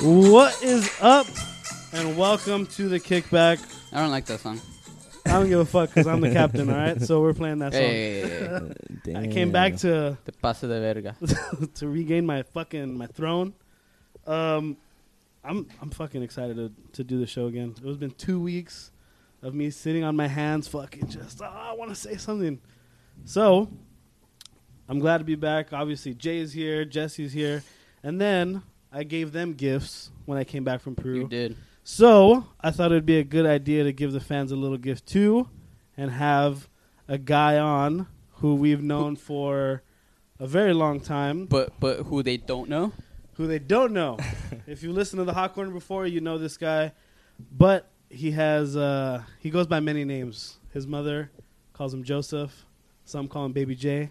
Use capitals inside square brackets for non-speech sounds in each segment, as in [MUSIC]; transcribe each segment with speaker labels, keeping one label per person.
Speaker 1: What is up? And welcome to the kickback.
Speaker 2: I don't like that song.
Speaker 1: I don't give a fuck because I'm the captain, all right? So we're playing that song.
Speaker 2: Hey, hey, hey, hey.
Speaker 1: I came back to
Speaker 2: te paso de verga.
Speaker 1: to [LAUGHS] regain my fucking my throne. Um, I'm I'm fucking excited to, to do the show again. It was been two weeks of me sitting on my hands, fucking just oh, I want to say something. So I'm glad to be back. Obviously, Jay is here, Jesse's here, and then I gave them gifts when I came back from Peru.
Speaker 2: You did.
Speaker 1: So I thought it'd be a good idea to give the fans a little gift too, and have a guy on who we've known for a very long time,
Speaker 2: But but who they don't know?
Speaker 1: who they don't know. if you listen to the Hot Corner before, you know this guy, but he has uh, he goes by many names. His mother calls him Joseph. Some call him Baby J.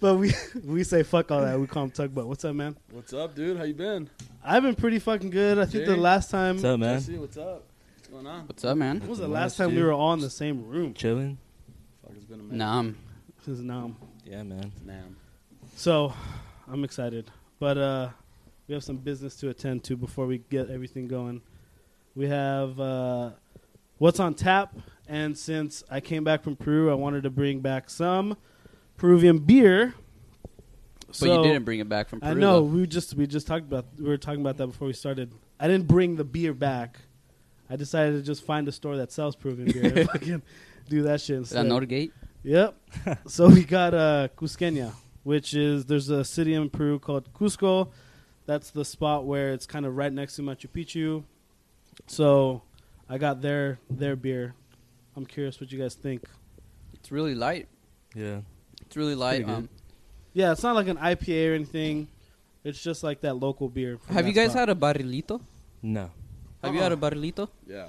Speaker 1: but we we say fuck all that. We call him Tugboat. What's up, man?
Speaker 3: What's up, dude? How you been?
Speaker 1: I've been pretty fucking good. I think the
Speaker 3: Jay?
Speaker 1: last time
Speaker 4: What's up, man?
Speaker 3: Jesse, what's up? What's going on?
Speaker 2: What's up, man?
Speaker 1: when was the last time we were all in the same room?
Speaker 4: Chilling?
Speaker 3: Fuck, it's been a minute.
Speaker 2: Nah, um,
Speaker 1: This is numb.
Speaker 4: Yeah, man.
Speaker 3: Damn.
Speaker 1: So, I'm excited, but uh, we have some business to attend to before we get everything going. We have uh, what's on tap, and since I came back from Peru, I wanted to bring back some Peruvian beer.
Speaker 2: but you didn't bring it back from Peru.
Speaker 1: I know
Speaker 2: though.
Speaker 1: we just we just talked about we were talking about that before we started. I didn't bring the beer back. I decided to just find a store that sells Peruvian beer
Speaker 2: [LAUGHS]
Speaker 1: and fucking do that shit
Speaker 2: Is that
Speaker 1: instead.
Speaker 2: Norgate?
Speaker 3: [LAUGHS]
Speaker 1: Yep. so we got uh, Cusqueña, which is there's a city in Peru called Cusco. That's the spot where it's kind of right next to Machu Picchu. So I got their their beer. I'm curious what you guys think.
Speaker 2: It's really light.
Speaker 4: Yeah.
Speaker 2: It's really light.
Speaker 4: pretty
Speaker 2: Um,
Speaker 1: Yeah, it's not like an IPA or anything. It's just like that local beer. from
Speaker 2: have
Speaker 1: that
Speaker 2: you guys
Speaker 1: spot.
Speaker 2: had a barrilito?
Speaker 4: No. [LAUGHS]
Speaker 2: Have you had a barrilito?
Speaker 3: Yeah.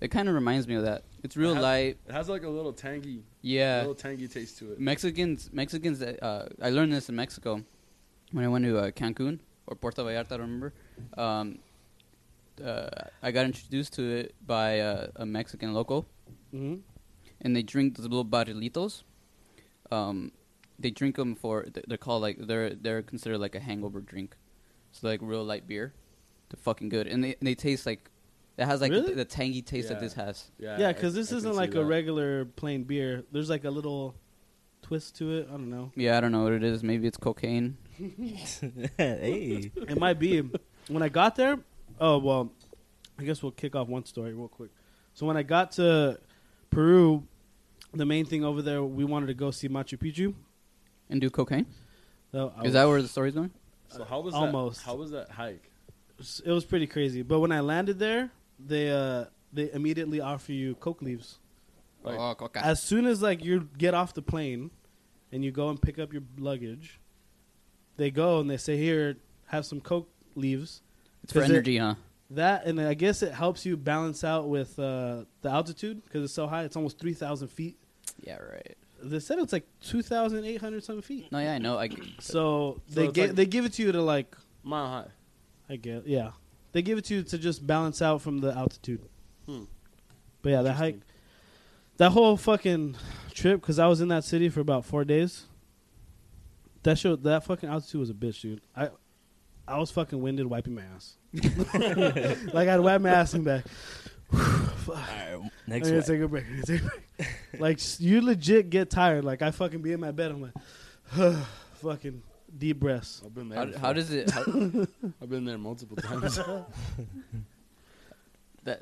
Speaker 2: It kind of reminds me of that. It's real
Speaker 3: I have- Oh.
Speaker 2: light.
Speaker 3: It has like a little tangy, a
Speaker 2: Yeah.
Speaker 3: little tangy taste to it.
Speaker 2: Mexicans, Mexicans. that, Uh, I learned this in Mexico when I went to uh, Cancun or Puerto Vallarta. I remember, um, uh, I got introduced to it by uh, a Mexican local,
Speaker 1: Mhm.
Speaker 2: and they drink those little barrilitos. Um, they drink them for th- they're called like they're they're considered like a hangover drink. It's like real light beer. They're fucking good, and they and they taste like it has like
Speaker 1: Really?
Speaker 2: the, the tangy taste
Speaker 3: Yeah.
Speaker 2: that this has.
Speaker 3: Yeah.
Speaker 1: Yeah,
Speaker 3: I-
Speaker 1: because this
Speaker 3: Uh, I can
Speaker 1: isn't
Speaker 3: see
Speaker 1: like a
Speaker 3: that.
Speaker 1: regular plain beer. There's like a little twist to it. I don't know.
Speaker 2: Yeah, I don't know what it is. Maybe it's cocaine.
Speaker 4: hey.
Speaker 1: It might be. When I got there, oh well, I guess we'll kick off one story real quick. So when I got to Peru, the main thing over there, we wanted to go see Machu Picchu.
Speaker 2: And do cocaine?
Speaker 1: So I
Speaker 2: Is
Speaker 1: was-
Speaker 2: that where the story's going?
Speaker 3: So how was
Speaker 1: Almost.
Speaker 3: That, how was that hike?
Speaker 1: it was pretty crazy? But when I landed there, they uh, they immediately offer you coke leaves.
Speaker 3: Like-
Speaker 2: oh, coca.
Speaker 1: As soon as like you get off the plane, and you go and pick up your luggage, they go and they say, "Here, have some coke leaves."
Speaker 2: It's for
Speaker 1: Is it-
Speaker 2: energy, huh?
Speaker 1: That and I guess it helps you balance out with uh, the altitude because it's so high. It's almost three thousand feet.
Speaker 2: Yeah, right.
Speaker 1: They said it's like two thousand eight hundred something feet.
Speaker 2: No, yeah, I know. I,
Speaker 1: [CLEARS THROAT] So
Speaker 3: So
Speaker 1: they
Speaker 3: it's
Speaker 1: get
Speaker 3: like-
Speaker 1: they give it to you to like
Speaker 3: Mile high.
Speaker 1: I guess yeah they give it to you to just balance out from the altitude.
Speaker 3: Hmm.
Speaker 1: But yeah, that hike, that whole fucking trip because I was in that city for about four days. That show that fucking altitude was a bitch, dude. I I was fucking winded wiping my
Speaker 3: [LAUGHS]
Speaker 1: ass. [LAUGHS] like I'd wipe my ass and be like,
Speaker 4: Alright,
Speaker 1: I'm
Speaker 4: next
Speaker 1: gonna
Speaker 4: one.
Speaker 1: take a break. I'm gonna take a break. like s- you legit get tired. Like I fucking be in my bed. I'm like, [SIGHS] fucking deep breaths.
Speaker 3: I've been there.
Speaker 2: how,
Speaker 3: before.
Speaker 2: how does it? How,
Speaker 3: I've been
Speaker 1: [LAUGHS]
Speaker 3: there multiple times. [LAUGHS]
Speaker 2: that,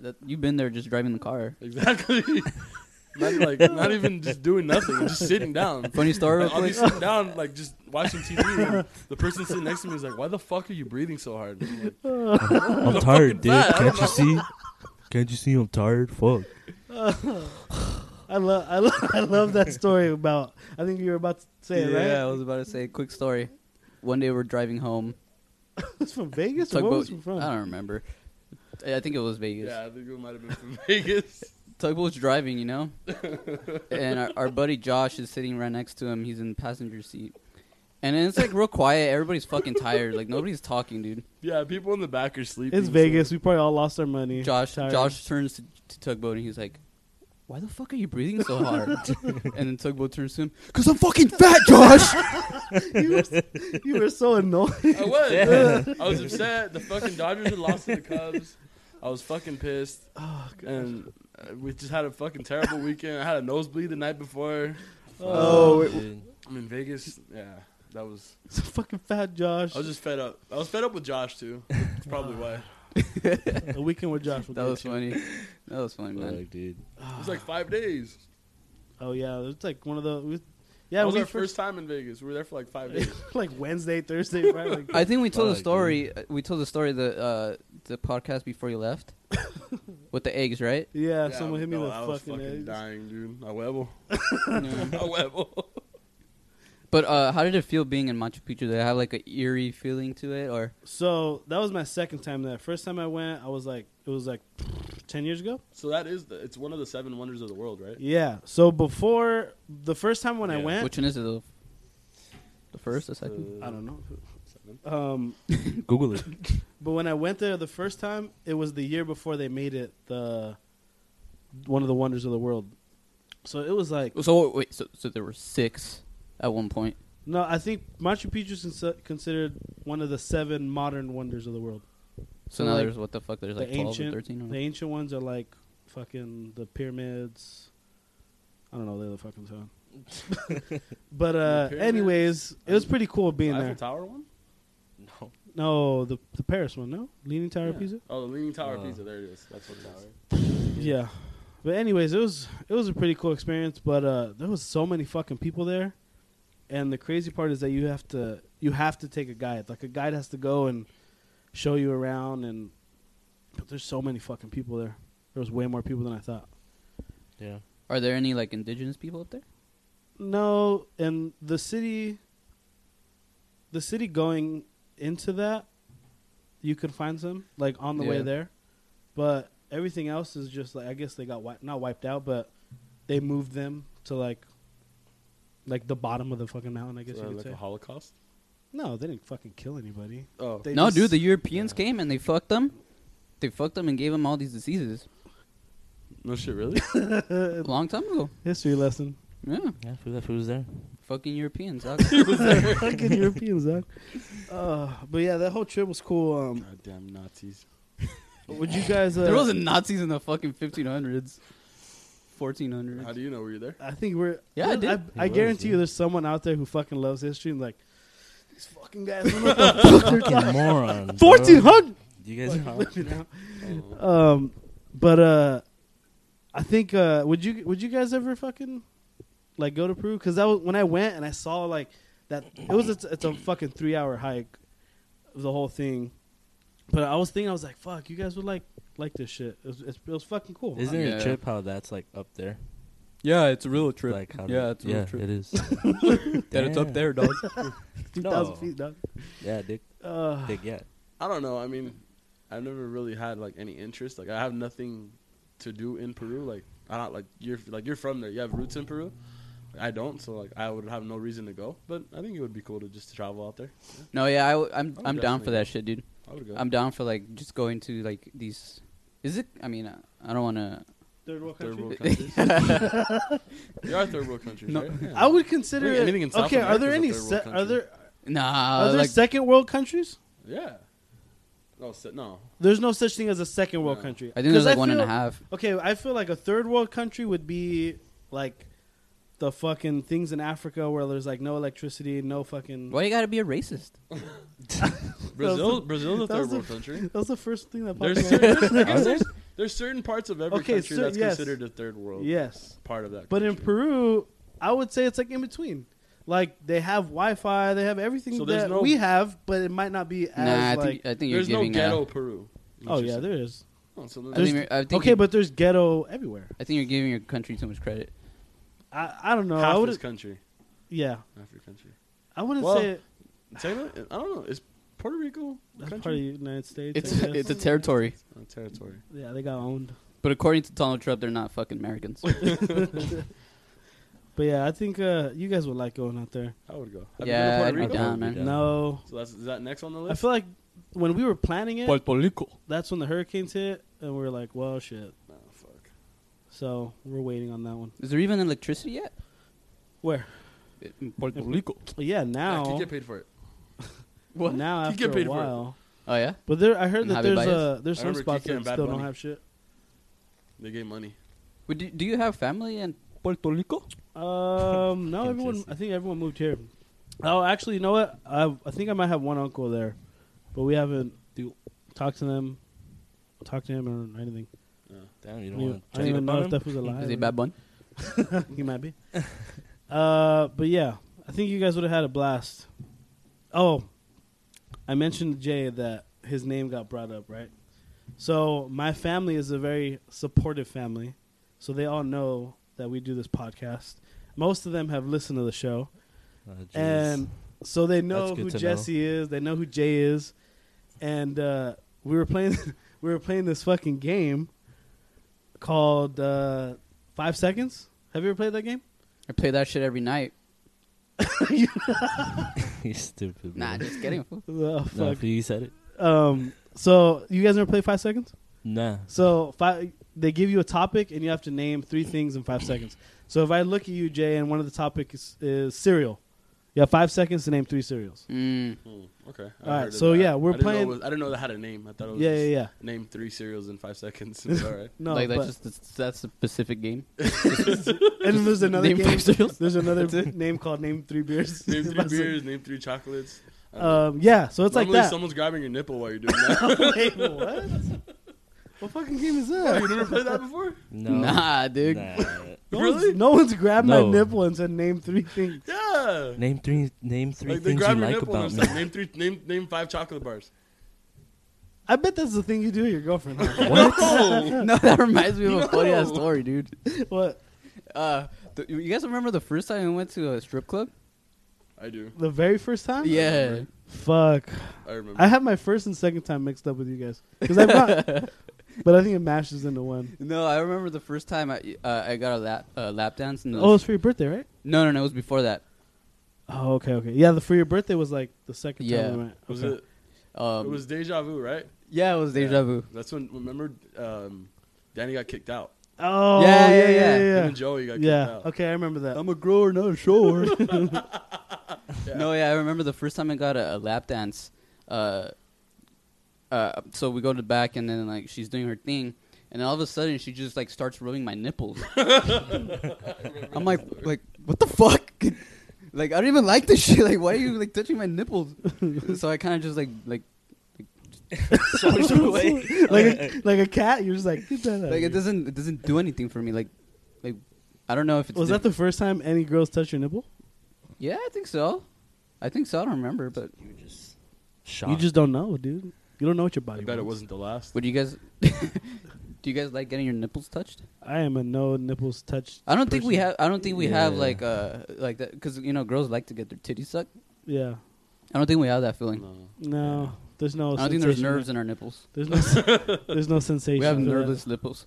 Speaker 2: that you've been there just driving the car.
Speaker 3: exactly. not like not even just doing nothing, just sitting
Speaker 2: [LAUGHS]
Speaker 3: down.
Speaker 2: Funny
Speaker 1: [LAUGHS]
Speaker 2: story, real
Speaker 3: Like, I'll be
Speaker 2: quick.
Speaker 3: sitting down, like just watching TV. and the person sitting next to me is like, "Why the fuck are you breathing so hard?" And I'm like,
Speaker 2: [LAUGHS]
Speaker 4: I'm tired, dude.
Speaker 3: fat, I
Speaker 4: Can't you see? Can't you see I'm tired? Fuck.
Speaker 1: I love I love [LAUGHS] I love that story about. I think you were about to say it, right?
Speaker 2: yeah, I was about to say quick story. One day we're driving home.
Speaker 1: It's from Vegas. Or
Speaker 2: Tugboat-
Speaker 1: where was it from?
Speaker 2: I don't remember. I I think it was Vegas.
Speaker 3: yeah, I think it might have been from [LAUGHS] Vegas.
Speaker 2: Tugboat's driving, you
Speaker 4: [LAUGHS]
Speaker 2: know, and our, our buddy Josh is sitting right next to him. He's in the passenger seat, and it's like real quiet. Everybody's fucking tired. Like nobody's talking, dude.
Speaker 3: Yeah, people in the back are sleeping.
Speaker 1: It's Vegas. We probably all lost our money.
Speaker 2: Josh
Speaker 1: Tired.
Speaker 2: Josh turns to, to Tugboat and he's like, why the fuck are you breathing so
Speaker 1: [LAUGHS]
Speaker 2: hard? and then Tugboat turns to him, because I'm fucking fat, Josh.
Speaker 1: you, were, s- [LAUGHS] you were so [LAUGHS] annoyed.
Speaker 3: I was. I was upset. The fucking Dodgers had lost to the Cubs. I was fucking pissed.
Speaker 1: Oh,
Speaker 3: And uh, we just had a fucking terrible weekend. I had a nosebleed the night before.
Speaker 1: Oh,
Speaker 4: Fuck,
Speaker 1: it-
Speaker 4: dude.
Speaker 3: I'm in Vegas. Yeah, that was.
Speaker 1: it's fucking fat Josh.
Speaker 3: I was just fed up. I was fed up with Josh too. That's probably why.
Speaker 1: a weekend with
Speaker 2: [LAUGHS]
Speaker 1: Josh. will
Speaker 2: that
Speaker 1: get
Speaker 2: was
Speaker 1: you.
Speaker 2: funny. That was funny, man.
Speaker 4: Fuck, dude.
Speaker 3: It was like five days.
Speaker 1: Oh yeah, it's like one of the. We, yeah,
Speaker 3: Yeah, that was
Speaker 1: we
Speaker 3: our first time in Vegas. We were there for like five days.
Speaker 1: [LAUGHS] like Wednesday, Thursday, Friday. Like,
Speaker 2: [LAUGHS] I think we told the
Speaker 4: Fuck,
Speaker 2: story. uh, We told the story the uh, the podcast before you left
Speaker 1: [LAUGHS]
Speaker 2: with the eggs, right?
Speaker 1: yeah,
Speaker 3: Yeah,
Speaker 1: someone hit me
Speaker 3: no,
Speaker 1: with
Speaker 3: I was
Speaker 1: fucking,
Speaker 3: fucking
Speaker 1: eggs.
Speaker 3: dying, dude. I
Speaker 1: [LAUGHS]
Speaker 3: huevo.
Speaker 2: Yeah.
Speaker 3: I huevo.
Speaker 2: But uh, how did it feel being in Machu Picchu? Did it have like an eerie feeling to it, or
Speaker 1: So that was my second time there. First time I went, I was like, it was like [SNIFFS] ten years ago.
Speaker 3: So that is the. It's one of the seven wonders of the world, right?
Speaker 1: Yeah. So before the first time when I
Speaker 3: Yeah.
Speaker 1: went,
Speaker 2: which one is it? The, the first, the second?
Speaker 1: I don't know.
Speaker 3: Seven.
Speaker 1: Um,
Speaker 4: Google it.
Speaker 1: but when I went there the first time, it was the year before they made it the one of the wonders of the world. So it was like
Speaker 2: So wait, so, so there were six at one point.
Speaker 1: no, I think Machu Picchu is consi- considered one of the seven modern wonders of the world.
Speaker 2: So
Speaker 1: So,
Speaker 2: now
Speaker 1: like,
Speaker 2: there's what the fuck? There's
Speaker 1: the
Speaker 2: like twelve
Speaker 1: ancient-
Speaker 2: or
Speaker 3: Mm-hmm.
Speaker 2: thirteen.
Speaker 1: The ancient ones are like fucking the pyramids. I don't know the other fucking time.
Speaker 3: [LAUGHS]
Speaker 1: but uh
Speaker 3: pyramids?
Speaker 1: anyways, it was pretty cool
Speaker 3: The
Speaker 1: being
Speaker 3: Eiffel
Speaker 1: there.
Speaker 3: Tower one.
Speaker 4: No.
Speaker 1: No, the the Paris one, no? Leaning Tower of
Speaker 3: Yeah.
Speaker 1: Pisa?
Speaker 3: Oh, the Leaning Tower of
Speaker 4: Uh,
Speaker 3: Pisa. There it is. That's what it is.
Speaker 1: Yeah. But anyways, it was it was a pretty cool experience, but uh there was so many fucking people there. And the crazy part is that you have to you have to take a guide. Like a guide has to go and show you around and but there's so many fucking people there. There was way more people than I thought.
Speaker 4: Yeah.
Speaker 2: Are there any like indigenous people up there?
Speaker 1: No, and the city the city going into that you could find some like on the way
Speaker 2: Yeah.
Speaker 1: there. But everything else is just like I guess they got wi- not wiped out, but they moved them to like like the bottom of the fucking mountain, I guess
Speaker 3: So
Speaker 1: you could
Speaker 3: like
Speaker 1: say.
Speaker 3: a Holocaust.
Speaker 1: no, they didn't fucking kill anybody.
Speaker 3: Oh,
Speaker 1: They
Speaker 2: no,
Speaker 1: just-
Speaker 2: dude. The Europeans came and they fucked them. They fucked them and gave them all these diseases
Speaker 3: no shit, [LAUGHS] really?
Speaker 2: a
Speaker 1: Uh,
Speaker 2: long time ago.
Speaker 1: history
Speaker 3: [LAUGHS]
Speaker 1: lesson. [LAUGHS]
Speaker 2: Yeah,
Speaker 4: Yeah, food, that food was there.
Speaker 2: fucking Europeans. dog.
Speaker 1: fucking Europeans, huh? Uh, but yeah, that whole trip was cool. Um,
Speaker 3: Goddamn Nazis.
Speaker 1: would you guys? Uh,
Speaker 2: there
Speaker 1: [LAUGHS]
Speaker 2: wasn't Nazis in the fucking fifteen hundreds, fourteen
Speaker 3: How
Speaker 2: hundreds.
Speaker 3: do you know were you there?
Speaker 1: I think we're.
Speaker 2: Yeah, I did.
Speaker 1: I,
Speaker 4: He was,
Speaker 1: guarantee you,
Speaker 4: yeah.
Speaker 1: there's someone out there who fucking loves history and like these fucking guys. don't know what the fuck
Speaker 4: [LAUGHS]
Speaker 1: they're
Speaker 4: Fucking
Speaker 1: talking.
Speaker 4: moron. bro.
Speaker 1: Fourteen hundred.
Speaker 4: You guys are
Speaker 1: [LAUGHS]
Speaker 3: Oh.
Speaker 1: Um, but uh, I think uh, would you would you guys ever fucking like go to Peru? Because that was when I went and I saw like that it was it's, it's a fucking three hour hike, the whole thing. But I was thinking, I was like, fuck, you guys would like like this shit. It was, it's, it was fucking cool.
Speaker 4: Isn't it
Speaker 2: Yeah.
Speaker 4: a trip how that's like up there?
Speaker 2: Yeah, it's a real
Speaker 4: Like how the-
Speaker 2: Yeah, it's a real
Speaker 4: yeah,
Speaker 2: trip.
Speaker 4: it is.
Speaker 2: [LAUGHS] That it's
Speaker 4: Damn.
Speaker 2: up there, dog.
Speaker 1: Two thousand
Speaker 4: No.
Speaker 1: feet, dog.
Speaker 4: Yeah, dick,
Speaker 1: Uh,
Speaker 4: dick, yeah.
Speaker 3: I don't know. I mean, I've never really had like any interest. Like I have nothing to do in Peru. Like I don't like you're like you're from there. You have roots in Peru. I don't, so like I would have no reason to go. But I think it would be cool to just travel out there.
Speaker 2: No, yeah, I, w- I'm
Speaker 3: would
Speaker 2: I'm down for
Speaker 3: definitely
Speaker 2: that shit, dude.
Speaker 3: I would go.
Speaker 2: I'm down for like just going to like these. Is it? I mean, uh, I don't want to.
Speaker 1: third world
Speaker 3: third
Speaker 1: country.
Speaker 3: world [LAUGHS] countries. there are third world countries,
Speaker 2: No.
Speaker 3: right? Yeah.
Speaker 1: I would consider
Speaker 3: Wait,
Speaker 1: it-
Speaker 3: anything in South
Speaker 1: okay. Are
Speaker 3: America's
Speaker 1: there
Speaker 3: a
Speaker 1: any
Speaker 3: third world
Speaker 1: se- are
Speaker 3: country.
Speaker 1: there
Speaker 2: Nah,
Speaker 1: are there
Speaker 2: Uh, like
Speaker 1: second world countries?
Speaker 3: Yeah. No, se- no.
Speaker 1: There's no such thing as a second world
Speaker 3: No.
Speaker 1: country.
Speaker 2: I think there's
Speaker 1: 'Cause
Speaker 2: like one and a
Speaker 1: feel-
Speaker 2: half.
Speaker 1: Okay, I feel like a third world country would be like the fucking things in Africa where there's like no electricity, no fucking.
Speaker 2: Why you gotta be a racist?
Speaker 3: Brazil, Brazil's a
Speaker 1: that was
Speaker 3: third
Speaker 1: the-
Speaker 3: world country.
Speaker 1: That was the first thing that popped
Speaker 3: There's
Speaker 1: in my head. [LAUGHS]
Speaker 3: certain, I guess there's, there's certain parts of every
Speaker 1: Okay,
Speaker 3: country
Speaker 1: cer-
Speaker 3: that's
Speaker 1: yes.
Speaker 3: considered a third world
Speaker 1: Yes,
Speaker 3: part of that.
Speaker 1: but in
Speaker 3: country.
Speaker 1: Peru, I would say it's like in between. Like they have Wi-Fi, they have everything
Speaker 3: So there's
Speaker 1: that
Speaker 3: no-
Speaker 1: we have, but it might not be as
Speaker 2: Nah, I
Speaker 1: like.
Speaker 2: think I think you're
Speaker 3: there's no
Speaker 2: giving.
Speaker 3: ghetto
Speaker 2: a,
Speaker 3: Peru.
Speaker 1: oh yeah, there is.
Speaker 3: Oh, so
Speaker 2: I
Speaker 3: there's,
Speaker 2: think,
Speaker 1: There's-
Speaker 2: you're, I think
Speaker 1: Okay,
Speaker 2: you-
Speaker 1: but there's ghetto everywhere.
Speaker 2: I think you're giving your country too much credit.
Speaker 1: I I don't know. I
Speaker 3: half
Speaker 1: would
Speaker 3: this country,
Speaker 1: yeah.
Speaker 3: half your country.
Speaker 1: I wouldn't
Speaker 3: Well,
Speaker 1: say it-
Speaker 3: Technically, I don't know. Is Puerto Rico a
Speaker 1: that's
Speaker 3: country?
Speaker 1: part of the United States.
Speaker 2: It's
Speaker 1: I guess.
Speaker 2: it's a territory,
Speaker 3: A territory.
Speaker 1: yeah, they got owned.
Speaker 2: but according to Donald Trump, they're not fucking
Speaker 1: [LAUGHS]
Speaker 2: Americans.
Speaker 1: But yeah, I think uh, you guys would like going out there.
Speaker 3: I would go. Have you been to
Speaker 2: yeah,
Speaker 3: Puerto
Speaker 2: I'd be
Speaker 3: Rico?
Speaker 2: down,
Speaker 4: I'd be down.
Speaker 2: man.
Speaker 1: No,
Speaker 3: So that's is that next on the
Speaker 1: I
Speaker 3: list?
Speaker 1: feel like when we were planning it,
Speaker 2: Rico.
Speaker 1: that's when the hurricanes hit, and we were like, "Well, shit."
Speaker 3: oh, fuck.
Speaker 1: So we're waiting on that one.
Speaker 2: Is there even electricity yet?
Speaker 1: Where?
Speaker 2: Eh, In Puerto Rico.
Speaker 1: Yeah, now.
Speaker 3: Yeah, you get paid for it.
Speaker 2: What?
Speaker 1: Now
Speaker 3: You
Speaker 1: after
Speaker 3: get paid
Speaker 1: a
Speaker 3: for it.
Speaker 1: while.
Speaker 2: Oh yeah.
Speaker 1: But there, I heard
Speaker 2: And
Speaker 1: that
Speaker 2: Javi
Speaker 1: there's uh,
Speaker 2: Baez?
Speaker 1: there's
Speaker 3: I
Speaker 1: some
Speaker 3: remember
Speaker 1: spots
Speaker 3: Kike
Speaker 1: that
Speaker 3: and Bad
Speaker 1: still don't
Speaker 3: Bunny.
Speaker 1: have shit.
Speaker 3: They gave money.
Speaker 2: Would you, do you have family in Puerto Rico?
Speaker 1: Um, no,
Speaker 4: Can't
Speaker 1: everyone.
Speaker 4: taste it.
Speaker 1: I think everyone moved here. Oh, actually, you know what? I I think I might have one uncle there, but we haven't talked to them, talked to him or anything.
Speaker 4: Damn, you don't
Speaker 1: I
Speaker 4: want
Speaker 1: don't, I
Speaker 4: to
Speaker 1: don't
Speaker 4: check
Speaker 1: even
Speaker 4: up on
Speaker 1: know if
Speaker 4: him?
Speaker 1: that was alive.
Speaker 2: Is it bad bun?
Speaker 1: [LAUGHS] he might be. Uh, but yeah, I think you guys would have had a blast. Oh, I mentioned to Jay that his name got brought up, right? So my family is a very supportive family, so they all know that we do this podcast. Most of them have listened to the show,
Speaker 4: Oh, jeez.
Speaker 1: and Um, so they know
Speaker 4: That's good
Speaker 1: who
Speaker 4: to know.
Speaker 1: Jesse is. They know who Jay is, and uh, we were playing. [LAUGHS] we were playing this fucking game called uh, Five Seconds. Have you ever played that game?
Speaker 2: I play that shit every night.
Speaker 4: [LAUGHS] He's stupid.
Speaker 2: Nah,
Speaker 4: bro.
Speaker 2: just
Speaker 1: [LAUGHS]
Speaker 2: kidding. fool.
Speaker 1: Oh,
Speaker 4: no,
Speaker 1: fuck.
Speaker 4: if you said it.
Speaker 1: Um, so you guys never play Five Seconds?
Speaker 4: Nah.
Speaker 1: So five, they give you a topic and you have to name three things in five seconds. So if I look at you, Jay, and one of the topics is, is cereal, you have five seconds to name three cereals.
Speaker 2: Mm.
Speaker 3: Hmm, okay. I
Speaker 1: Alright,
Speaker 3: heard of
Speaker 1: so
Speaker 3: that.
Speaker 1: yeah, we're
Speaker 3: I didn't know
Speaker 1: playing-
Speaker 3: it was- I didn't know that had a name. I thought it was
Speaker 1: Yeah,
Speaker 3: just
Speaker 1: yeah, yeah.
Speaker 3: name three cereals in five seconds. [LAUGHS]
Speaker 1: [LAUGHS]
Speaker 3: It's all right.
Speaker 1: No,
Speaker 2: like
Speaker 1: but,
Speaker 2: that's just that's a specific game.
Speaker 1: [LAUGHS] and then there's another
Speaker 2: name
Speaker 1: game.
Speaker 2: five cereals.
Speaker 1: There's another name called Name Three Beers.
Speaker 3: Name three beers. Name three chocolates. I don't know.
Speaker 1: Um, yeah, so it's like
Speaker 3: Normally
Speaker 1: that.
Speaker 3: Someone's grabbing your nipple while you're doing that.
Speaker 1: [LAUGHS]
Speaker 3: [LAUGHS]
Speaker 1: Wait, what? What fucking game is
Speaker 3: Oh, you
Speaker 1: that?
Speaker 3: never played that before?
Speaker 4: No.
Speaker 2: Nah, dude.
Speaker 4: Nah.
Speaker 1: No
Speaker 3: Really?
Speaker 1: one's, no one's grabbed
Speaker 4: No.
Speaker 1: my nipple and said name three things.
Speaker 3: Yeah.
Speaker 4: Name three. Name three
Speaker 3: like they
Speaker 4: things you
Speaker 3: grab your
Speaker 4: like
Speaker 3: nipple and
Speaker 4: about
Speaker 3: it's
Speaker 4: me.
Speaker 3: like name three, name name five chocolate bars.
Speaker 1: I bet that's the thing you do with your girlfriend. Huh?
Speaker 3: No.
Speaker 2: [LAUGHS] no, that reminds me of a funny ass
Speaker 3: No.
Speaker 2: story, dude.
Speaker 1: [LAUGHS] what?
Speaker 2: Uh, th- you guys remember the first time we went to a strip club?
Speaker 3: I do.
Speaker 1: The very first time?
Speaker 2: Yeah.
Speaker 1: Fuck.
Speaker 3: I remember.
Speaker 1: I have my first and second time mixed up with you guys because I've got, but I think it mashes into one.
Speaker 2: No, I remember the first time I uh, I got a lap uh, lap dance. And it
Speaker 1: Oh,
Speaker 2: was-
Speaker 1: it's for your birthday, right?
Speaker 2: no, no, no, it was before that.
Speaker 1: Oh, okay, okay. Yeah, the for your birthday was like the second
Speaker 2: Yeah.
Speaker 1: time. we went.
Speaker 3: was
Speaker 1: Okay.
Speaker 3: it?
Speaker 2: Um,
Speaker 3: it was deja vu, right?
Speaker 2: yeah, it was deja
Speaker 3: Yeah.
Speaker 2: vu.
Speaker 3: That's when remember um, Danny got kicked out.
Speaker 1: Oh,
Speaker 2: Yeah,
Speaker 1: yeah, yeah,
Speaker 2: yeah, yeah.
Speaker 1: yeah,
Speaker 3: Him
Speaker 1: yeah.
Speaker 3: and Joey got kicked
Speaker 1: Yeah,
Speaker 3: out.
Speaker 1: Okay, I remember that. [LAUGHS]
Speaker 2: a grower, not a shower.
Speaker 3: Yeah.
Speaker 2: No, yeah, I remember the first time I got a, a lap dance. Uh, uh, so we go to the back, and then like she's doing her thing, and all of a sudden she just like starts rubbing my nipples. I'm like, like what the fuck? [LAUGHS] like I don't even like this shit. Like why are you like touching
Speaker 1: [LAUGHS]
Speaker 2: my nipples? so I kind of just like like.
Speaker 4: [LAUGHS]
Speaker 2: like, away.
Speaker 1: [LAUGHS] like, a, like a cat, you're just like get that out. of
Speaker 2: like
Speaker 1: here."
Speaker 2: it doesn't it doesn't do anything for me. Like like I don't know if it's
Speaker 1: was that the
Speaker 2: diff-
Speaker 1: first time any girls touched your nipple?
Speaker 2: yeah I think so. I think so. I don't remember, but
Speaker 4: You just. Shocked.
Speaker 1: You just don't know, dude. You don't know what your
Speaker 3: I
Speaker 1: body.
Speaker 3: bet it
Speaker 1: wants.
Speaker 3: wasn't the last.
Speaker 2: would you guys [LAUGHS] do you guys like getting your nipples touched?
Speaker 1: I am a no nipples touched.
Speaker 2: I don't think we
Speaker 1: person.
Speaker 2: have. I don't think we have
Speaker 4: Yeah.
Speaker 2: like uh like that because you know girls like to get their titties sucked.
Speaker 1: Yeah.
Speaker 2: I don't think we have that feeling.
Speaker 3: No.
Speaker 1: No. There's no.
Speaker 2: I don't think there's
Speaker 1: sensation.
Speaker 2: nerves in our nipples.
Speaker 1: There's no.
Speaker 3: [LAUGHS]
Speaker 1: there's no sensation.
Speaker 2: We have
Speaker 1: for that.
Speaker 2: nervous nipples.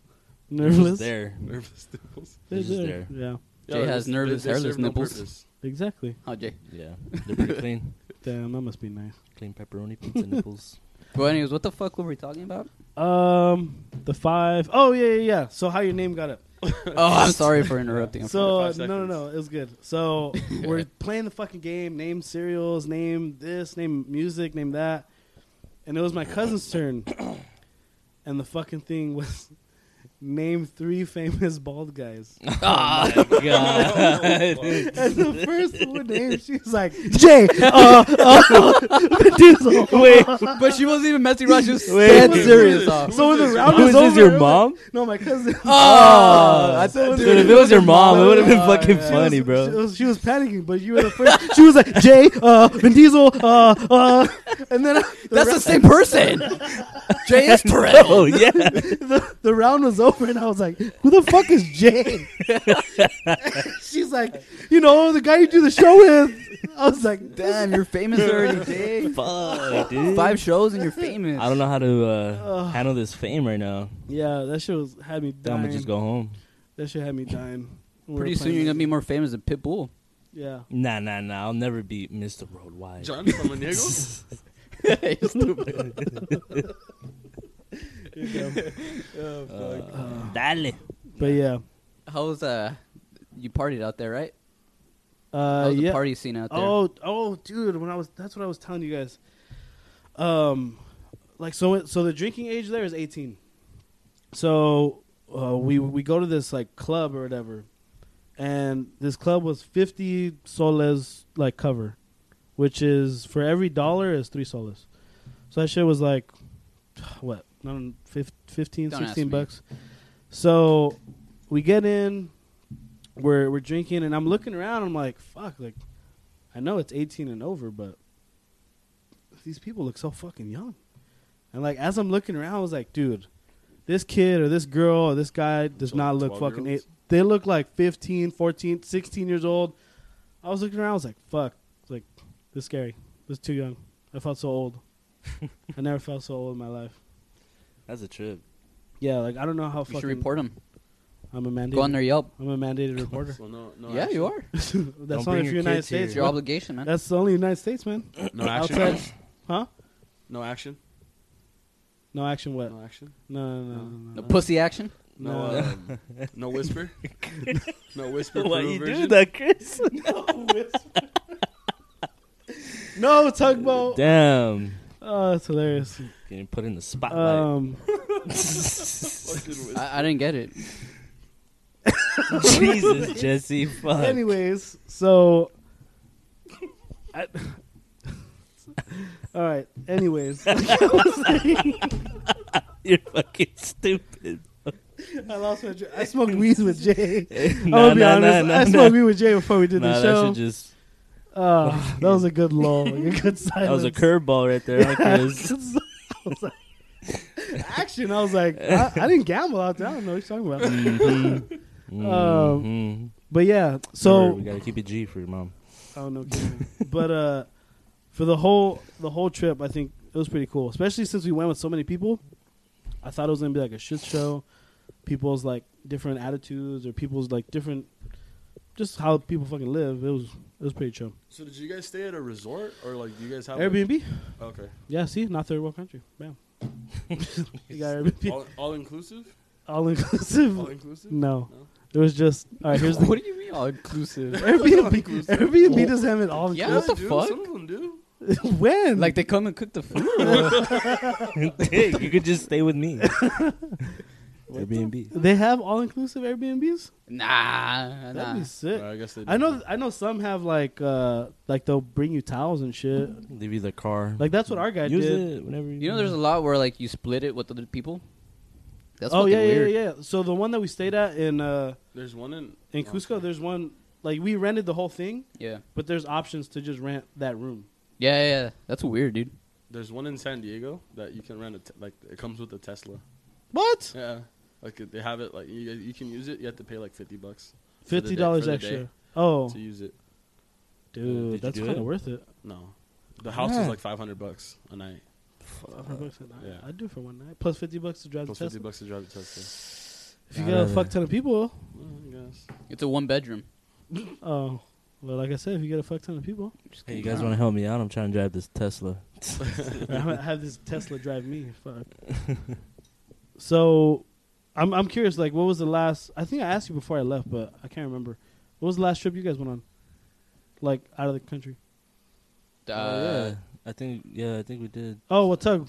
Speaker 4: You're just
Speaker 1: Nerveless.
Speaker 4: there.
Speaker 3: Nervous nipples.
Speaker 1: They're
Speaker 4: They're just
Speaker 1: there. Yeah.
Speaker 2: [LAUGHS] Jay has
Speaker 3: they-
Speaker 2: nervous,
Speaker 3: they serve
Speaker 2: hairless
Speaker 3: no
Speaker 2: nipples. [LAUGHS]
Speaker 3: purpose. [LAUGHS]
Speaker 1: Exactly.
Speaker 2: Oh, Jay.
Speaker 4: Yeah. They're pretty clean.
Speaker 1: Damn, that must be nice.
Speaker 4: Clean pepperoni
Speaker 2: [LAUGHS]
Speaker 4: pizza nipples.
Speaker 2: But anyways, what the fuck were we talking
Speaker 4: [LAUGHS]
Speaker 2: about?
Speaker 1: Um, the five oh yeah, yeah, yeah. So how your name got up?
Speaker 2: oh, I'm sorry for interrupting. I'm
Speaker 1: So
Speaker 3: five
Speaker 1: no, no, no. It was good. So we're playing the fucking game. Name cereals. Name this. Name music. Name that. And it was my cousin's turn. [COUGHS] And the fucking thing was [LAUGHS] name three famous bald guys.
Speaker 4: Ah, my God.
Speaker 1: And the first one named, she was like Jay. [LAUGHS] Uh, uh, the dude's like,
Speaker 4: Wait. [LAUGHS]
Speaker 2: sorry. but she wasn't even messing around. She was
Speaker 4: Wait.
Speaker 2: dead
Speaker 1: Who is
Speaker 2: serious.
Speaker 3: this?
Speaker 2: off.
Speaker 1: So when the
Speaker 3: this?
Speaker 1: round
Speaker 4: Who
Speaker 1: was
Speaker 4: is this,
Speaker 1: over,
Speaker 4: your
Speaker 1: it was-
Speaker 4: mom?
Speaker 1: No,
Speaker 4: [LAUGHS]
Speaker 1: my cousin. [LAUGHS]
Speaker 4: Oh, I
Speaker 1: So
Speaker 4: Dude, if it was your mom, it would have been fucking
Speaker 1: [LAUGHS] She
Speaker 4: funny,
Speaker 1: was- She
Speaker 4: bro.
Speaker 1: was, she was panicking, but you were the first. She was like, Jay, uh, Vin Diesel, uh,
Speaker 4: [LAUGHS]
Speaker 1: uh, and then uh, the,
Speaker 2: That's the
Speaker 1: rou-
Speaker 2: same person. Jay is
Speaker 4: [LAUGHS]
Speaker 5: [LAUGHS]
Speaker 4: Oh,
Speaker 2: Terrell.
Speaker 4: yeah.
Speaker 1: [LAUGHS] the, the round was over, and I was like, who the fuck is
Speaker 4: [LAUGHS]
Speaker 1: Jay? [LAUGHS] She's like, you know, the guy you do the show with. I
Speaker 4: [LAUGHS]
Speaker 1: was like,
Speaker 2: Damn, you're famous [LAUGHS] already, Jay.
Speaker 4: Fuck, dude.
Speaker 2: Five shows [LAUGHS] and you're famous.
Speaker 4: I don't know how to uh,
Speaker 1: Ugh.
Speaker 4: handle this fame right now.
Speaker 1: yeah, that shit was had me
Speaker 4: I'm
Speaker 1: dying.
Speaker 4: gonna just go home.
Speaker 1: That shit had me dying. We were
Speaker 2: Pretty soon
Speaker 1: playing
Speaker 2: you're
Speaker 1: that
Speaker 2: gonna be
Speaker 1: game.
Speaker 2: more famous than Pitbull.
Speaker 1: yeah.
Speaker 4: Nah, nah, nah. I'll never be Mr. Worldwide.
Speaker 2: [LAUGHS]
Speaker 3: John from Maniego?
Speaker 2: You're stupid.
Speaker 1: Here you go.
Speaker 4: Uh, Dale.
Speaker 1: But yeah,
Speaker 2: How was uh, you partied out there, right? How
Speaker 1: uh,
Speaker 2: was the
Speaker 1: yeah.
Speaker 2: party scene out there?
Speaker 1: Oh, oh, dude! When I was, that's what I was telling you guys. Um, like so, it- so the drinking age there is eighteen. So uh, we we go to this like club or whatever, and this club was fifty soles like cover, which is for every dollar is three soles. So that shit was like, [SIGHS] what, I don't know, fif- 15,
Speaker 2: Don't ask
Speaker 1: 16
Speaker 2: me.
Speaker 1: bucks. So we get in, we're we're drinking, and I'm looking around. I'm like, fuck, like I know it's 18 and over, but these people look so fucking young. And like as I'm looking around, I was like, dude, this kid or this girl or this guy does
Speaker 3: So,
Speaker 1: not look
Speaker 3: 12
Speaker 1: fucking eight.
Speaker 3: year-olds?
Speaker 1: They look like 15, 14, 16 years old. I was looking around. I was like, fuck, like this is scary. This is too young. I felt
Speaker 4: [LAUGHS]
Speaker 1: so old. I never felt so old in my life.
Speaker 4: That's a trip.
Speaker 1: Yeah, like I don't know how
Speaker 2: you should
Speaker 1: fucking.
Speaker 2: report him.
Speaker 1: I'm a mandated.
Speaker 2: Go on their Yelp.
Speaker 1: I'm a mandated reporter.
Speaker 3: So no, no.
Speaker 2: yeah, you
Speaker 3: action.
Speaker 1: [LAUGHS]
Speaker 2: are.
Speaker 1: That's
Speaker 4: Don't
Speaker 1: only
Speaker 4: bring
Speaker 1: the
Speaker 4: your
Speaker 1: United
Speaker 4: kids here.
Speaker 1: States.
Speaker 2: It's your
Speaker 1: bro.
Speaker 2: obligation, man.
Speaker 1: That's the only United States, man.
Speaker 4: [LAUGHS]
Speaker 3: No action.
Speaker 1: Outside, huh?
Speaker 3: No action.
Speaker 1: No action. What?
Speaker 3: No action.
Speaker 1: No, no, no,
Speaker 2: the
Speaker 1: no, [LAUGHS] no.
Speaker 2: pussy action.
Speaker 3: No.
Speaker 4: [LAUGHS]
Speaker 1: No.
Speaker 3: um, no whisper. no whisper.
Speaker 4: Why
Speaker 3: Peru
Speaker 4: you do
Speaker 3: version.
Speaker 4: that,
Speaker 1: [LAUGHS]
Speaker 4: Chris?
Speaker 1: Oh, No tugboat.
Speaker 4: Damn.
Speaker 1: Oh, that's hilarious.
Speaker 4: Getting put in the spotlight.
Speaker 1: Um,
Speaker 3: Fucking whisper.
Speaker 2: I, I didn't get it.
Speaker 4: [LAUGHS]
Speaker 1: [LAUGHS]
Speaker 4: Jesus, Jesse. Fuck.
Speaker 1: anyways, so. I, [LAUGHS] all right. Anyways,
Speaker 4: [LAUGHS]
Speaker 1: [LAUGHS]
Speaker 4: You're fucking stupid.
Speaker 1: I lost my. Dr- I smoked weed with
Speaker 4: [LAUGHS]
Speaker 1: Jay. [LAUGHS] I'm
Speaker 4: Nah,
Speaker 1: gonna be
Speaker 4: nah,
Speaker 1: honest.
Speaker 4: nah, nah,
Speaker 1: I smoked
Speaker 4: nah.
Speaker 1: weed with Jay before we did
Speaker 4: Nah,
Speaker 1: the
Speaker 4: that
Speaker 1: show.
Speaker 4: should just.
Speaker 1: Uh, that was a good lull. like a good
Speaker 4: [LAUGHS]
Speaker 1: silence.
Speaker 4: That was a curveball right there, huh,
Speaker 1: [LAUGHS]
Speaker 4: Chris.
Speaker 1: Um, I was like- Action. I was like, I, I didn't gamble out there. I don't know what you're talking
Speaker 4: [LAUGHS]
Speaker 1: about.
Speaker 4: Mhm.
Speaker 1: But yeah,
Speaker 4: Remember, we
Speaker 1: so
Speaker 4: gotta keep it G for your
Speaker 1: [LAUGHS]
Speaker 4: mom. [LAUGHS]
Speaker 1: I don't know. kidding. But uh, for the whole the whole trip, I think it was pretty cool, especially since we went with so many people. I thought it was gonna be like a shit show, people's like different attitudes or people's like different, just how people fucking live. It was it was pretty chill.
Speaker 3: So did you guys stay at a resort or like do you guys have like-
Speaker 1: Airbnb,
Speaker 3: okay.
Speaker 1: yeah. See, not third world country. Bam. you got Airbnb, all,
Speaker 3: All, all inclusive.
Speaker 1: inclusive.
Speaker 3: All inclusive.
Speaker 1: no.
Speaker 3: No?
Speaker 1: it was just all right. Here's the
Speaker 2: [LAUGHS] what do you mean all inclusive?
Speaker 1: Airbnb. Airbnb doesn't have it all.
Speaker 2: Yeah,
Speaker 1: inclusive.
Speaker 2: what the
Speaker 3: dude,
Speaker 2: fuck?
Speaker 3: Some of them do.
Speaker 1: when
Speaker 2: like they come and cook the food.
Speaker 4: Hey, you could just stay with
Speaker 1: [LAUGHS]
Speaker 4: me. Airbnb.
Speaker 1: they have all inclusive Airbnbs.
Speaker 2: nah, nah.
Speaker 1: That'd be sick.
Speaker 3: I guess they. Do.
Speaker 1: I know, I know. Some have like, uh like they'll bring you towels and shit.
Speaker 4: Leave you the car.
Speaker 1: Like that's what our guy
Speaker 4: Use
Speaker 1: did.
Speaker 4: it whenever you.
Speaker 2: You know, there's a lot where like you split it with other people. That's
Speaker 1: oh
Speaker 2: fucking
Speaker 1: yeah,
Speaker 2: weird.
Speaker 1: yeah, yeah. So the one that we stayed at in uh
Speaker 3: There's one in
Speaker 1: in
Speaker 3: Oh,
Speaker 1: Cusco,
Speaker 3: okay.
Speaker 1: there's one like we rented the whole thing,
Speaker 2: yeah,
Speaker 1: but there's options to just rent that room.
Speaker 2: yeah, yeah, yeah. That's weird, dude.
Speaker 3: There's one in San Diego that you can rent. A te- like it comes with a Tesla.
Speaker 1: What?
Speaker 3: Yeah. Like they have it. Like you, you can use it. You have to pay like fifty bucks the
Speaker 1: Fifty
Speaker 3: day-
Speaker 1: dollars
Speaker 3: for the
Speaker 1: extra.
Speaker 3: day.
Speaker 1: Oh,
Speaker 3: to use it.
Speaker 1: dude,
Speaker 4: Did you
Speaker 1: that's
Speaker 4: do
Speaker 1: kind
Speaker 4: it?
Speaker 1: of worth it.
Speaker 3: No, the house
Speaker 4: Yeah.
Speaker 3: is like five hundred bucks a night.
Speaker 1: Hundred bucks a night.
Speaker 3: yeah.
Speaker 1: I'd do it for one night. Plus fifty bucks to drive
Speaker 3: Plus
Speaker 1: the
Speaker 3: fifty
Speaker 1: Tesla.
Speaker 3: bucks to drive a Tesla.
Speaker 1: If you
Speaker 4: I'd
Speaker 1: got a
Speaker 4: rather-
Speaker 1: fuck ton of people,
Speaker 3: Well, I guess.
Speaker 2: It's a one bedroom.
Speaker 1: oh, well, like I said, if you get a fuck ton of people,
Speaker 2: Just
Speaker 4: Hey, you
Speaker 2: kidding.
Speaker 4: guys want to help me out? I'm trying to drive this Tesla. [LAUGHS]
Speaker 1: I'm gonna have this Tesla drive me. Fuck. so, I'm I'm curious. Like, what was the last? I think I asked you before I left, but I can't remember. What was the last trip you guys went on? Like out of the country?
Speaker 2: Uh,
Speaker 4: Oh, yeah. I think yeah, I think we did.
Speaker 1: Oh, well, Tug?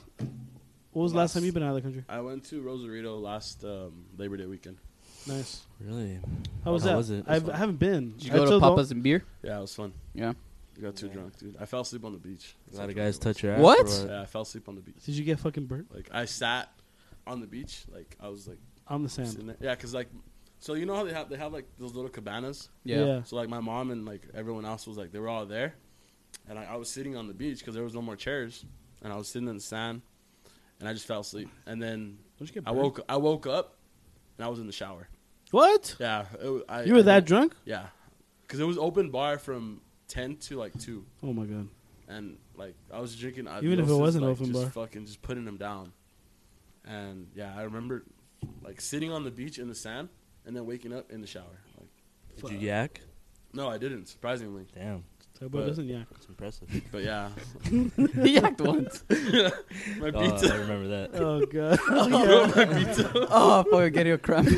Speaker 1: What was the last
Speaker 3: Last-
Speaker 1: time you've been out of the country?
Speaker 3: I went to Rosarito last um, Labor Day weekend.
Speaker 1: Nice.
Speaker 4: Really?
Speaker 1: How was
Speaker 4: How
Speaker 1: that?
Speaker 4: was it?
Speaker 1: I've, I haven't been.
Speaker 2: Did you
Speaker 1: I
Speaker 2: go to
Speaker 1: told the-
Speaker 2: Papa's and beer?
Speaker 3: Yeah, it was fun.
Speaker 2: Yeah.
Speaker 3: I got too drunk, dude. I fell asleep on the beach.
Speaker 4: A lot of guys touch your ass.
Speaker 2: What?
Speaker 4: or
Speaker 3: Yeah, I fell asleep on the beach.
Speaker 1: Did you get fucking burnt
Speaker 3: Like I sat on the beach. Like I was like
Speaker 1: on the sand?
Speaker 3: sitting there. Yeah, cause like, so you know how they have they have like those little cabanas.
Speaker 2: Yeah.
Speaker 1: Yeah.
Speaker 3: So like my mom and like everyone else was like they were all there, and I, I was sitting on the beach because there was no more chairs, and I was sitting in the sand, and I just fell asleep. And then
Speaker 1: Don't you get
Speaker 3: I
Speaker 1: burnt?
Speaker 3: woke I woke up, and I was in the shower.
Speaker 1: What?
Speaker 3: Yeah, it, wa- I,
Speaker 1: You were
Speaker 3: I
Speaker 1: that
Speaker 3: didn't-
Speaker 1: drunk?
Speaker 3: Yeah, because it was open bar from ten to like two,
Speaker 1: Oh my god.
Speaker 3: and like I was drinking.
Speaker 1: Even if it
Speaker 3: Avioses,
Speaker 1: wasn't
Speaker 3: like,
Speaker 1: open
Speaker 3: just
Speaker 1: bar.
Speaker 3: fucking just putting them down. And yeah, I remember like sitting on the beach in the sand, and then waking up in the shower. Like,
Speaker 4: Did you yak?
Speaker 3: no, I didn't. Surprisingly,
Speaker 4: Damn.
Speaker 1: Tugboat
Speaker 3: But-
Speaker 1: doesn't yak.
Speaker 4: It's impressive.
Speaker 3: But yeah,
Speaker 2: he yacked once.
Speaker 3: my
Speaker 5: Uh,
Speaker 4: Oh,
Speaker 5: [LAUGHS]
Speaker 3: pizza. [LAUGHS]
Speaker 4: I remember
Speaker 1: [LAUGHS]
Speaker 4: that.
Speaker 1: [LAUGHS] Oh god.
Speaker 3: Bro, my pizza.
Speaker 2: [LAUGHS] Oh, fuck, I get you a cramp.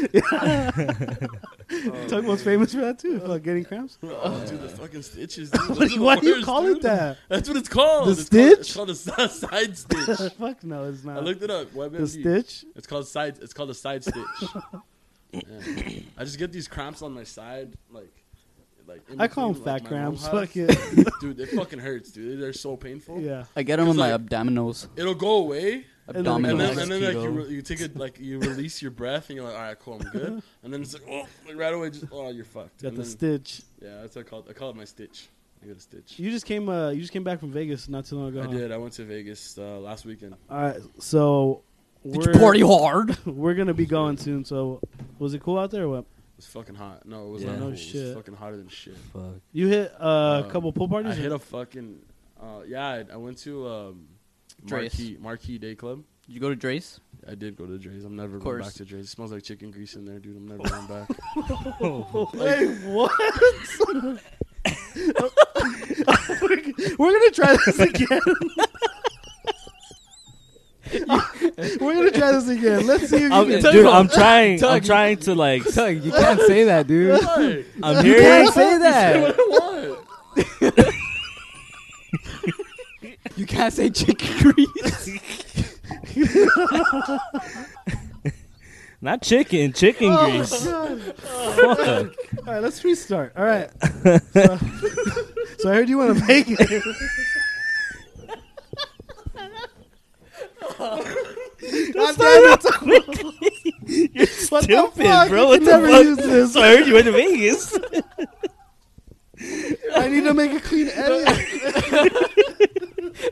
Speaker 1: Tugboat's famous for that too. For like getting cramps.
Speaker 3: Oh, dude, the fucking stitches. Dude.
Speaker 1: What do
Speaker 3: [LAUGHS] Those
Speaker 1: you-
Speaker 3: are
Speaker 1: why
Speaker 3: the
Speaker 1: do you
Speaker 3: worst,
Speaker 1: call it
Speaker 3: dude.
Speaker 1: that?
Speaker 3: That's what it's called.
Speaker 1: The
Speaker 3: it's Called, it's
Speaker 1: stitch?
Speaker 3: called a si- [LAUGHS] side
Speaker 1: [LAUGHS]
Speaker 3: [LAUGHS] stitch.
Speaker 1: Fuck no, it's not.
Speaker 3: I looked it up.
Speaker 1: the
Speaker 3: WebMD.
Speaker 1: stitch.
Speaker 3: It's called side. It's called a
Speaker 1: [LAUGHS]
Speaker 3: side stitch. Yeah. I just get these cramps on my side, like, like. in
Speaker 1: I call them
Speaker 3: between, like,
Speaker 1: fat
Speaker 3: my
Speaker 1: cramps.
Speaker 3: mom has.
Speaker 1: Fuck it. [LAUGHS]
Speaker 3: [LAUGHS] Dude, it fucking hurts, dude. They're so painful.
Speaker 1: yeah.
Speaker 2: I get him on my
Speaker 3: Like-
Speaker 2: abdominals.
Speaker 3: It'll go away,
Speaker 1: And then-
Speaker 2: Abdominals.
Speaker 3: and then,
Speaker 4: Nice
Speaker 3: and then like you,
Speaker 4: keto.
Speaker 3: re- you take it like you release your breath and you're like all right cool I'm
Speaker 1: [LAUGHS]
Speaker 3: good and then it's like oh like right away just oh you're fucked
Speaker 1: Got
Speaker 3: And
Speaker 1: the
Speaker 3: then-
Speaker 1: stitch.
Speaker 3: yeah that's what I called I called it my stitch I got a stitch
Speaker 1: You just came. Uh, you just came back from Vegas not too long ago.
Speaker 3: I
Speaker 1: huh?
Speaker 3: did I went to Vegas uh, last weekend
Speaker 1: All right. So
Speaker 2: Did you party hard?
Speaker 1: [LAUGHS] we're gonna be going soon. So was it cool out there? Or what?
Speaker 3: It was fucking hot. No, it was
Speaker 4: Yeah.
Speaker 3: not
Speaker 4: No
Speaker 3: cool. It was
Speaker 1: shit.
Speaker 3: fucking hotter than shit.
Speaker 4: Fuck.
Speaker 1: You hit uh, a
Speaker 3: Um,
Speaker 1: couple pool
Speaker 3: I
Speaker 1: parties.
Speaker 3: hit a fucking uh, yeah. I, I went to um,
Speaker 2: Dre's.
Speaker 3: Marquee Marquee Day Club.
Speaker 2: Did you go to Drace?
Speaker 3: I did go to Dre's. I'm never going
Speaker 2: course.
Speaker 3: back to Dre's. It smells like chicken grease in there, dude. I'm never
Speaker 4: [LAUGHS]
Speaker 3: going back.
Speaker 1: [LAUGHS] Wait, what? we're, g- we're gonna try
Speaker 4: [LAUGHS]
Speaker 1: this again. we're gonna try this again. Let's see if you
Speaker 4: I'm,
Speaker 1: can.
Speaker 4: dude, I'm trying. I'm
Speaker 2: Tug.
Speaker 4: trying to like.
Speaker 2: Tug, you can't say that, dude.
Speaker 3: Why?
Speaker 4: I'm hearing.
Speaker 2: [LAUGHS] say
Speaker 3: What?
Speaker 2: that.
Speaker 3: What?
Speaker 2: [LAUGHS] You can't say chicken grease.
Speaker 4: Not chicken. Chicken
Speaker 1: Oh my [LAUGHS]
Speaker 4: grease.
Speaker 1: God.
Speaker 4: Fuck.
Speaker 1: All right, let's restart. All [LAUGHS] right. So, so I heard you want to make [LAUGHS] it. God damn it,
Speaker 4: You're
Speaker 1: What the
Speaker 4: stupid,
Speaker 1: fuck?
Speaker 4: bro.
Speaker 1: You
Speaker 4: What
Speaker 1: can
Speaker 4: the
Speaker 1: never
Speaker 4: fuck?
Speaker 1: use this.
Speaker 4: I heard you went to Vegas.
Speaker 1: I need to make a clean [LAUGHS] edit.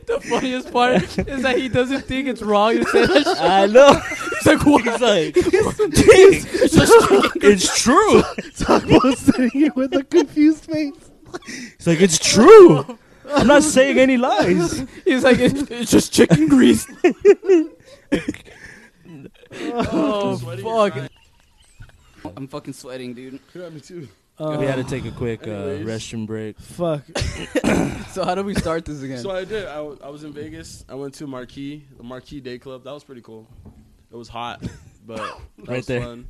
Speaker 2: the funniest part is that he doesn't think it's wrong to say that shit.
Speaker 4: I know.
Speaker 2: He's like, what?
Speaker 4: He's like, it's true.
Speaker 1: Tugboat sitting here with a confused face.
Speaker 4: It's like it's true. I'm
Speaker 2: [LAUGHS]
Speaker 4: not saying any lies.
Speaker 2: He's like, it's, it's just
Speaker 4: [LAUGHS]
Speaker 2: chicken grease. oh,
Speaker 3: [LAUGHS] sweaty
Speaker 2: fuck. I'm fucking sweating, dude.
Speaker 3: Yeah, me too.
Speaker 4: we had to
Speaker 1: Uh,
Speaker 4: take a quick uh,
Speaker 3: Anyways.
Speaker 4: restroom break.
Speaker 1: fuck.
Speaker 2: So how do we start this again?
Speaker 3: So I did. I, w- I was in Vegas. I went to Marquee, the Marquee Day Club. That was pretty cool. It was hot,
Speaker 4: [LAUGHS]
Speaker 3: but that
Speaker 4: Right
Speaker 3: was
Speaker 4: there.
Speaker 3: fun.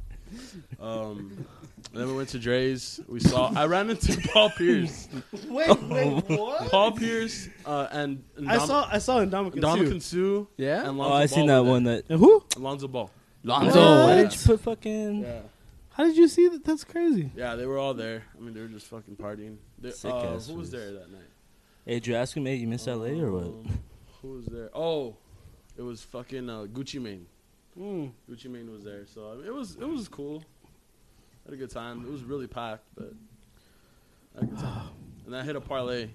Speaker 3: Um, and then we went to Dre's. We saw. I ran into [LAUGHS] Paul Pierce.
Speaker 1: Wait, wait, what?
Speaker 3: Paul Pierce uh, and, and
Speaker 1: I
Speaker 3: Dom-
Speaker 1: saw I saw Indomitian
Speaker 3: Dominican
Speaker 1: Dominican.
Speaker 3: Sue.
Speaker 2: yeah?
Speaker 3: And
Speaker 4: Oh,
Speaker 3: Lonzo
Speaker 4: I seen that
Speaker 3: Ball were
Speaker 4: one that.
Speaker 1: Who?
Speaker 3: there. Lonzo Ball.
Speaker 2: Lonzo.
Speaker 1: What?
Speaker 4: Why
Speaker 1: Yeah.
Speaker 4: did you put fucking?
Speaker 3: Yeah.
Speaker 1: How did you see that? That's crazy.
Speaker 3: Yeah, they were all there. I mean, they were just fucking partying. They,
Speaker 4: Sick
Speaker 3: uh,
Speaker 4: ass
Speaker 3: who
Speaker 4: fools.
Speaker 3: was there that night?
Speaker 4: Hey, did you ask him? Hey, you missed LA or what?
Speaker 3: Um, who was there? Oh, it was fucking uh, Gucci Mane.
Speaker 1: Hmm.
Speaker 3: Gucci Mane was there, so I mean, it was it was cool. Had a good time. It was really packed, but had a
Speaker 4: [SIGHS]
Speaker 3: good time. And I hit a parlay.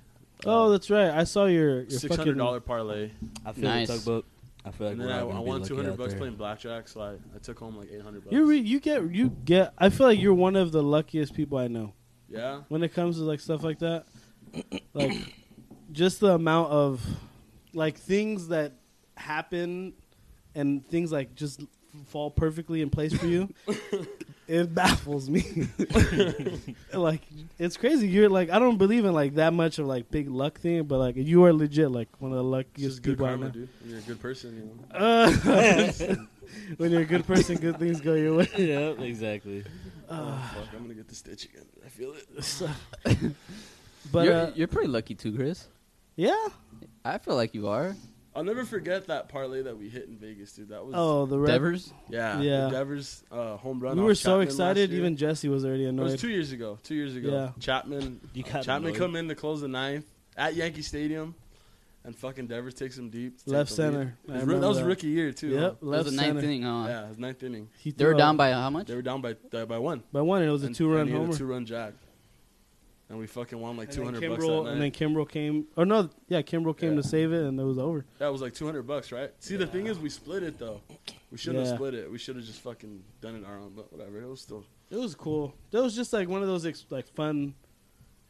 Speaker 1: Oh, that's right. I saw your, your
Speaker 3: six hundred dollar parlay.
Speaker 4: I
Speaker 2: feel the Nice. tugboat.
Speaker 4: I feel like
Speaker 3: and
Speaker 4: we're
Speaker 3: then I,
Speaker 4: all
Speaker 3: I
Speaker 4: gonna be
Speaker 3: won
Speaker 4: lucky
Speaker 3: two hundred
Speaker 4: out
Speaker 3: bucks
Speaker 4: there. [LAUGHS]
Speaker 3: playing blackjack, so I, I took home like eight hundred bucks.
Speaker 1: You re- you get you get. I feel like you're one of the luckiest people I know
Speaker 3: yeah,
Speaker 1: when it comes to like stuff like that. Like, just the amount of like things that happen and things like just fall perfectly in place for you. it baffles me. [LAUGHS] like it's crazy. You're like I don't believe in like that much of like big luck thing, but like you are legit like one of the
Speaker 3: it's just
Speaker 1: luckiest
Speaker 3: good
Speaker 1: people I know.
Speaker 3: karma, dude. When you're a good person, you know.
Speaker 4: [SIGHS]
Speaker 1: Uh, [LAUGHS] when you're a good person, good things go your way. [LAUGHS]
Speaker 4: yeah, exactly.
Speaker 1: Uh,
Speaker 3: Oh, Fuck, I'm gonna get the stitch again. I feel it.
Speaker 1: but
Speaker 2: you're,
Speaker 1: uh,
Speaker 2: you're pretty lucky too, Chris.
Speaker 1: yeah.
Speaker 2: I feel like you are.
Speaker 3: I'll never forget that parlay that we hit in Vegas, dude. That was
Speaker 1: Oh, the red.
Speaker 2: Devers.
Speaker 3: yeah,
Speaker 1: yeah.
Speaker 3: yeah. Devers uh, home run.
Speaker 1: We
Speaker 3: off
Speaker 1: were so
Speaker 3: Chapman last
Speaker 1: excited.
Speaker 3: year.
Speaker 1: Even Jesse was already
Speaker 3: it was
Speaker 1: annoyed.
Speaker 3: two years ago. Two years ago,
Speaker 1: Yeah.
Speaker 3: Chapman.
Speaker 4: You got
Speaker 3: Chapman
Speaker 4: annoyed.
Speaker 3: come in to close the ninth at Yankee Stadium, and fucking Devers takes him deep. to take
Speaker 1: Left
Speaker 3: the lead.
Speaker 1: center. I
Speaker 3: It was ri-
Speaker 1: remember
Speaker 3: that was
Speaker 1: that.
Speaker 3: rookie year too.
Speaker 1: Yep,
Speaker 2: That was
Speaker 1: left
Speaker 2: the
Speaker 1: center.
Speaker 2: ninth inning, huh?
Speaker 3: Huh? Yeah, it was ninth inning.
Speaker 1: He
Speaker 2: They were
Speaker 1: threw
Speaker 2: down
Speaker 1: out
Speaker 2: by how much?
Speaker 3: They were down by uh, by one.
Speaker 1: by one, and it was a
Speaker 3: And-
Speaker 1: two-run
Speaker 3: and he hit a
Speaker 1: homer.
Speaker 3: two-run jack. And we fucking won like
Speaker 1: And
Speaker 3: two
Speaker 1: then
Speaker 3: hundred bucks that
Speaker 1: Kimbrel,
Speaker 3: night.
Speaker 1: and then Kimbrel came. Or no, yeah, Kimbrel came to
Speaker 3: Yeah.
Speaker 1: save it, and it was over.
Speaker 3: that was like two hundred bucks, right? See, the thing is, we split it though. We shouldn't
Speaker 1: Yeah.
Speaker 3: have split it. We should have just fucking done it our own. But whatever, it was still.
Speaker 1: It was cool. That was just like one of those ex- like fun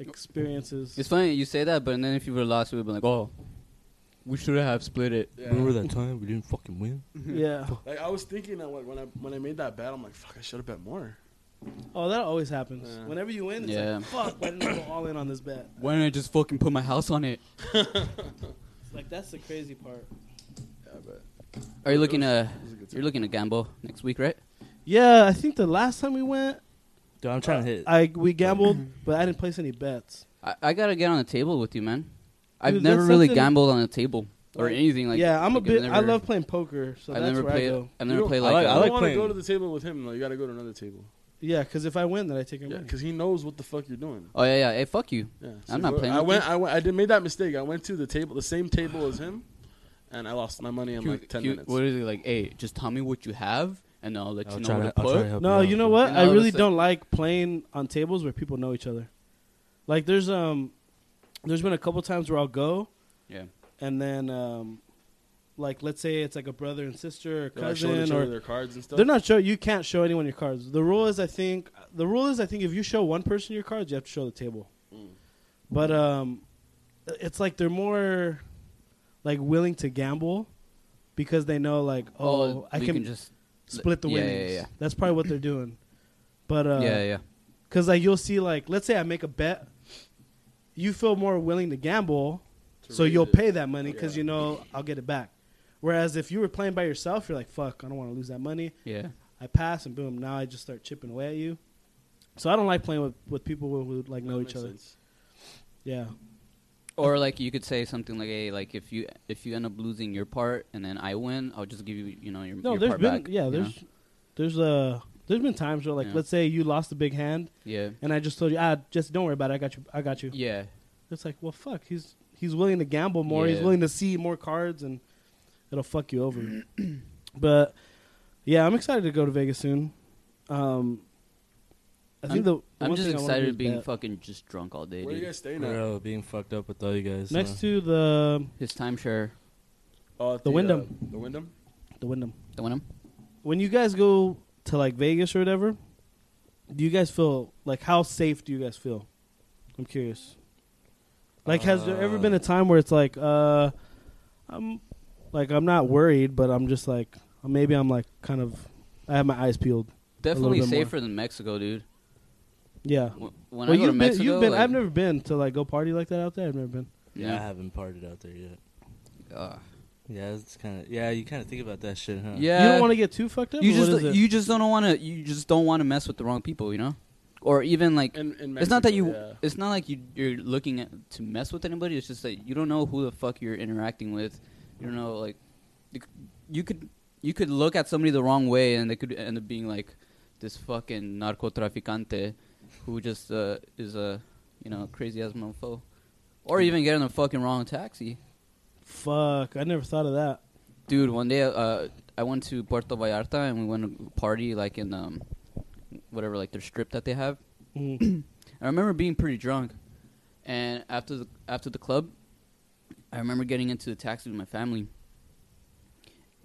Speaker 1: experiences.
Speaker 3: [LAUGHS]
Speaker 2: It's funny you say that, but then if you would have lost, we would have been like, oh, we should have split it.
Speaker 3: Yeah.
Speaker 4: Remember that time we didn't fucking win?
Speaker 1: yeah,
Speaker 3: Like I was thinking that when when I when I made that bet, I'm like, fuck, I should have bet more.
Speaker 1: Oh, that always happens.
Speaker 3: Yeah.
Speaker 1: Whenever you win, it's
Speaker 2: Yeah.
Speaker 1: like, fuck, why didn't I go all in on this bet?
Speaker 2: Why didn't I just fucking put my house on it?
Speaker 1: Like, that's the crazy part.
Speaker 3: Yeah, but
Speaker 2: Are you looking to?
Speaker 3: it was a good time.
Speaker 2: You're looking to gamble next week, right?
Speaker 1: Yeah, I think the last time we went,
Speaker 4: Dude, I'm trying to hit.
Speaker 1: I we
Speaker 3: [LAUGHS]
Speaker 1: gambled, but I didn't place any bets.
Speaker 2: I, I gotta get on the table with you, man. I've
Speaker 1: Dude,
Speaker 2: never
Speaker 1: that's
Speaker 2: really
Speaker 1: something-
Speaker 2: gambled on a table or
Speaker 1: Like,
Speaker 2: anything like.
Speaker 1: yeah, I'm a
Speaker 2: like, I've
Speaker 1: bit. I
Speaker 2: never-
Speaker 1: love playing poker, so
Speaker 2: I've
Speaker 1: that's
Speaker 2: never
Speaker 1: where I
Speaker 2: played.
Speaker 1: go.
Speaker 2: I've
Speaker 3: You
Speaker 2: never
Speaker 3: don't-
Speaker 4: I
Speaker 2: played like. uh,
Speaker 4: like-
Speaker 2: a-
Speaker 3: I
Speaker 4: I
Speaker 3: don't want to
Speaker 4: playing.
Speaker 3: go to the table with him. Like, you got to go to another table.
Speaker 1: Yeah, because if I win, then I take your
Speaker 3: Yeah,
Speaker 1: money.
Speaker 3: because he knows what the fuck you're doing.
Speaker 2: oh yeah, yeah. Hey, fuck you.
Speaker 3: Yeah,
Speaker 2: I'm not
Speaker 3: if I-
Speaker 2: playing
Speaker 3: I
Speaker 2: with
Speaker 3: went,
Speaker 2: you.
Speaker 3: I went. I did made that mistake. I went to the table, the same table as him, and I lost my money in
Speaker 2: Q-
Speaker 3: like ten
Speaker 2: Q-
Speaker 3: minutes.
Speaker 2: What is it like? Hey, just tell me what you have, and I'll let
Speaker 4: I'll
Speaker 2: you know
Speaker 4: try
Speaker 2: what
Speaker 4: to-
Speaker 2: to
Speaker 4: I'll try to
Speaker 2: put.
Speaker 4: help
Speaker 1: No,
Speaker 4: you out,
Speaker 1: you know
Speaker 4: dude.
Speaker 1: what?
Speaker 2: And
Speaker 1: I
Speaker 2: all of a
Speaker 1: really
Speaker 2: sudden-
Speaker 1: don't like playing on tables where people know each other. Like there's um there's been a couple times where I'll go
Speaker 2: Yeah.
Speaker 1: and then um like let's say it's like a brother and sister or
Speaker 3: They're, like, showing
Speaker 1: cousin
Speaker 3: each
Speaker 1: or
Speaker 3: other their cards and stuff.
Speaker 1: they're not show you can't show anyone your cards. The rule is I think the rule is I think if you show one person your cards, you have to show the table.
Speaker 3: Mm.
Speaker 1: But um it's like they're more like willing to gamble because they know like oh, I
Speaker 2: we
Speaker 1: can,
Speaker 2: just.
Speaker 1: split the
Speaker 2: Yeah, yeah,
Speaker 1: winnings.
Speaker 2: yeah.
Speaker 1: That's probably what they're doing. But uh,
Speaker 2: yeah, yeah.
Speaker 1: Because like you'll see, like let's say I make a bet, you feel more willing to gamble,
Speaker 3: To
Speaker 1: so
Speaker 3: raise
Speaker 1: you'll
Speaker 3: it. Oh,
Speaker 1: pay that money because
Speaker 3: Yeah.
Speaker 1: you know I'll get it back. Whereas if you were playing by yourself, you're like, "Fuck, I don't want to lose that money."
Speaker 2: Yeah.
Speaker 1: I pass and boom, now I just start chipping away at you. So I don't like playing with, with people who, who like
Speaker 3: That
Speaker 1: know
Speaker 3: makes
Speaker 1: each other.
Speaker 3: sense.
Speaker 1: Yeah,
Speaker 2: Or like you could say something like, "Hey, like if you if you end up losing your part and then I win, I'll just give you you know your,
Speaker 1: no,
Speaker 2: your
Speaker 1: there's
Speaker 2: part
Speaker 1: been
Speaker 2: back."
Speaker 1: yeah,
Speaker 2: you
Speaker 1: there's there's uh there's been times where like
Speaker 2: Yeah.
Speaker 1: let's say you lost a big hand
Speaker 2: know?
Speaker 1: and I just told you, ah, just don't worry about it, I got you, I got you.
Speaker 2: yeah, yeah.
Speaker 1: It's like, well, fuck. He's he's willing to gamble more. He's
Speaker 2: Yeah.
Speaker 1: willing to see more cards, and it'll fuck you over. [CLEARS THROAT] but yeah, I'm excited to go to Vegas soon. Um, I think the
Speaker 2: I'm
Speaker 1: one
Speaker 2: just
Speaker 1: thing I wanna do
Speaker 2: excited
Speaker 1: is
Speaker 2: being
Speaker 1: bet.
Speaker 2: fucking just drunk all day,
Speaker 3: Where are you
Speaker 2: dude.
Speaker 3: guys staying at?
Speaker 4: Bro, being fucked up with all you guys.
Speaker 1: next
Speaker 4: uh,
Speaker 1: to the
Speaker 2: His timeshare,
Speaker 3: Uh,
Speaker 1: The Wyndham.
Speaker 3: uh, the Wyndham.
Speaker 1: the Wyndham.
Speaker 2: the one.
Speaker 1: When you guys go to like Vegas or whatever, do you guys feel like how safe do you guys feel? I'm curious. Like, has there ever
Speaker 4: Uh,
Speaker 1: been a time where it's like, uh, I'm like I'm not worried, but I'm just like maybe I'm like kind of I have my eyes peeled.
Speaker 2: Definitely
Speaker 1: bit more.
Speaker 2: safer than Mexico, dude.
Speaker 1: Yeah.
Speaker 2: Wh- When I
Speaker 1: well,
Speaker 2: go to
Speaker 1: you've been,
Speaker 2: Mexico,
Speaker 1: you've been.
Speaker 2: like,
Speaker 1: I've never been to like go party like that out there. I've never been.
Speaker 4: Yeah, I
Speaker 2: Yeah.
Speaker 4: haven't partied out there yet.
Speaker 2: Uh,
Speaker 4: Yeah, it's kind of. Yeah, you kind of think about that shit, huh?
Speaker 2: yeah.
Speaker 1: You don't want to get too fucked up.
Speaker 2: you
Speaker 1: or what
Speaker 2: just
Speaker 1: is it?
Speaker 2: you just don't want to you just don't want to mess with the wrong people, you know, or even like
Speaker 3: In, in Mexico,
Speaker 2: it's not that you
Speaker 3: Yeah.
Speaker 2: it's not like you you're looking at to mess with anybody. It's just that you don't know who the fuck you're interacting with. You don't know like you, c- you could you could look at somebody the wrong way and they could end up being like this fucking narcotraficante who just uh, is a you know crazy ass mofo, or
Speaker 1: Mm.
Speaker 2: even get in a fucking wrong taxi.
Speaker 1: Fuck! I never thought of that.
Speaker 2: Dude, one day uh, I went to Puerto Vallarta and we went to party like in um, whatever like their strip that they have. [CLEARS THROAT]
Speaker 1: Mm.
Speaker 2: I remember being pretty drunk, and after the after the club, I remember getting into the taxi with my family,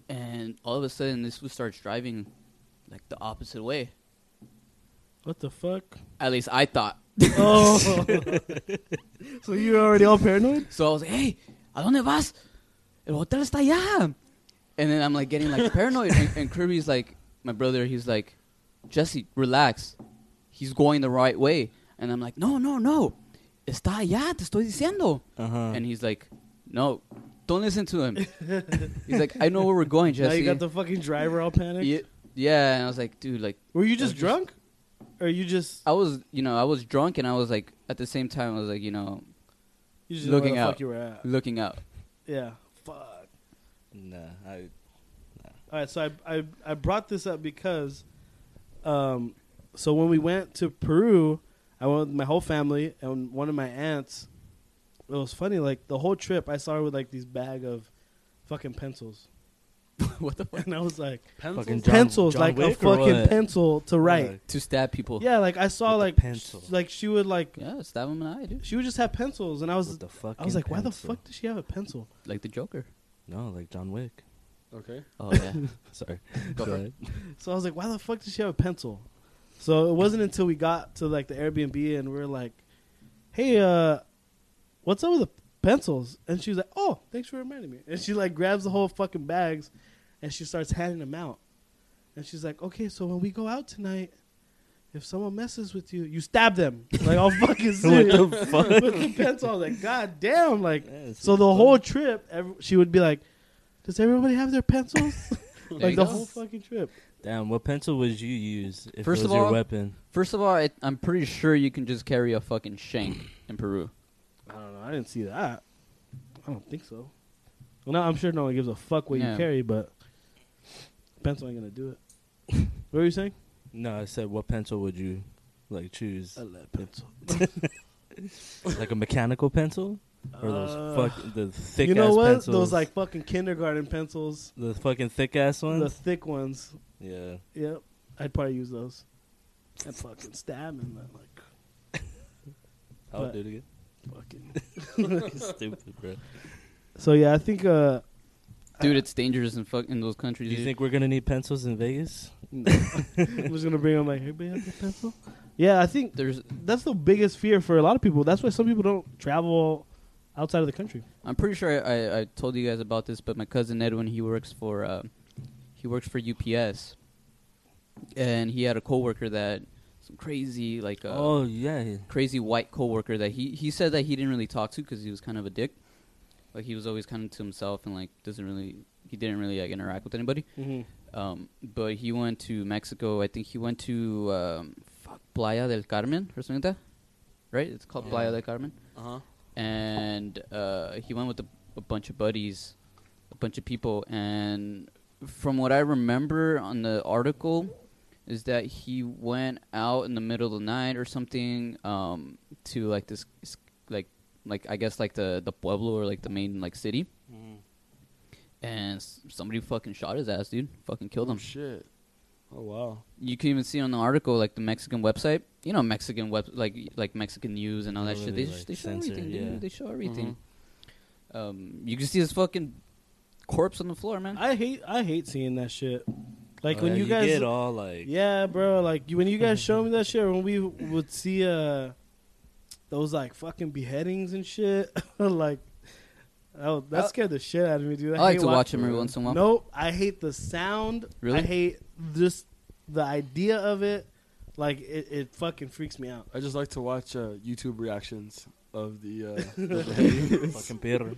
Speaker 2: and all of a sudden this fool starts driving like the opposite way.
Speaker 1: what the fuck?
Speaker 2: [LAUGHS] At least I thought.
Speaker 1: oh.
Speaker 2: [LAUGHS]
Speaker 1: [LAUGHS] so you're already all paranoid.
Speaker 2: So I was like, "Hey, ¿a dónde vas? El hotel está allá." And then I'm like getting like paranoid, and, and Kirby's like, my brother, he's like, "Jesse, relax. He's going the right way." And I'm like, "No, no, no. Está allá, te estoy diciendo."
Speaker 1: Uh-huh.
Speaker 4: Uh huh.
Speaker 2: And he's like, "No, don't listen to him." he's like, "I know where we're
Speaker 1: [LAUGHS]
Speaker 2: going,
Speaker 1: Now
Speaker 2: Jesse."
Speaker 1: you got the fucking driver all panicked.
Speaker 2: Ye- yeah, and I was like, "Dude, like,
Speaker 1: Were you
Speaker 2: I
Speaker 1: just
Speaker 2: was just-
Speaker 1: drunk, or you just
Speaker 2: I was, you know, I was drunk, and I was like, at the same time, I was like, you know,
Speaker 1: you just didn't know where
Speaker 2: looking
Speaker 1: the
Speaker 2: out.
Speaker 1: Fuck you were at.
Speaker 2: looking up." [LAUGHS]
Speaker 1: Yeah. Fuck.
Speaker 4: Nah, I.
Speaker 1: All right, so I, I I brought this up because, um, so when we went to Peru, I went with my whole family and one of my aunts. It was funny, like the whole trip, I saw her with like these bag of fucking pencils, [LAUGHS]
Speaker 2: what the fuck?
Speaker 1: and I was like,
Speaker 3: Pencils?
Speaker 4: Fucking John-
Speaker 1: pencils,
Speaker 4: John
Speaker 1: like
Speaker 4: Wick or
Speaker 1: a fucking
Speaker 4: what?
Speaker 1: pencil to write.
Speaker 2: To stab people.
Speaker 1: Yeah, like I saw
Speaker 4: With a
Speaker 1: like
Speaker 4: pencil.
Speaker 1: sh- like she would like
Speaker 2: Yeah, stab him in the eye, dude.
Speaker 1: she would just have pencils, and I was
Speaker 4: With the
Speaker 1: I was
Speaker 4: fucking
Speaker 1: like, why the
Speaker 4: pencil.
Speaker 1: fuck does she have a pencil?
Speaker 2: Like the Joker.
Speaker 4: No, like John
Speaker 1: [LAUGHS]
Speaker 4: Wick.
Speaker 3: Okay.
Speaker 2: [LAUGHS] Oh yeah.
Speaker 4: [LAUGHS] Sorry.
Speaker 2: Go for it.
Speaker 1: So I was like, why the fuck does she have a pencil? So it wasn't until we got to like the Airbnb and we are like, hey, uh, what's up with the pencils? And she was like, oh, thanks for reminding me. And she like grabs the whole fucking bags and she starts handing them out. And she's like, okay, so when we go out tonight, if someone messes with you, you stab them. Like all
Speaker 4: [LAUGHS]
Speaker 1: fucking
Speaker 4: What
Speaker 1: serious.
Speaker 4: the fuck?
Speaker 1: [LAUGHS] With the pencil. I was like, God damn! Like
Speaker 4: Yeah, it's
Speaker 1: so, the
Speaker 4: fucked
Speaker 1: whole
Speaker 4: up.
Speaker 1: trip, every, she would be like, "Does everybody have their pencils?"
Speaker 2: [LAUGHS] There
Speaker 1: like
Speaker 2: you
Speaker 1: the
Speaker 2: go.
Speaker 1: whole fucking trip.
Speaker 4: Damn, what pencil would you use if
Speaker 2: First
Speaker 4: it
Speaker 2: of
Speaker 4: was your
Speaker 2: all-
Speaker 4: weapon?
Speaker 2: First of all, I, I'm pretty sure you can just carry a fucking shank in Peru.
Speaker 1: I don't know. I didn't see that. I don't think so. Well, no, I'm sure no one gives a fuck what
Speaker 2: Yeah.
Speaker 1: you carry, but pencil ain't gonna do it. [LAUGHS] what were you saying?
Speaker 4: No, I said what pencil would you like choose?
Speaker 1: lead pencil.
Speaker 4: [LAUGHS]
Speaker 1: [LAUGHS]
Speaker 4: like a mechanical pencil or those
Speaker 1: Uh,
Speaker 4: fuck the thick
Speaker 1: You know
Speaker 4: ass
Speaker 1: what?
Speaker 4: pencils?
Speaker 1: Those like fucking kindergarten pencils,
Speaker 4: the fucking thick ass
Speaker 1: the
Speaker 4: ones.
Speaker 1: thick ones.
Speaker 4: yeah.
Speaker 1: Yep, I'd probably use those. I'd fucking stab and then like
Speaker 4: I'll
Speaker 1: But-
Speaker 4: do it
Speaker 1: [LAUGHS]
Speaker 4: again. [LAUGHS]
Speaker 1: fucking.
Speaker 4: Stupid, bro.
Speaker 1: So yeah, I
Speaker 4: [LAUGHS]
Speaker 1: think uh, [LAUGHS]
Speaker 2: Dude, it's dangerous in fuck in those countries.
Speaker 4: Do you
Speaker 2: dude.
Speaker 4: think we're gonna need pencils in Vegas?
Speaker 1: I'm just gonna bring them like, everybody have a pencil? Yeah, I think
Speaker 2: there's?
Speaker 1: that's the biggest fear for a lot of people. That's why some people don't travel outside of the country.
Speaker 2: I'm pretty sure I, I, I told you guys about this, but my cousin Edwin, he works for, uh, he works for UPS, and he had a coworker that some crazy like uh,
Speaker 4: oh yeah.
Speaker 2: crazy white coworker that he he said that he didn't really talk to because he was kind of a dick. Like he was always kind of to himself and like doesn't really he didn't really like interact with anybody.
Speaker 4: Mm-hmm.
Speaker 2: Um, but he went to Mexico. I think he went to um, fuck, Playa del Carmen or something like that, right? It's called
Speaker 4: Yeah.
Speaker 2: Playa del Carmen.
Speaker 3: Uh
Speaker 4: Uh-huh.
Speaker 3: huh.
Speaker 2: And uh, he went with a, a bunch of buddies, a bunch of people. And from what I remember on the article, is that he went out in the middle of the night or something um, to like this, like, like I guess like the the pueblo or like the main like city. And s- somebody fucking shot his ass, dude. Fucking killed him
Speaker 3: Shit. Oh wow.
Speaker 2: you can even see on the article like the Mexican website. You know Mexican web like like Mexican news and all
Speaker 4: They
Speaker 2: that shit.
Speaker 4: really,
Speaker 2: They sh-
Speaker 4: like,
Speaker 2: they show
Speaker 4: censor,
Speaker 2: everything. dude.
Speaker 4: yeah.
Speaker 2: They show everything.
Speaker 3: Mm-hmm.
Speaker 2: Um, you can see his fucking corpse on the floor, man.
Speaker 1: I hate I hate seeing that shit. Like
Speaker 4: Oh,
Speaker 1: when
Speaker 4: yeah,
Speaker 1: you, guys
Speaker 4: get all
Speaker 1: [LAUGHS]
Speaker 4: like
Speaker 1: Yeah, bro, like you, when you guys show me that shit when we would see uh those like fucking beheadings and shit [LAUGHS] like Oh, that
Speaker 2: Uh,
Speaker 1: scared the shit out of me, dude.
Speaker 2: I like
Speaker 1: hate
Speaker 2: to
Speaker 1: wa-
Speaker 2: watch him every once in a while.
Speaker 1: Nope, I hate the sound.
Speaker 2: Really?
Speaker 1: I hate just the idea of it. Like it, it fucking freaks me out.
Speaker 3: I just like to watch uh, YouTube reactions of the. Uh, of the heavy-
Speaker 4: fucking beer.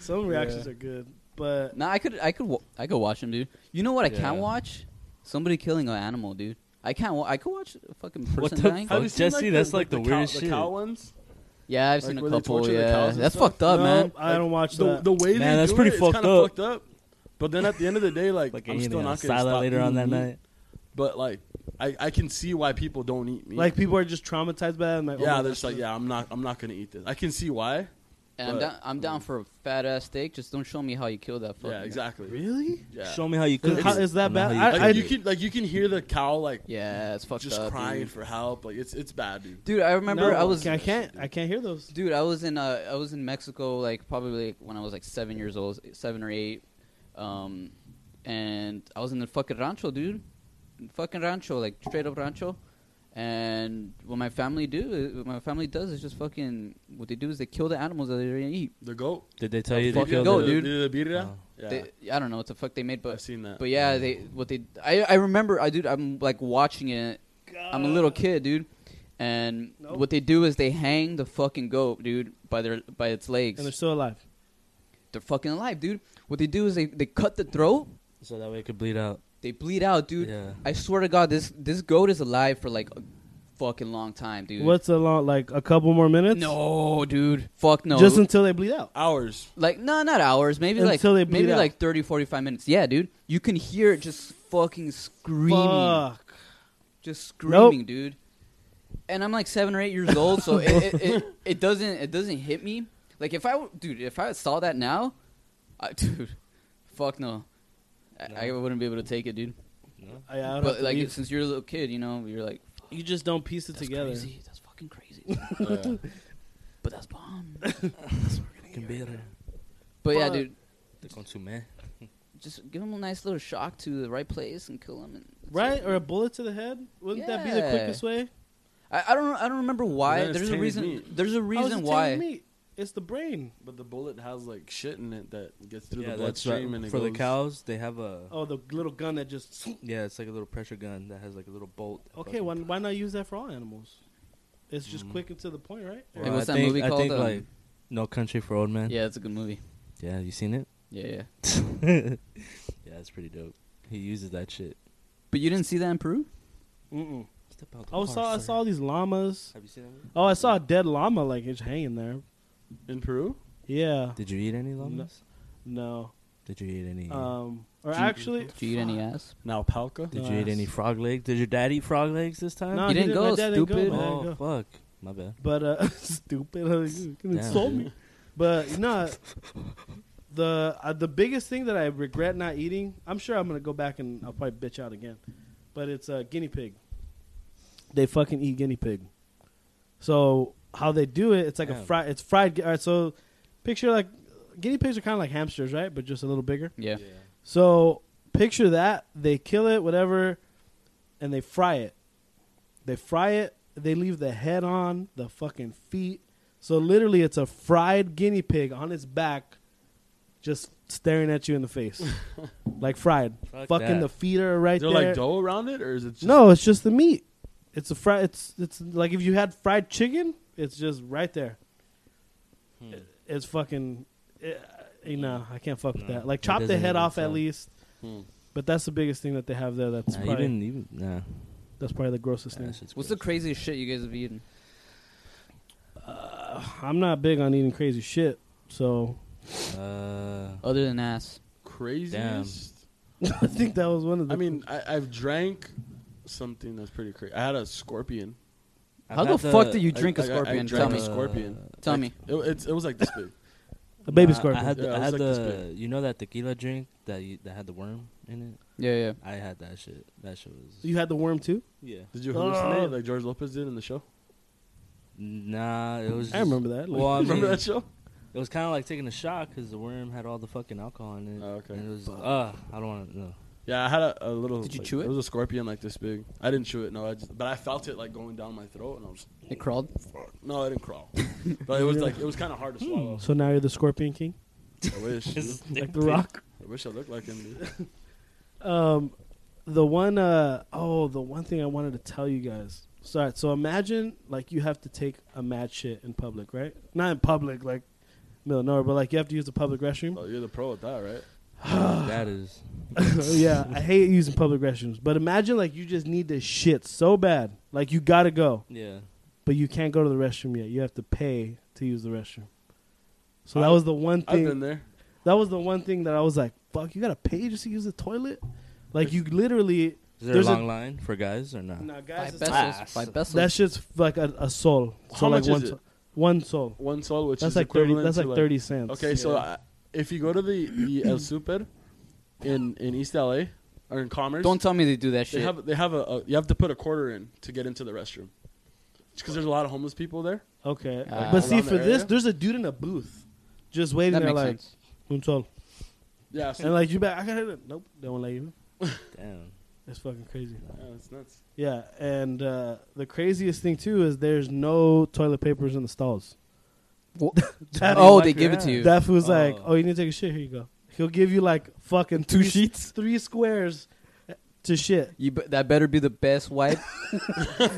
Speaker 1: Some reactions
Speaker 3: Yeah.
Speaker 1: are good, but
Speaker 2: Nah, I could I could wa- I could watch him, dude. You know what I
Speaker 4: Yeah.
Speaker 2: can't watch? Somebody killing an animal, dude. I can't. Wa- I could watch a fucking person
Speaker 4: What the
Speaker 2: dying.
Speaker 4: fuck?
Speaker 3: Have you seen,
Speaker 4: Jesse, that's, like, the
Speaker 3: cow-
Speaker 4: weirdest
Speaker 3: The
Speaker 4: shit.
Speaker 3: cow ones.
Speaker 2: Yeah, I've
Speaker 3: Like,
Speaker 2: seen a
Speaker 3: where they
Speaker 2: couple.
Speaker 3: torture the
Speaker 2: Yeah,
Speaker 3: cows and
Speaker 2: that's
Speaker 3: stuff?
Speaker 2: fucked up,
Speaker 1: no,
Speaker 2: man.
Speaker 1: I don't watch
Speaker 3: The,
Speaker 1: that.
Speaker 3: the way
Speaker 4: Man,
Speaker 3: they
Speaker 4: that's
Speaker 3: do
Speaker 4: pretty
Speaker 3: it, it's
Speaker 4: fucked
Speaker 3: kinda
Speaker 4: up.
Speaker 3: fucked up. But then at the end of the day, like,
Speaker 4: Like
Speaker 3: I'm
Speaker 4: eating
Speaker 3: still
Speaker 4: on
Speaker 3: not gonna
Speaker 4: salad
Speaker 3: stop
Speaker 4: later on that
Speaker 3: eating meat.
Speaker 4: night.
Speaker 3: But like, I, I can see why people don't eat meat.
Speaker 1: like people are just traumatized by that. And like, oh
Speaker 3: yeah,
Speaker 1: my
Speaker 3: they're
Speaker 1: God.
Speaker 3: just like, yeah, I'm not, I'm not gonna eat this. I can see why.
Speaker 2: And I'm
Speaker 3: But-
Speaker 2: down. I'm down for a fat ass steak. Just don't show me how you kill that. Fucking
Speaker 3: yeah, exactly.
Speaker 1: Really?
Speaker 3: Yeah.
Speaker 4: Show me how you cook.
Speaker 1: how-
Speaker 4: it.
Speaker 1: is that
Speaker 4: I know how
Speaker 1: bad?
Speaker 4: you
Speaker 1: I-
Speaker 4: cook
Speaker 3: like,
Speaker 4: it.
Speaker 3: you can, like, you can hear the cow like
Speaker 2: Yeah, it's fucked
Speaker 3: just
Speaker 2: up.
Speaker 3: crying
Speaker 2: dude.
Speaker 3: for help. Like, it's, it's bad, dude.
Speaker 2: Dude, I remember
Speaker 1: No,
Speaker 2: I was
Speaker 1: I can't. I can't hear those.
Speaker 2: Dude, I was in uh, I was in Mexico like probably like, when I was like seven years old, seven or eight, um, and I was in the fucking rancho, dude, fucking rancho, like straight up rancho. And what my family do, what my family does is just fucking what they do is they kill the animals that they already eat.
Speaker 3: The goat.
Speaker 4: Did they tell you to
Speaker 2: fucking
Speaker 4: kill
Speaker 2: goat,
Speaker 4: the-
Speaker 2: dude.
Speaker 3: The, the, birria?
Speaker 4: Oh.
Speaker 3: yeah.
Speaker 2: They, I don't know what the fuck they made,
Speaker 3: I've
Speaker 2: but
Speaker 3: seen that.
Speaker 2: but yeah,
Speaker 4: Yeah.
Speaker 2: they what they I I remember I dude I'm like watching it. I'm a little kid, dude. And
Speaker 1: Uh. Nope.
Speaker 2: what they do is they hang the fucking goat, dude, by their by its legs.
Speaker 1: and they're still alive.
Speaker 2: they're fucking alive, dude. What they do is they, they cut the throat,
Speaker 4: so that way it could bleed out.
Speaker 2: they bleed out, dude.
Speaker 4: Yeah.
Speaker 2: I swear to God, this this goat is alive for like a fucking long time, dude.
Speaker 1: What's a long? Like a couple more minutes?
Speaker 2: No, dude. Fuck no.
Speaker 1: Just until they bleed out.
Speaker 2: [LAUGHS]
Speaker 3: Hours.
Speaker 2: like no, not hours. Maybe
Speaker 1: Until they
Speaker 2: like
Speaker 1: bleed
Speaker 2: maybe
Speaker 1: out.
Speaker 2: like 30, 45 minutes. Yeah, dude. You can hear it just fucking screaming,
Speaker 1: Fuck.
Speaker 2: just
Speaker 1: Nope.
Speaker 2: screaming, dude. And I'm like seven or eight years old, so it, it, it
Speaker 1: [LAUGHS]
Speaker 2: it doesn't it doesn't hit me. Like if I w- dude, if I saw that now, I, [LAUGHS] dude, fuck no.
Speaker 4: No.
Speaker 2: I, I wouldn't be able to take it, dude.
Speaker 1: I, I would have
Speaker 2: But
Speaker 1: to
Speaker 2: like
Speaker 1: leave.
Speaker 2: since you're a little kid, you know, you're like "Fuck,
Speaker 1: you just don't piece it
Speaker 2: that's
Speaker 1: together.
Speaker 2: Crazy. That's fucking crazy.
Speaker 3: Oh,
Speaker 2: but that's bomb.
Speaker 4: Fucking beer.
Speaker 2: But yeah,
Speaker 1: But-
Speaker 2: dude,
Speaker 4: They're going to
Speaker 5: eh?
Speaker 4: man.
Speaker 2: just give him a nice little shock to the right place and kill him. And that's
Speaker 1: Right?
Speaker 2: it.
Speaker 1: Or a bullet to the head? Wouldn't that be the
Speaker 2: Yeah.
Speaker 1: quickest way?
Speaker 2: I, I don't I don't remember
Speaker 3: Well,
Speaker 2: why.
Speaker 3: then it's
Speaker 2: There's a
Speaker 3: tainted
Speaker 2: reason.
Speaker 3: meat.
Speaker 2: There's
Speaker 1: How Oh,
Speaker 2: a
Speaker 1: is it
Speaker 2: reason
Speaker 1: tainted
Speaker 2: why.
Speaker 1: meat? It's the brain.
Speaker 3: But the bullet has like shit in it that gets through
Speaker 5: yeah,
Speaker 3: the
Speaker 5: that's right.
Speaker 3: bloodstream and it
Speaker 5: For the
Speaker 3: goes-
Speaker 5: cows, they have a
Speaker 1: Oh, the little gun that just.
Speaker 5: yeah, it's like a little pressure gun that has like a little bolt. that
Speaker 1: Okay,
Speaker 5: fucking-
Speaker 1: why, why not use that for all animals? It's just
Speaker 3: Mm.
Speaker 5: Mhm.
Speaker 1: quick and to the point, right?
Speaker 5: Or
Speaker 2: Hey, what's that
Speaker 5: I think,
Speaker 2: movie
Speaker 5: I
Speaker 2: called?
Speaker 5: think
Speaker 2: Um,
Speaker 5: like No Country for Old Men.
Speaker 2: Yeah, it's a good movie.
Speaker 5: yeah, you seen it? [LAUGHS]
Speaker 2: Yeah, yeah.
Speaker 5: yeah, that's pretty dope. He uses that shit.
Speaker 2: But you didn't see that in Peru?
Speaker 1: Mm-mm. Oh,
Speaker 5: Step out
Speaker 1: I saw I saw all these llamas.
Speaker 5: Have you seen that?
Speaker 1: Oh, I saw a dead llama like it's hanging there.
Speaker 3: in Peru.
Speaker 1: Yeah.
Speaker 5: Did you eat any llamas?
Speaker 1: No.
Speaker 5: Did you eat any?
Speaker 1: Um. Or
Speaker 2: Did you-
Speaker 1: actually,
Speaker 2: Did you eat any ass?
Speaker 3: Now Palca.
Speaker 5: did you eat any frog legs? Did your dad eat frog legs this time?
Speaker 1: no,
Speaker 2: You
Speaker 1: he
Speaker 2: didn't
Speaker 1: my
Speaker 2: go,
Speaker 1: dad
Speaker 2: stupid.
Speaker 1: Didn't go, my dad
Speaker 5: Oh
Speaker 1: didn't go.
Speaker 5: fuck, my bad.
Speaker 1: But uh, [LAUGHS] stupid. You can
Speaker 5: Damn,
Speaker 1: insult
Speaker 5: dude.
Speaker 1: me. But no. The uh, the biggest thing that I regret not eating, I'm sure I'm gonna go back and I'll probably bitch out again, but it's uh, guinea pig. They fucking eat guinea pig. So how they do it, it's like a
Speaker 5: Damn.
Speaker 1: fried. It's fried. gu- All right, so picture like guinea pigs are kind of like hamsters, right? But just a little bigger.
Speaker 2: Yeah.
Speaker 1: So picture that they kill it, whatever, and they fry it. They fry it. They leave the head on the fucking feet. So literally, it's a fried guinea pig on its back, just staring at you in the face, like fried.
Speaker 5: Fuck
Speaker 1: fucking
Speaker 5: that.
Speaker 1: the feet are right
Speaker 3: Is there
Speaker 1: there.
Speaker 3: like dough around it, or is it just
Speaker 1: no, it's just the meat. It's a fried. It's it's like if you had fried chicken, it's just right there.
Speaker 5: Hmm.
Speaker 1: It- it's fucking. It, uh, you know, I can't fuck with
Speaker 5: No,
Speaker 1: that. Like
Speaker 5: it
Speaker 1: chop the
Speaker 5: doesn't
Speaker 1: head
Speaker 5: even
Speaker 1: off at
Speaker 5: sound-
Speaker 1: least.
Speaker 3: Hmm.
Speaker 1: But that's the biggest thing that they have there. That's
Speaker 5: Nah,
Speaker 1: probably
Speaker 5: even even nah.
Speaker 1: that's probably the grossest thing.
Speaker 2: What's the craziest shit you guys have eaten?
Speaker 1: Uh, I'm not big on eating crazy shit, so [LAUGHS]
Speaker 5: the? Uh,
Speaker 2: Other than ass.
Speaker 3: craziest?
Speaker 1: I think that was one of the.
Speaker 3: I mean, I, I've drank something that's pretty crazy. I had a scorpion.
Speaker 2: How the,
Speaker 5: I've had
Speaker 2: fuck did you
Speaker 3: I-
Speaker 2: drink a
Speaker 3: I- I
Speaker 2: scorpion?
Speaker 3: drank
Speaker 2: Tell
Speaker 3: a
Speaker 2: me.
Speaker 3: scor- scorpion.
Speaker 2: Tell
Speaker 3: Like,
Speaker 2: me.
Speaker 3: It, it's, it was like this big.
Speaker 1: a baby
Speaker 5: I-
Speaker 1: scorpion.
Speaker 5: I had, the,
Speaker 3: Yeah,
Speaker 5: I
Speaker 3: it
Speaker 5: had
Speaker 3: was like this
Speaker 5: the, you know that tequila drink that you, that had the worm in it.
Speaker 2: Yeah, yeah.
Speaker 5: I had that shit. That shit was.
Speaker 1: you had the worm too.
Speaker 5: yeah.
Speaker 3: Did you
Speaker 1: Ugh.
Speaker 3: hallucinate like George Lopez did in the show?
Speaker 5: Nah, it was. Just,
Speaker 1: I remember that.
Speaker 5: Well, I mean,
Speaker 3: [LAUGHS] Remember that show?
Speaker 5: it was kind of like taking a shot because the worm had all the fucking alcohol in it.
Speaker 3: Oh, okay.
Speaker 5: And it was. Uh, I don't want
Speaker 1: [SIGHS]
Speaker 5: to know.
Speaker 3: Yeah, I had a, a little.
Speaker 2: Did you
Speaker 3: like,
Speaker 2: chew it?
Speaker 3: It was a scorpion like this big. I didn't chew it. No, I just, but I felt it like going down my throat, and I was
Speaker 2: It crawled.
Speaker 3: fuck. No, I didn't crawl. but it was like it was kind of hard to swallow.
Speaker 1: so now you're the scorpion king,
Speaker 3: I wish. dude.
Speaker 1: like the Rock.
Speaker 3: I wish I looked like him. Dude.
Speaker 1: Um, the one. Uh, oh, the one thing I wanted to tell you guys. Sorry. So imagine like you have to take a mad shit in public, right? Not in public, like middle of nowhere, but like you have to use the public restroom.
Speaker 3: Oh, you're the pro at that, right?
Speaker 5: that is.
Speaker 1: [LAUGHS] yeah, I hate using public restrooms. But imagine like you just need to shit so bad, like you gotta go,
Speaker 5: Yeah.
Speaker 1: but you can't go to the restroom yet. You have to pay to use the restroom. So that was the one
Speaker 3: I've been
Speaker 1: thing.
Speaker 3: there.
Speaker 1: That was the one thing that I was like, "Fuck, you gotta pay just to use the toilet." Like you literally,
Speaker 5: Is there
Speaker 1: There's a-
Speaker 5: a long line for guys or not?
Speaker 1: nah, guys,
Speaker 2: Five
Speaker 1: it's-
Speaker 2: pesos. Five pesos.
Speaker 1: that shit's like a, a soul.
Speaker 3: How
Speaker 1: So like
Speaker 3: much is
Speaker 1: one,
Speaker 3: it?
Speaker 1: sol- one soul.
Speaker 3: One soul, which
Speaker 1: That's
Speaker 3: is
Speaker 1: like thirty.
Speaker 3: equivalent
Speaker 1: That's
Speaker 3: to,
Speaker 1: like, thirty cents.
Speaker 3: Okay, so uh, if you go to the, the El Super in in East LA or in Commerce,
Speaker 2: Don't tell me they do that
Speaker 3: they
Speaker 2: shit.
Speaker 3: have they have a, a you have to put a quarter in to get into the restroom because there's a lot of homeless people there.
Speaker 1: Okay,
Speaker 2: Uh,
Speaker 1: but see
Speaker 3: around the
Speaker 1: for this,
Speaker 3: area?
Speaker 1: there's a dude in a booth, just waiting
Speaker 2: that
Speaker 1: there
Speaker 2: makes
Speaker 1: like
Speaker 2: sense.
Speaker 1: un sol.
Speaker 3: Yeah, so,
Speaker 1: And like you back, I got it. Nope, they won't let you. in.
Speaker 5: Damn.
Speaker 1: It's fucking crazy.
Speaker 3: yeah, it's nuts.
Speaker 1: Yeah, and uh, the craziest thing too is there's no toilet papers in the stalls.
Speaker 2: Wha-
Speaker 1: That,
Speaker 2: oh,
Speaker 5: wipe
Speaker 2: they
Speaker 5: your
Speaker 2: give it to
Speaker 5: ass.
Speaker 2: you.
Speaker 1: that fool's
Speaker 5: Oh.
Speaker 1: like, oh, you need to take a shit. Here you go. He'll give you like fucking two sheets, three squares uh, to shit.
Speaker 2: you be- that better be the best wipe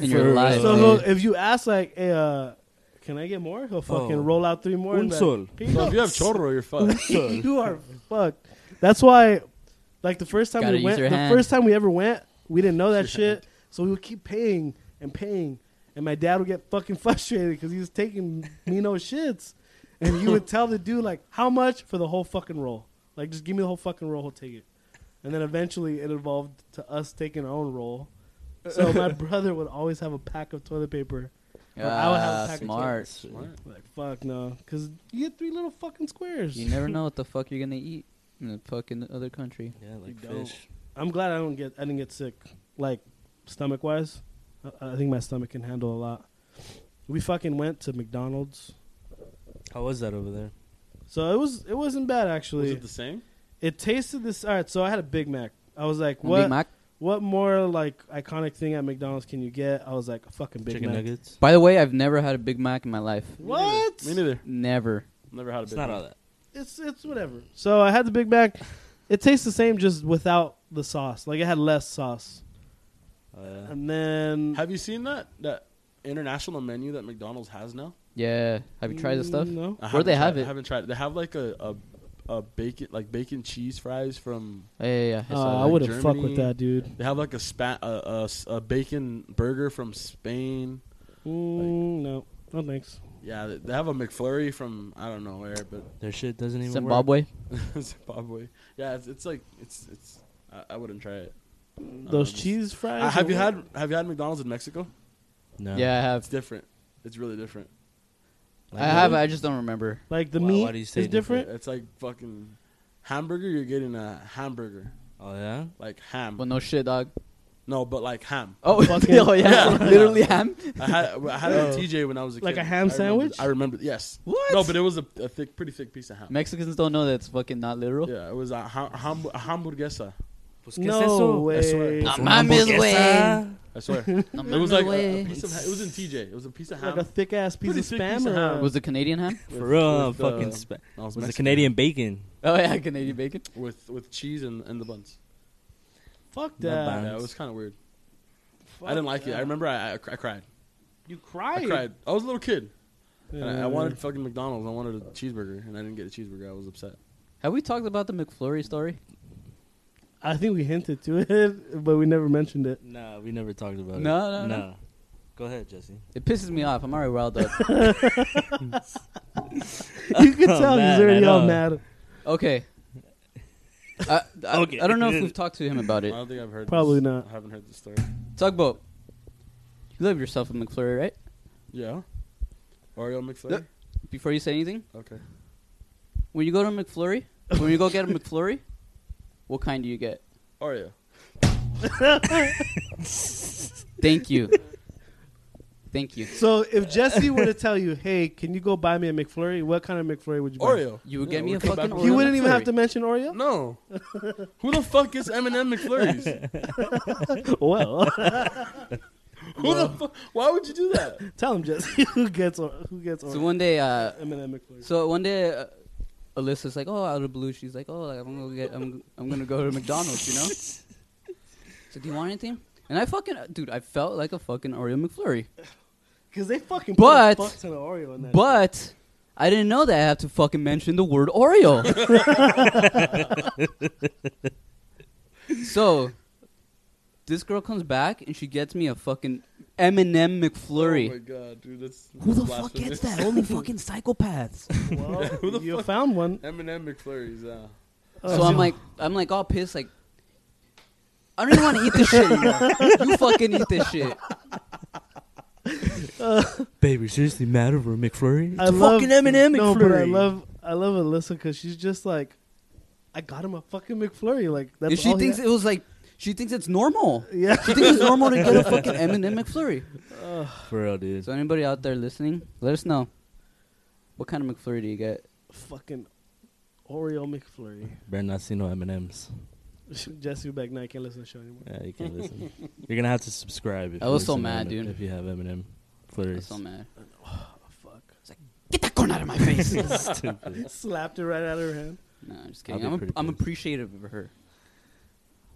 Speaker 2: in your
Speaker 5: For
Speaker 2: life.
Speaker 5: real.
Speaker 1: so
Speaker 2: dude.
Speaker 1: he'll, if you ask like, hey, uh, can I get more? He'll fucking
Speaker 5: Oh.
Speaker 1: roll out three more. and
Speaker 5: Un
Speaker 1: be like,
Speaker 5: sol.
Speaker 1: "Here you
Speaker 3: So if
Speaker 1: go."
Speaker 3: you have chorro,
Speaker 1: [LAUGHS]
Speaker 3: you're fucked.
Speaker 1: you are fucked. That's why, like the first time
Speaker 2: Gotta
Speaker 1: we
Speaker 2: use
Speaker 1: went, the
Speaker 2: your hand.
Speaker 1: first time we ever went, we didn't know that shit, so we would keep paying and paying, and my dad would get fucking [LAUGHS] frustrated because he was taking me no shits, and
Speaker 2: [LAUGHS]
Speaker 1: you would tell the dude like how much for the whole fucking roll, like just give me the whole fucking roll, he'll take it, and then eventually it evolved to us taking our own roll. So
Speaker 2: [LAUGHS]
Speaker 1: my brother would always have a pack of toilet paper. I would have a
Speaker 2: Ah,
Speaker 1: package of
Speaker 2: smart.
Speaker 1: Like fuck no, because you get three little fucking squares.
Speaker 2: You never know what the fuck you're gonna eat in a fucking other country.
Speaker 5: Yeah, like
Speaker 1: don't.
Speaker 5: fish.
Speaker 1: I'm glad I don't get I didn't get sick, like stomach wise. I, I think my stomach can handle a lot. We fucking went to McDonald's,
Speaker 5: How was that over there?
Speaker 1: so it was it wasn't bad
Speaker 3: Was
Speaker 1: actually.
Speaker 3: it
Speaker 1: It,
Speaker 3: the same?
Speaker 1: tasted this all right. So I had a Big Mac. I was like,
Speaker 2: Big
Speaker 1: what?
Speaker 2: Mac?
Speaker 1: what more like iconic thing at McDonald's can you get? I was like, a fucking Big
Speaker 5: Chicken
Speaker 1: Mac.
Speaker 5: nuggets.
Speaker 2: By the way, I've never had a Big Mac in my life.
Speaker 1: What?
Speaker 3: Me neither.
Speaker 2: Never.
Speaker 3: Never had a
Speaker 5: It's
Speaker 3: Big
Speaker 5: not
Speaker 3: Mac.
Speaker 5: all that.
Speaker 1: It's it's whatever. So I had the Big Mac. It tastes the same, just without the sauce. Like it had less sauce. Oh,
Speaker 5: Uh,
Speaker 1: And then
Speaker 3: Have you seen that that international menu that McDonald's has now?
Speaker 2: Yeah. Have you tried this stuff?
Speaker 1: No.
Speaker 3: I
Speaker 2: Where'd
Speaker 3: haven't
Speaker 2: they
Speaker 3: tried-
Speaker 2: have
Speaker 3: I
Speaker 2: it?
Speaker 3: haven't tried. it. They have like a, a a bacon like bacon cheese fries from.
Speaker 2: Yeah, yeah, yeah. I saw
Speaker 1: Uh, I
Speaker 2: that.
Speaker 3: like
Speaker 1: wouldn't fuck
Speaker 3: Germany.
Speaker 1: with that, dude.
Speaker 3: They have like a spa a, a s- a bacon burger from Spain.
Speaker 1: Mm, no, no thanks.
Speaker 3: Yeah, they- they have a McFlurry from I don't know where, but [LAUGHS]
Speaker 5: their shit doesn't even work.
Speaker 2: Zimbabwe.
Speaker 3: Zimbabwe. Yeah, it's, it's like it's it's. I, I wouldn't try it.
Speaker 1: Those
Speaker 3: Um,
Speaker 1: cheese fries.
Speaker 3: Uh, have
Speaker 1: or
Speaker 3: you
Speaker 1: what?
Speaker 3: had Have you had McDonald's in Mexico?
Speaker 5: No.
Speaker 2: Yeah, I
Speaker 3: It's
Speaker 2: have.
Speaker 3: different. It's really different.
Speaker 2: I have. I just don't remember.
Speaker 1: like the
Speaker 5: Why-
Speaker 1: meat
Speaker 5: why do you say
Speaker 1: is different?
Speaker 3: It's like fucking hamburger. You're getting a hamburger,
Speaker 5: Oh yeah.
Speaker 3: like ham.
Speaker 2: Well, no shit, dog.
Speaker 3: no, but like ham.
Speaker 2: Oh,
Speaker 1: Fucking-
Speaker 2: oh yeah,
Speaker 3: Yeah.
Speaker 2: literally ham.
Speaker 3: I had I had it at TJ when I was a
Speaker 1: Oh. Like
Speaker 3: kid.
Speaker 1: a ham
Speaker 3: I remember-
Speaker 1: sandwich?
Speaker 3: I remember. Yes.
Speaker 2: What?
Speaker 3: No, but it was a, a thick, pretty thick piece of ham.
Speaker 2: Mexicans don't know that's fucking not literal.
Speaker 3: Yeah, it was a, ham, ham, a hamburguesa.
Speaker 1: No
Speaker 3: I swear.
Speaker 1: way.
Speaker 2: Nah, mames, güey.
Speaker 1: [LAUGHS]
Speaker 3: I swear.
Speaker 2: No
Speaker 3: it was
Speaker 2: mames,
Speaker 3: like a, a
Speaker 2: güey.
Speaker 3: piece of. ha- It was in TJ. It was a piece of ham.
Speaker 1: Like a thick ass piece
Speaker 3: Pretty
Speaker 1: of
Speaker 3: thick
Speaker 1: spam.
Speaker 3: piece of
Speaker 1: or
Speaker 3: ham.
Speaker 1: a-
Speaker 2: Was it Canadian ham?
Speaker 5: For real,
Speaker 3: with,
Speaker 5: fucking.
Speaker 3: uh,
Speaker 5: spa-
Speaker 3: no, it
Speaker 5: was a
Speaker 3: Mexican.
Speaker 5: Canadian bacon.
Speaker 2: Oh yeah, Canadian bacon.
Speaker 3: with with cheese and, and the buns.
Speaker 1: fuck
Speaker 5: No
Speaker 1: that.
Speaker 5: bun.
Speaker 3: Yeah, it was kind of weird.
Speaker 1: Fuck
Speaker 3: I didn't like it.
Speaker 1: that.
Speaker 3: I remember I, I, cr- I cried.
Speaker 1: You
Speaker 3: I
Speaker 1: cried.
Speaker 3: cried. I was a little kid.
Speaker 1: Yeah.
Speaker 3: And I, I wanted fucking McDonald's. I wanted a cheeseburger, and I didn't get a cheeseburger. I was upset.
Speaker 2: Have we talked about the McFlurry story?
Speaker 1: I think we hinted to it, [LAUGHS] but we never mentioned
Speaker 5: [LAUGHS]
Speaker 1: it.
Speaker 5: Nah, we never talked about it.
Speaker 2: No, no, no.
Speaker 5: Go ahead, Jesse.
Speaker 2: It pisses me off. I'm already riled up.
Speaker 1: You can
Speaker 5: Oh,
Speaker 1: tell he's
Speaker 5: man,
Speaker 1: already
Speaker 5: I
Speaker 1: all
Speaker 5: know.
Speaker 1: mad.
Speaker 2: Okay. I, I,
Speaker 5: Okay.
Speaker 2: I don't know if we've talked to him about
Speaker 3: I
Speaker 2: it.
Speaker 3: don't think I've heard.
Speaker 1: Probably
Speaker 3: this.
Speaker 1: not.
Speaker 3: I haven't heard this story.
Speaker 2: Tugboat. You love yourself a McFlurry, right?
Speaker 3: Yeah. Oreo McFlurry.
Speaker 2: Before you say anything,
Speaker 3: Okay.
Speaker 2: when you go to a McFlurry, when you go get a McFlurry, what kind do you get?
Speaker 3: Oreo.
Speaker 2: Thank you. Thank you.
Speaker 1: So if Jesse were to tell you, "Hey, can you go buy me a McFlurry?" What kind of McFlurry would you buy?
Speaker 3: Oreo.
Speaker 2: You would get
Speaker 3: Yeah,
Speaker 2: me
Speaker 3: we'll
Speaker 2: a
Speaker 3: come
Speaker 2: fucking
Speaker 3: back
Speaker 2: Oreo.
Speaker 3: to
Speaker 1: He wouldn't even have
Speaker 2: McFlurry.
Speaker 1: to mention Oreo.
Speaker 2: [LAUGHS]
Speaker 3: No. Who the fuck gets M&M McFlurries?
Speaker 1: Well,
Speaker 3: Who the fuck? Why would you do
Speaker 1: [LAUGHS]
Speaker 2: [LAUGHS]
Speaker 3: that?
Speaker 1: tell him Jesse [LAUGHS] who gets Oreo- who gets Oreo.
Speaker 2: So one day, uh,
Speaker 1: M&M McFlurry.
Speaker 2: so one day, uh, Alyssa's like, "Oh, out of the blue, she's like, oh, like, I'm gonna get, I'm, I'm gonna go to McDonald's, you know."
Speaker 3: [LAUGHS]
Speaker 2: So do you want anything? And I fucking, uh, dude, I felt like a fucking Oreo McFlurry,
Speaker 1: because they fucking
Speaker 2: But-
Speaker 1: put a fuck ton of Oreo in that.
Speaker 2: but I didn't know that I have to fucking mention the word
Speaker 3: [LAUGHS]
Speaker 2: Oreo. so this girl comes back and she gets me a fucking M&M
Speaker 3: Oh my
Speaker 2: McFlurry.
Speaker 3: god, dude, that's
Speaker 2: Who the
Speaker 3: that's
Speaker 2: fuck gets
Speaker 3: blasphemous. [LAUGHS]
Speaker 2: that? Only fucking psychopaths.
Speaker 1: shit.
Speaker 5: [LAUGHS]
Speaker 1: Well,
Speaker 3: Who the
Speaker 1: you
Speaker 3: fuck-
Speaker 1: found one.
Speaker 3: M&M McFlurries. Yeah.
Speaker 2: So I'm like, I'm like all pissed. Like, I don't even want to eat this shit anymore.
Speaker 1: [LAUGHS]
Speaker 2: You fucking eat this shit.
Speaker 5: Baby, seriously, mad over a McFlurry?
Speaker 1: I love
Speaker 5: fucking M&M
Speaker 1: No, but I
Speaker 5: McFlurry.
Speaker 1: love I love Alyssa because she's just like, I got him a fucking McFlurry. Like that's
Speaker 2: And she
Speaker 1: all he
Speaker 2: thinks
Speaker 1: had.
Speaker 2: it was like, she thinks it's normal.
Speaker 1: yeah.
Speaker 2: She thinks it's normal to get a fucking
Speaker 1: [LAUGHS]
Speaker 2: M and M McFlurry.
Speaker 5: For real, dude.
Speaker 2: So anybody out there listening, let us know. What kind of McFlurry do you get?
Speaker 1: fucking Oreo McFlurry. [LAUGHS]
Speaker 5: Better not see no M&Ms.
Speaker 1: Jesse would be like, no, I can't listen to the show anymore.
Speaker 5: Yeah, you can't
Speaker 1: [LAUGHS]
Speaker 5: listen. You're gonna have to subscribe. If
Speaker 2: I
Speaker 5: you
Speaker 2: was so
Speaker 5: listen to
Speaker 2: mad,
Speaker 5: M&M
Speaker 2: dude.
Speaker 5: If you have M&M flurries.
Speaker 2: That's so
Speaker 5: [LAUGHS]
Speaker 2: mad.
Speaker 1: Oh, fuck.
Speaker 2: Get that corn out of my [LAUGHS] face. no,
Speaker 1: [LAUGHS]
Speaker 5: Stupid.
Speaker 1: Slapped it right out of her
Speaker 5: [LAUGHS]
Speaker 1: hand.
Speaker 2: I'm just
Speaker 5: I'll
Speaker 2: kidding.
Speaker 5: be
Speaker 2: I'm,
Speaker 5: pretty
Speaker 2: I'm
Speaker 5: pissed.
Speaker 2: appreciative of her.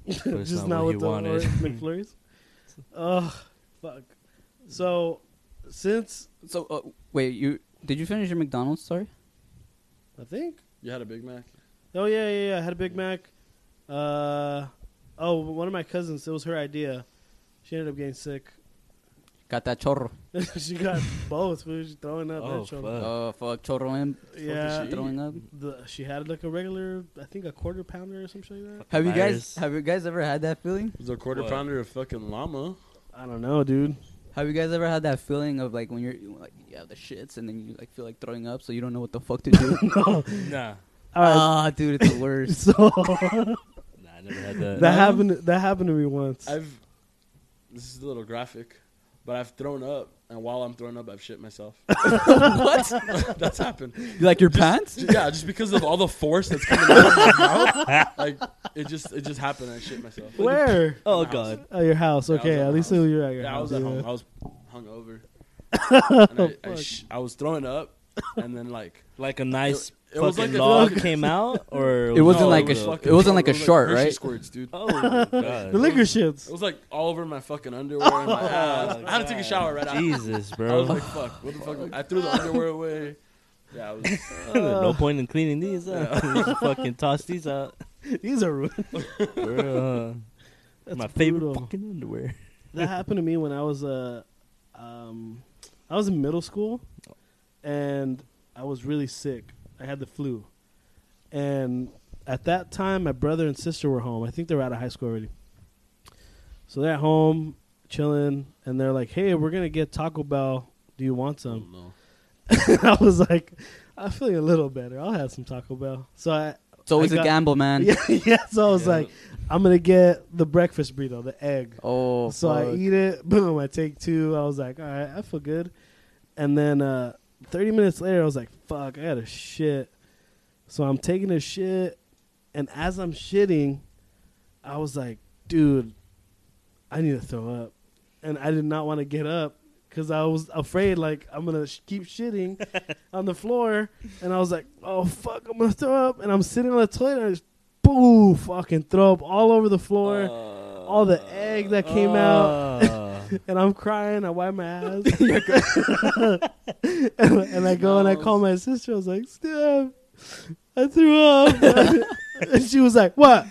Speaker 5: But it's
Speaker 1: just
Speaker 5: not
Speaker 1: not,
Speaker 5: what
Speaker 1: with
Speaker 5: he
Speaker 1: the
Speaker 5: wanted.
Speaker 1: Oreo McFlurries.
Speaker 5: [LAUGHS]
Speaker 1: Ugh, fuck. So, since
Speaker 2: So uh, wait, you did you finish your McDonald's story?
Speaker 1: I think,
Speaker 3: You had a Big Mac.
Speaker 1: oh yeah, yeah, yeah, I had a Big Mac. Uh, oh, one of my cousins. It was her idea. She ended up getting sick. [LAUGHS]
Speaker 2: Got that chorro.
Speaker 5: Uh.
Speaker 1: she
Speaker 5: [LAUGHS]
Speaker 1: got both. We was throwing up.
Speaker 5: Oh,
Speaker 1: and showing-
Speaker 5: fuck.
Speaker 2: Oh fuck, chorro and
Speaker 1: Yeah,
Speaker 3: Eat.
Speaker 2: throwing up.
Speaker 1: the, she had like a regular, I think a quarter pounder or something like that.
Speaker 2: Uh, Have you guys
Speaker 5: Liars.
Speaker 2: have you guys ever had that feeling?
Speaker 3: It was a quarter
Speaker 5: What?
Speaker 3: pounder of fucking llama.
Speaker 1: I don't know, dude.
Speaker 2: Have you guys ever had that feeling of like when you're like you have the shits and then you like feel like throwing up so you don't know what the fuck
Speaker 1: [LAUGHS]
Speaker 2: to do?
Speaker 5: Nah.
Speaker 1: All
Speaker 5: Uh,
Speaker 1: right,
Speaker 2: [LAUGHS] Ah, dude, it's the
Speaker 1: [LAUGHS]
Speaker 2: worst.
Speaker 1: so. [LAUGHS]
Speaker 5: Nah, I never had that.
Speaker 1: That happened. That happened to me once.
Speaker 3: I've. This is a little graphic, but I've thrown up, and while I'm throwing up, I've shit myself.
Speaker 2: [LAUGHS]
Speaker 3: [LAUGHS]
Speaker 2: what?
Speaker 3: That's happened.
Speaker 2: You like your pants?
Speaker 3: J- Yeah, just because of all the force that's coming out
Speaker 1: [LAUGHS]
Speaker 3: of my mouth, like it just it just happened. I shit myself.
Speaker 1: Where?
Speaker 5: Oh
Speaker 3: House.
Speaker 5: god.
Speaker 1: Oh, your house.
Speaker 3: Yeah, I was
Speaker 1: Okay,
Speaker 3: at my
Speaker 1: at least
Speaker 3: house.
Speaker 1: you're at your
Speaker 3: Yeah, I
Speaker 1: house.
Speaker 3: was at
Speaker 1: yeah.
Speaker 3: home. I was
Speaker 1: [LAUGHS]
Speaker 3: hungover. and I, I,
Speaker 1: Fuck.
Speaker 3: sh- I was throwing up, and then like
Speaker 5: Like a nice
Speaker 3: It- it was
Speaker 5: fucking
Speaker 3: like
Speaker 5: [LAUGHS]
Speaker 3: a-
Speaker 5: log came out, or
Speaker 2: It wasn't
Speaker 3: No,
Speaker 2: like
Speaker 3: was
Speaker 2: a-
Speaker 3: fucking
Speaker 2: it wasn't like
Speaker 3: short.
Speaker 2: a short,
Speaker 3: Hershey
Speaker 2: right?
Speaker 3: Squirts, dude.
Speaker 5: Oh my god.
Speaker 1: The liquor shits.
Speaker 3: It was like all over my fucking underwear and
Speaker 1: Oh,
Speaker 3: my ass. I had to take a shower right after.
Speaker 5: Jesus,
Speaker 3: I was
Speaker 5: bro.
Speaker 3: like, fuck, what the fuck? I threw the underwear away. Yeah, I was,
Speaker 5: [LAUGHS] no point in cleaning these. [LAUGHS] Huh? fucking toss these out.
Speaker 1: These are rude.
Speaker 5: For real, huh?
Speaker 1: That's
Speaker 5: My favorite
Speaker 1: brutal.
Speaker 5: fucking [LAUGHS] underwear.
Speaker 1: that happened to me when I was uh, um, I was in middle school, and I was really sick. I had the flu, and at that time, my brother and sister were home. I think they were out of high school already. So they're at home chilling, and they're like, "Hey, we're gonna get Taco Bell. Do you want some?" [LAUGHS]
Speaker 3: no.
Speaker 1: I was like, "I'm feeling a little better. I'll have some Taco Bell." So I, [LAUGHS]
Speaker 2: It's always
Speaker 1: I
Speaker 2: a
Speaker 1: got-
Speaker 2: gamble, man.
Speaker 1: yeah, yeah. So I was
Speaker 3: Yeah.
Speaker 1: like, "I'm gonna get the breakfast burrito, the egg."
Speaker 2: Oh,
Speaker 1: so I
Speaker 2: fuck.
Speaker 1: eat it. [LAUGHS] Boom. I take two. I was like, all right, I feel good. And then uh, 30 minutes later, I was like, fuck, I had a shit. So I'm taking a shit. And as I'm shitting, I was like, dude, I need to throw up. And I did not want to get up because I was afraid, like, I'm going to sh- keep shitting
Speaker 2: [LAUGHS]
Speaker 1: on the floor. And I was like, oh, fuck, I'm going to throw up. And I'm sitting on the toilet and I just, boo, fucking throw up all over the
Speaker 2: Oh,
Speaker 3: Uh,
Speaker 1: floor all the egg that came out,
Speaker 5: Oh, Uh.
Speaker 1: and I'm crying. I wipe my ass, [LAUGHS] and, and I go and I call my sister. I was like, "Steph, I threw up," [LAUGHS] and she was like, "What?"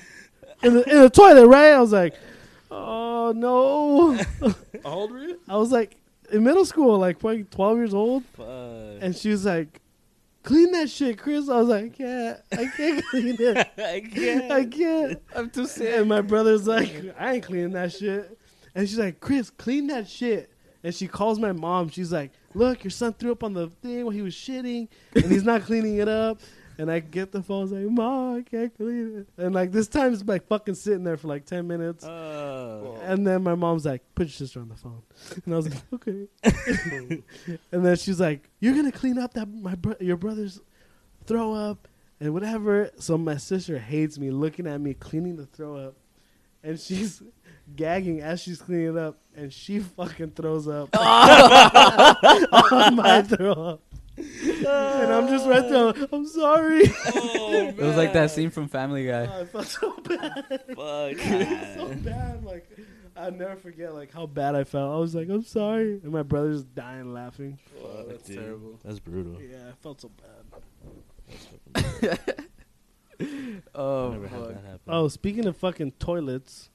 Speaker 1: In the, in the toilet, right? I was like, "Oh no!"
Speaker 3: How old were you?
Speaker 1: I was like in middle school, like probably 12 years old,
Speaker 5: Fuck.
Speaker 1: and she was like, "Clean that shit, Chris." I was like, "I can't, I can't [LAUGHS] clean
Speaker 5: [LAUGHS]
Speaker 1: it."
Speaker 5: [LAUGHS] I can't.
Speaker 1: I can't.
Speaker 2: I'm too
Speaker 1: And my brother's like, I ain't cleaning that shit. And she's like, Chris, clean that shit. And she calls my mom. She's like, Look, your son threw up on the thing when he was shitting, and he's not cleaning it up. And I get the phone, I was like, Mom, I can't clean it. And like this time, it's like fucking sitting there for like ten minutes.
Speaker 5: Uh,
Speaker 1: And then my mom's like, Put your sister on the phone. [LAUGHS] And I was like, Okay. and then she's like, You're gonna clean up that my bro- your brother's throw up and whatever. So my sister hates me looking at me cleaning the throw up, and she's [LAUGHS] gagging as she's cleaning it up, and she fucking throws up on my throw up. and I'm just right there. I'm sorry.
Speaker 2: It was like that scene from Family Guy.
Speaker 1: I felt so bad.
Speaker 5: [LAUGHS] Fuck.
Speaker 1: [LAUGHS] so bad. Like I'll never forget like how bad I felt. I was like, I'm sorry, and my brother's dying laughing.
Speaker 3: Oh, that's
Speaker 5: dude.
Speaker 3: terrible.
Speaker 5: That's brutal.
Speaker 1: Yeah, I felt so bad.
Speaker 2: Oh,
Speaker 5: Never had
Speaker 2: fuck.
Speaker 5: that happen.
Speaker 1: Oh, speaking of fucking toilets,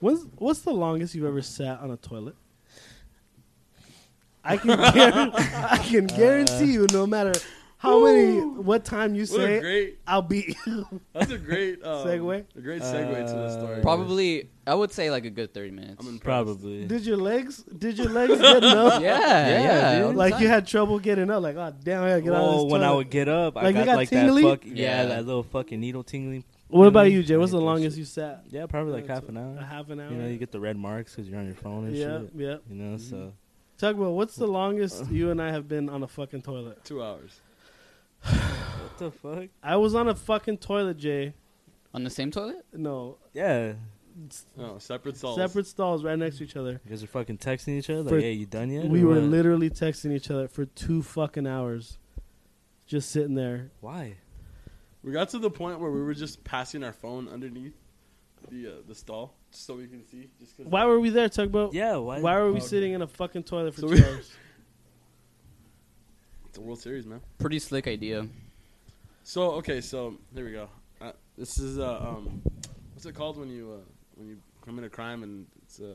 Speaker 1: when's, what's the longest you've ever sat on a toilet? I can guarantee, I can guarantee you, no matter how many, what time you
Speaker 3: What
Speaker 1: say,
Speaker 3: a
Speaker 1: it,
Speaker 3: great,
Speaker 1: I'll [LAUGHS] beat you.
Speaker 3: that's
Speaker 1: [LAUGHS]
Speaker 3: a great um,
Speaker 1: Segue?
Speaker 3: A great segue to the story.
Speaker 5: Uh,
Speaker 2: Probably, I would say like a good 30 minutes.
Speaker 3: I'm impressed.
Speaker 5: Probably.
Speaker 1: did your legs? Did your legs get
Speaker 2: [LAUGHS] yeah,
Speaker 1: up? [LAUGHS]
Speaker 2: yeah. all the
Speaker 1: Like you
Speaker 2: time.
Speaker 1: had trouble getting up? Like oh damn, I gotta get out of
Speaker 5: Well,
Speaker 1: this
Speaker 5: when I
Speaker 1: toilet."
Speaker 5: would get up, I
Speaker 1: Like, you
Speaker 5: got,
Speaker 1: got
Speaker 5: like
Speaker 1: tingly?
Speaker 5: that fuck, yeah,
Speaker 2: Yeah.
Speaker 5: that little fucking needle tingling.
Speaker 1: what about
Speaker 5: feeling.
Speaker 1: you, Jay?
Speaker 5: I
Speaker 1: What's
Speaker 5: hate
Speaker 1: the
Speaker 5: that
Speaker 1: longest
Speaker 5: shit.
Speaker 1: you sat?
Speaker 5: Yeah, probably like
Speaker 1: Yeah,
Speaker 5: half an
Speaker 1: A
Speaker 5: hour.
Speaker 1: half an hour.
Speaker 5: You know, you get the red marks because you're on your phone and
Speaker 1: yeah,
Speaker 5: shit.
Speaker 1: yeah.
Speaker 5: You know, so
Speaker 1: Talk about what's the longest you and I have been on a fucking toilet?
Speaker 3: Two hours.
Speaker 5: what the fuck?
Speaker 1: I was on a fucking toilet, Jay.
Speaker 2: on the same toilet?
Speaker 1: No,
Speaker 5: Yeah,
Speaker 3: No, separate stalls.
Speaker 1: separate stalls right next to each other.
Speaker 5: you guys are fucking texting each other. Like,
Speaker 1: For-
Speaker 5: hey, you done yet?
Speaker 1: we
Speaker 5: or
Speaker 1: were
Speaker 5: what?
Speaker 1: literally texting each other for two fucking hours, just sitting there.
Speaker 5: Why?
Speaker 3: We got to the point where we were just passing our phone underneath the uh, the stall just so we can see. Just cause
Speaker 1: Why were we there, tugboat?
Speaker 5: Yeah, why? Oh,
Speaker 1: Why were we
Speaker 3: Okay.
Speaker 1: sitting in a fucking toilet for
Speaker 3: So
Speaker 1: two
Speaker 3: we- [LAUGHS]
Speaker 1: hours?
Speaker 3: it's a World Series, man.
Speaker 2: Pretty slick idea.
Speaker 3: So okay, so here we go. Uh, this is uh, um, what's it called when you uh, when you commit a crime and it's uh,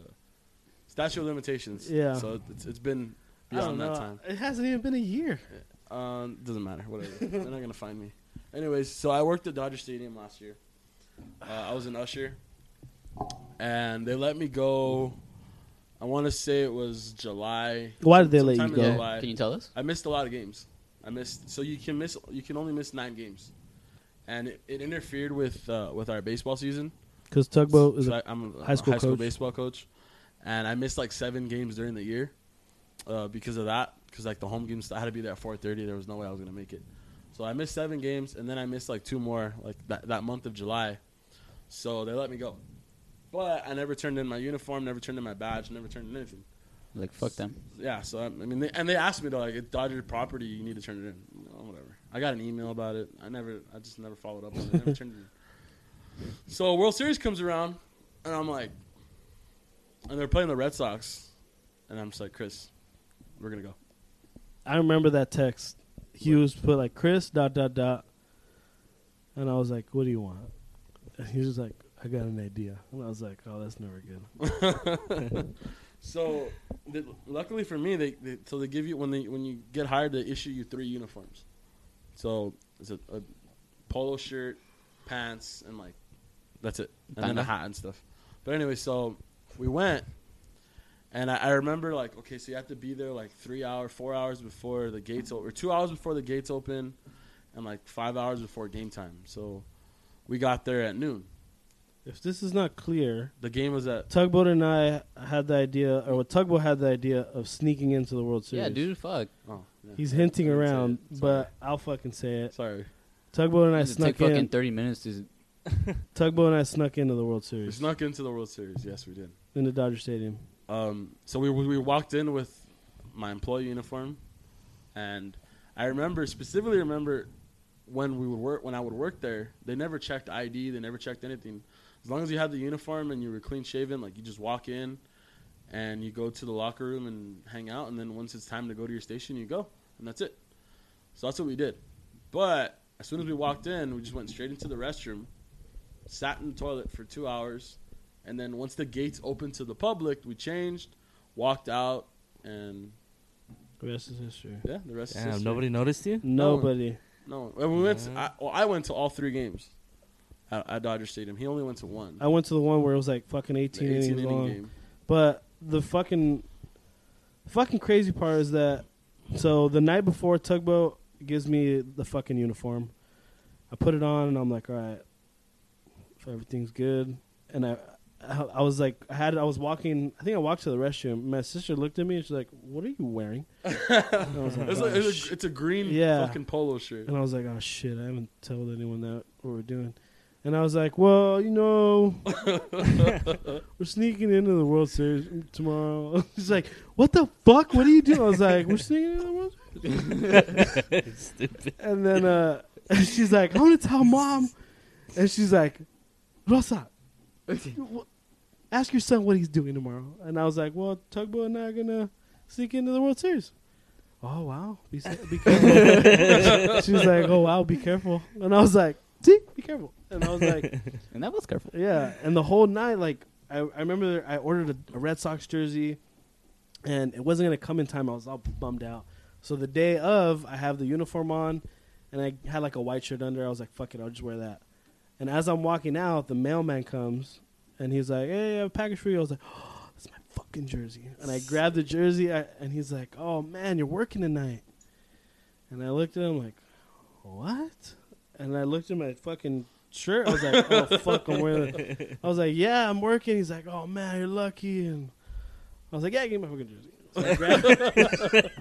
Speaker 3: statute of limitations.
Speaker 1: Yeah.
Speaker 3: So it's it's been
Speaker 1: I don't
Speaker 3: beyond that
Speaker 1: know.
Speaker 3: time.
Speaker 1: It hasn't even been a year.
Speaker 3: Um, doesn't matter. Whatever. [LAUGHS] They're not gonna find me. Anyways, so I worked at Dodger Stadium last year. Uh, I was an usher, and they let me go. I want to say it was July.
Speaker 1: Why did they let
Speaker 3: Sometime
Speaker 1: you
Speaker 3: in
Speaker 1: go?
Speaker 3: July.
Speaker 2: Can you tell us?
Speaker 3: I missed a lot of games. I missed so you can miss you can only miss nine games, and it, it interfered with uh, with our baseball season.
Speaker 1: Because tugboat is
Speaker 3: So
Speaker 1: a
Speaker 3: I, I'm a
Speaker 1: high school
Speaker 3: high school
Speaker 1: coach.
Speaker 3: baseball coach, and I missed like seven games during the year. uh, because of that. Because like the home games, I had to be there at 4:30. There was no way I was gonna make it. So I missed seven games, and then I missed like two more like that, that month of July. So they let me go, but I never turned in my uniform, never turned in my badge, never turned in anything.
Speaker 2: Like fuck them.
Speaker 3: Yeah, so I, I mean, they, and they asked me to like, it Dodger property, you need to turn it in. No, whatever. I got an email about it. I never, I just never followed up on it. I never turned it in. So World Series comes around, and I'm like, and they're playing the Red Sox, and I'm just like, Chris, we're gonna go.
Speaker 1: I remember that text. He was put like Chris dot dot dot, and I was like, "What do you want?" And he was just like, "I got an idea," and I was like, "Oh, that's never good."
Speaker 3: So, th- luckily for me, they, they so they give you when they when you get hired, they issue you three uniforms. So it's a, a polo shirt, pants, and like that's it, and then a
Speaker 2: Bandana?
Speaker 3: hat and stuff. But anyway, so we went, and I, I remember like okay, so you have to be there like three hours, four hours before the gates open, or two hours before the gates open, and like five hours before game time. So we got there at noon.
Speaker 1: If this is not clear,
Speaker 3: The game was at
Speaker 1: Tugboat and I had the idea, or well, Tugboat had the idea of sneaking into the World Series.
Speaker 2: Yeah, dude. Fuck.
Speaker 3: oh, yeah.
Speaker 1: He's hinting
Speaker 3: I didn't say
Speaker 1: around,
Speaker 3: it. Sorry.
Speaker 1: but I'll fucking say it.
Speaker 3: sorry.
Speaker 1: Tugboat and I
Speaker 2: Does it
Speaker 1: snuck
Speaker 2: take fucking
Speaker 1: in.
Speaker 2: thirty minutes to
Speaker 1: Tugboat and I snuck into the World
Speaker 3: We
Speaker 1: Series
Speaker 3: snuck into the World Series. Yes, we did.
Speaker 1: in the Dodger Stadium.
Speaker 3: Um, so we we walked in with my employee uniform, and I remember specifically remember when we would work when I would work there. They never checked ID. They never checked anything. As long as you had the uniform and you were clean shaven, like you just walk in, and you go to the locker room and hang out, and then once it's time to go to your station, you go, and that's it. So that's what we did. But as soon as we walked in, we just went straight into the restroom, sat in the toilet for two hours, and then once the gates opened to the public, we changed, walked out, and
Speaker 1: The rest is history.
Speaker 3: yeah, the rest is
Speaker 5: Damn,
Speaker 3: history.
Speaker 5: nobody noticed you?
Speaker 1: Nobody.
Speaker 3: No, and we went. To, I,
Speaker 5: Yeah.
Speaker 3: well, I went to all three games at, at Dodger Stadium. He only went to one.
Speaker 1: I went to the one where it was like fucking
Speaker 3: The
Speaker 1: 18 innings
Speaker 3: 18 inning
Speaker 1: long.
Speaker 3: game.
Speaker 1: But the fucking fucking crazy part is that so the night before tugboat gives me the fucking uniform. I put it on and I'm like, all right, if everything's good. And I, I, I was like, I had, I was walking. I think I walked to the restroom. My sister looked at me and she's like, "What are you wearing?" And I was like,
Speaker 3: It's,
Speaker 1: "Oh,
Speaker 3: like- it's
Speaker 1: shit."
Speaker 3: a, it's a green
Speaker 1: Yeah.
Speaker 3: fucking polo shirt.
Speaker 1: And I was like, oh shit, I haven't told anyone that what we're doing. And I was like, well, you know, we're sneaking into the World Series tomorrow. [LAUGHS] She's like, what the fuck? What are you doing? I was like, we're sneaking into the World Series.
Speaker 5: [LAUGHS] Stupid.
Speaker 1: And then uh, she's like, I'm going to tell mom. And she's like, Rosa, wh- ask your son what he's doing tomorrow. And I was like, well, Tugboat and I are going to sneak into the World Series. Oh, wow. Be, sa- be careful. she was like, "Oh wow, be careful," and I was like, "See, be careful," and I was like,
Speaker 2: And that was careful.
Speaker 1: "Yeah." And the whole night, like, I, I remember I ordered a, a Red Sox jersey, and it wasn't gonna come in time. I was all bummed out. So the day of, I have the uniform on, and I had like a white shirt under. I was like, "Fuck it, I'll just wear that." And as I'm walking out, the mailman comes, and he's like, "Hey, I have a package for you." I was like. "Oh, that's my Fucking jersey, and I grabbed the jersey, I, and he's like, "Oh man, you're working tonight." And I looked at him like, what? And I looked at my fucking shirt. I was like, oh, fuck, I'm wearing it. I was like, yeah, I'm working. He's like, oh, man, you're lucky. And I was like, yeah, give me my fucking jersey. So I grabbed,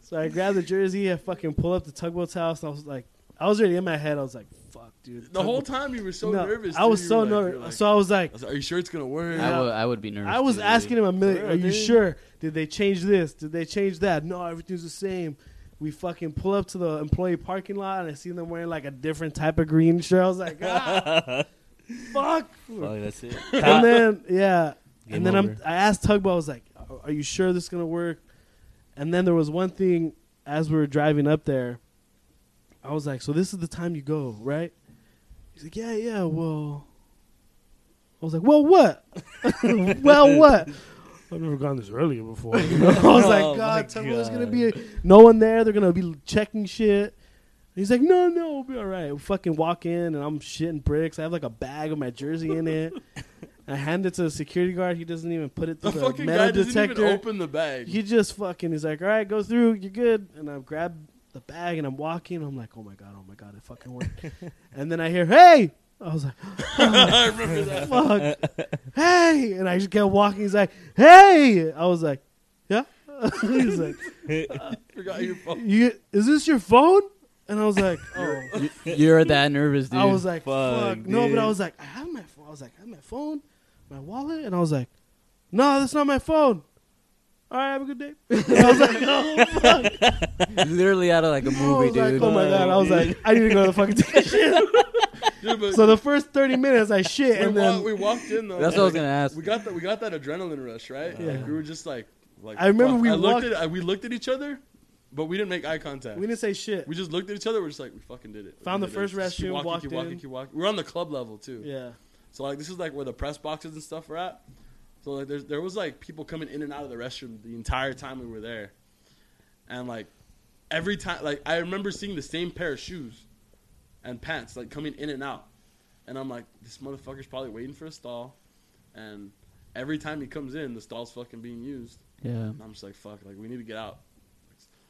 Speaker 1: so I grabbed [LAUGHS] the jersey. I fucking pull up to Tugboat's house. And I was like, I was already in my head. I was like, fuck, dude.
Speaker 3: The whole
Speaker 1: Tugboat-
Speaker 3: time you were so
Speaker 1: No,
Speaker 3: nervous.
Speaker 1: I
Speaker 3: dude.
Speaker 1: was
Speaker 3: You
Speaker 1: so
Speaker 3: were like- you
Speaker 1: nervous.
Speaker 3: were like-
Speaker 1: so I was like,
Speaker 3: I was like, are you sure it's gonna work?
Speaker 2: I would. I would be nervous.
Speaker 1: I was
Speaker 2: too, dude.
Speaker 1: asking him a million.
Speaker 3: For
Speaker 1: Are
Speaker 3: real,
Speaker 1: you
Speaker 3: dude.
Speaker 1: sure? Did they change this? Did they change that? No, everything's the same. We fucking pull up to the employee parking lot and I see them wearing like a different type of green shirt. I was like, ah,
Speaker 3: [LAUGHS]
Speaker 1: fuck.
Speaker 5: Fuck, that's
Speaker 1: [LAUGHS]
Speaker 5: it.
Speaker 1: And then yeah,
Speaker 5: Game
Speaker 1: and then I'm,
Speaker 5: over.
Speaker 1: I asked Tugboat. I was like, "Are- "Are you sure this is gonna work?" And then there was one thing as we were driving up there. I was like, "So this is the time you go, right?" He's like, "Yeah, yeah." Well, I was like, "Well, what? [LAUGHS] well, what?" I've never gone this early before. you know? [LAUGHS] I was like,
Speaker 5: Oh, my
Speaker 1: "God, Tugboat's gonna
Speaker 5: God.
Speaker 1: be no one there. They're gonna be checking shit." And He's like, no, no, we'll be all right. We fucking walk in and I'm shitting bricks. I have like a bag with my jersey in
Speaker 3: [LAUGHS]
Speaker 1: it. I hand it to the security guard. He doesn't even put it
Speaker 3: the
Speaker 1: through the,
Speaker 3: fucking guy
Speaker 1: metal
Speaker 3: doesn't
Speaker 1: detector.
Speaker 3: even open the bag.
Speaker 1: He just fucking is like, all right, go through. You're good. And I grab the bag and I'm walking. I'm like, oh my god, oh my god, it fucking
Speaker 3: [LAUGHS]
Speaker 1: worked. and then I hear, hey. I was like,
Speaker 3: [LAUGHS] I remember that. [LAUGHS]
Speaker 1: fuck, hey. And I just kept walking. He's like, hey. I was like, yeah. [LAUGHS] He's
Speaker 3: [LAUGHS]
Speaker 1: like, [LAUGHS]
Speaker 3: Forgot your phone.
Speaker 1: you, "Is this your phone?" And I was like, "Oh."
Speaker 2: You're that nervous, dude.
Speaker 1: I was like, "Fuck,
Speaker 5: Fuck,
Speaker 1: no!" But I
Speaker 5: dude.
Speaker 1: was like, "I have my phone." I was like, "I have my phone, my wallet," and I was like, "No, that's not my phone." All right, have a good day. [LAUGHS] I was like,
Speaker 2: [LAUGHS]
Speaker 1: "Oh fuck!"
Speaker 2: literally out of
Speaker 5: [LAUGHS]
Speaker 2: like a
Speaker 1: I
Speaker 2: movie,
Speaker 1: was like,
Speaker 2: dude.
Speaker 1: "Oh my god!" I was like, "I need to go to the fucking station." [LAUGHS]
Speaker 3: Dude, but
Speaker 1: so the first thirty minutes, I shit, [LAUGHS]
Speaker 3: we,
Speaker 1: and
Speaker 3: wa-
Speaker 1: then
Speaker 3: we walked in though.
Speaker 2: That's what I was
Speaker 3: [LAUGHS]
Speaker 2: gonna ask.
Speaker 3: We got that. We got that adrenaline rush, right?
Speaker 1: Yeah.
Speaker 3: Like, we were just like, like.
Speaker 1: I remember
Speaker 3: fuck.
Speaker 1: we
Speaker 3: I
Speaker 1: walked-
Speaker 3: looked at. I, we looked at each other, but we didn't make eye contact.
Speaker 1: we
Speaker 3: We,
Speaker 1: didn't say shit.
Speaker 3: just looked at each other. We're just like, we fucking did it. We
Speaker 1: Found the
Speaker 3: did
Speaker 1: first
Speaker 3: it. Just keep
Speaker 1: restroom,
Speaker 3: walking,
Speaker 1: walked
Speaker 3: keep walking,
Speaker 1: in.
Speaker 3: keep walking. We're on the club level too.
Speaker 1: yeah,
Speaker 3: So like, this is like where the press boxes and stuff are at. So like, there's, there was like people coming in and out of the restroom the entire time we were there, and like, every time like I remember seeing the same pair of shoes, and pants like coming in and out, and I'm like, this motherfucker's probably waiting for a stall, and every time he comes in, the stall's fucking being used.
Speaker 2: yeah.
Speaker 3: And I'm just like, fuck, like we need to get out.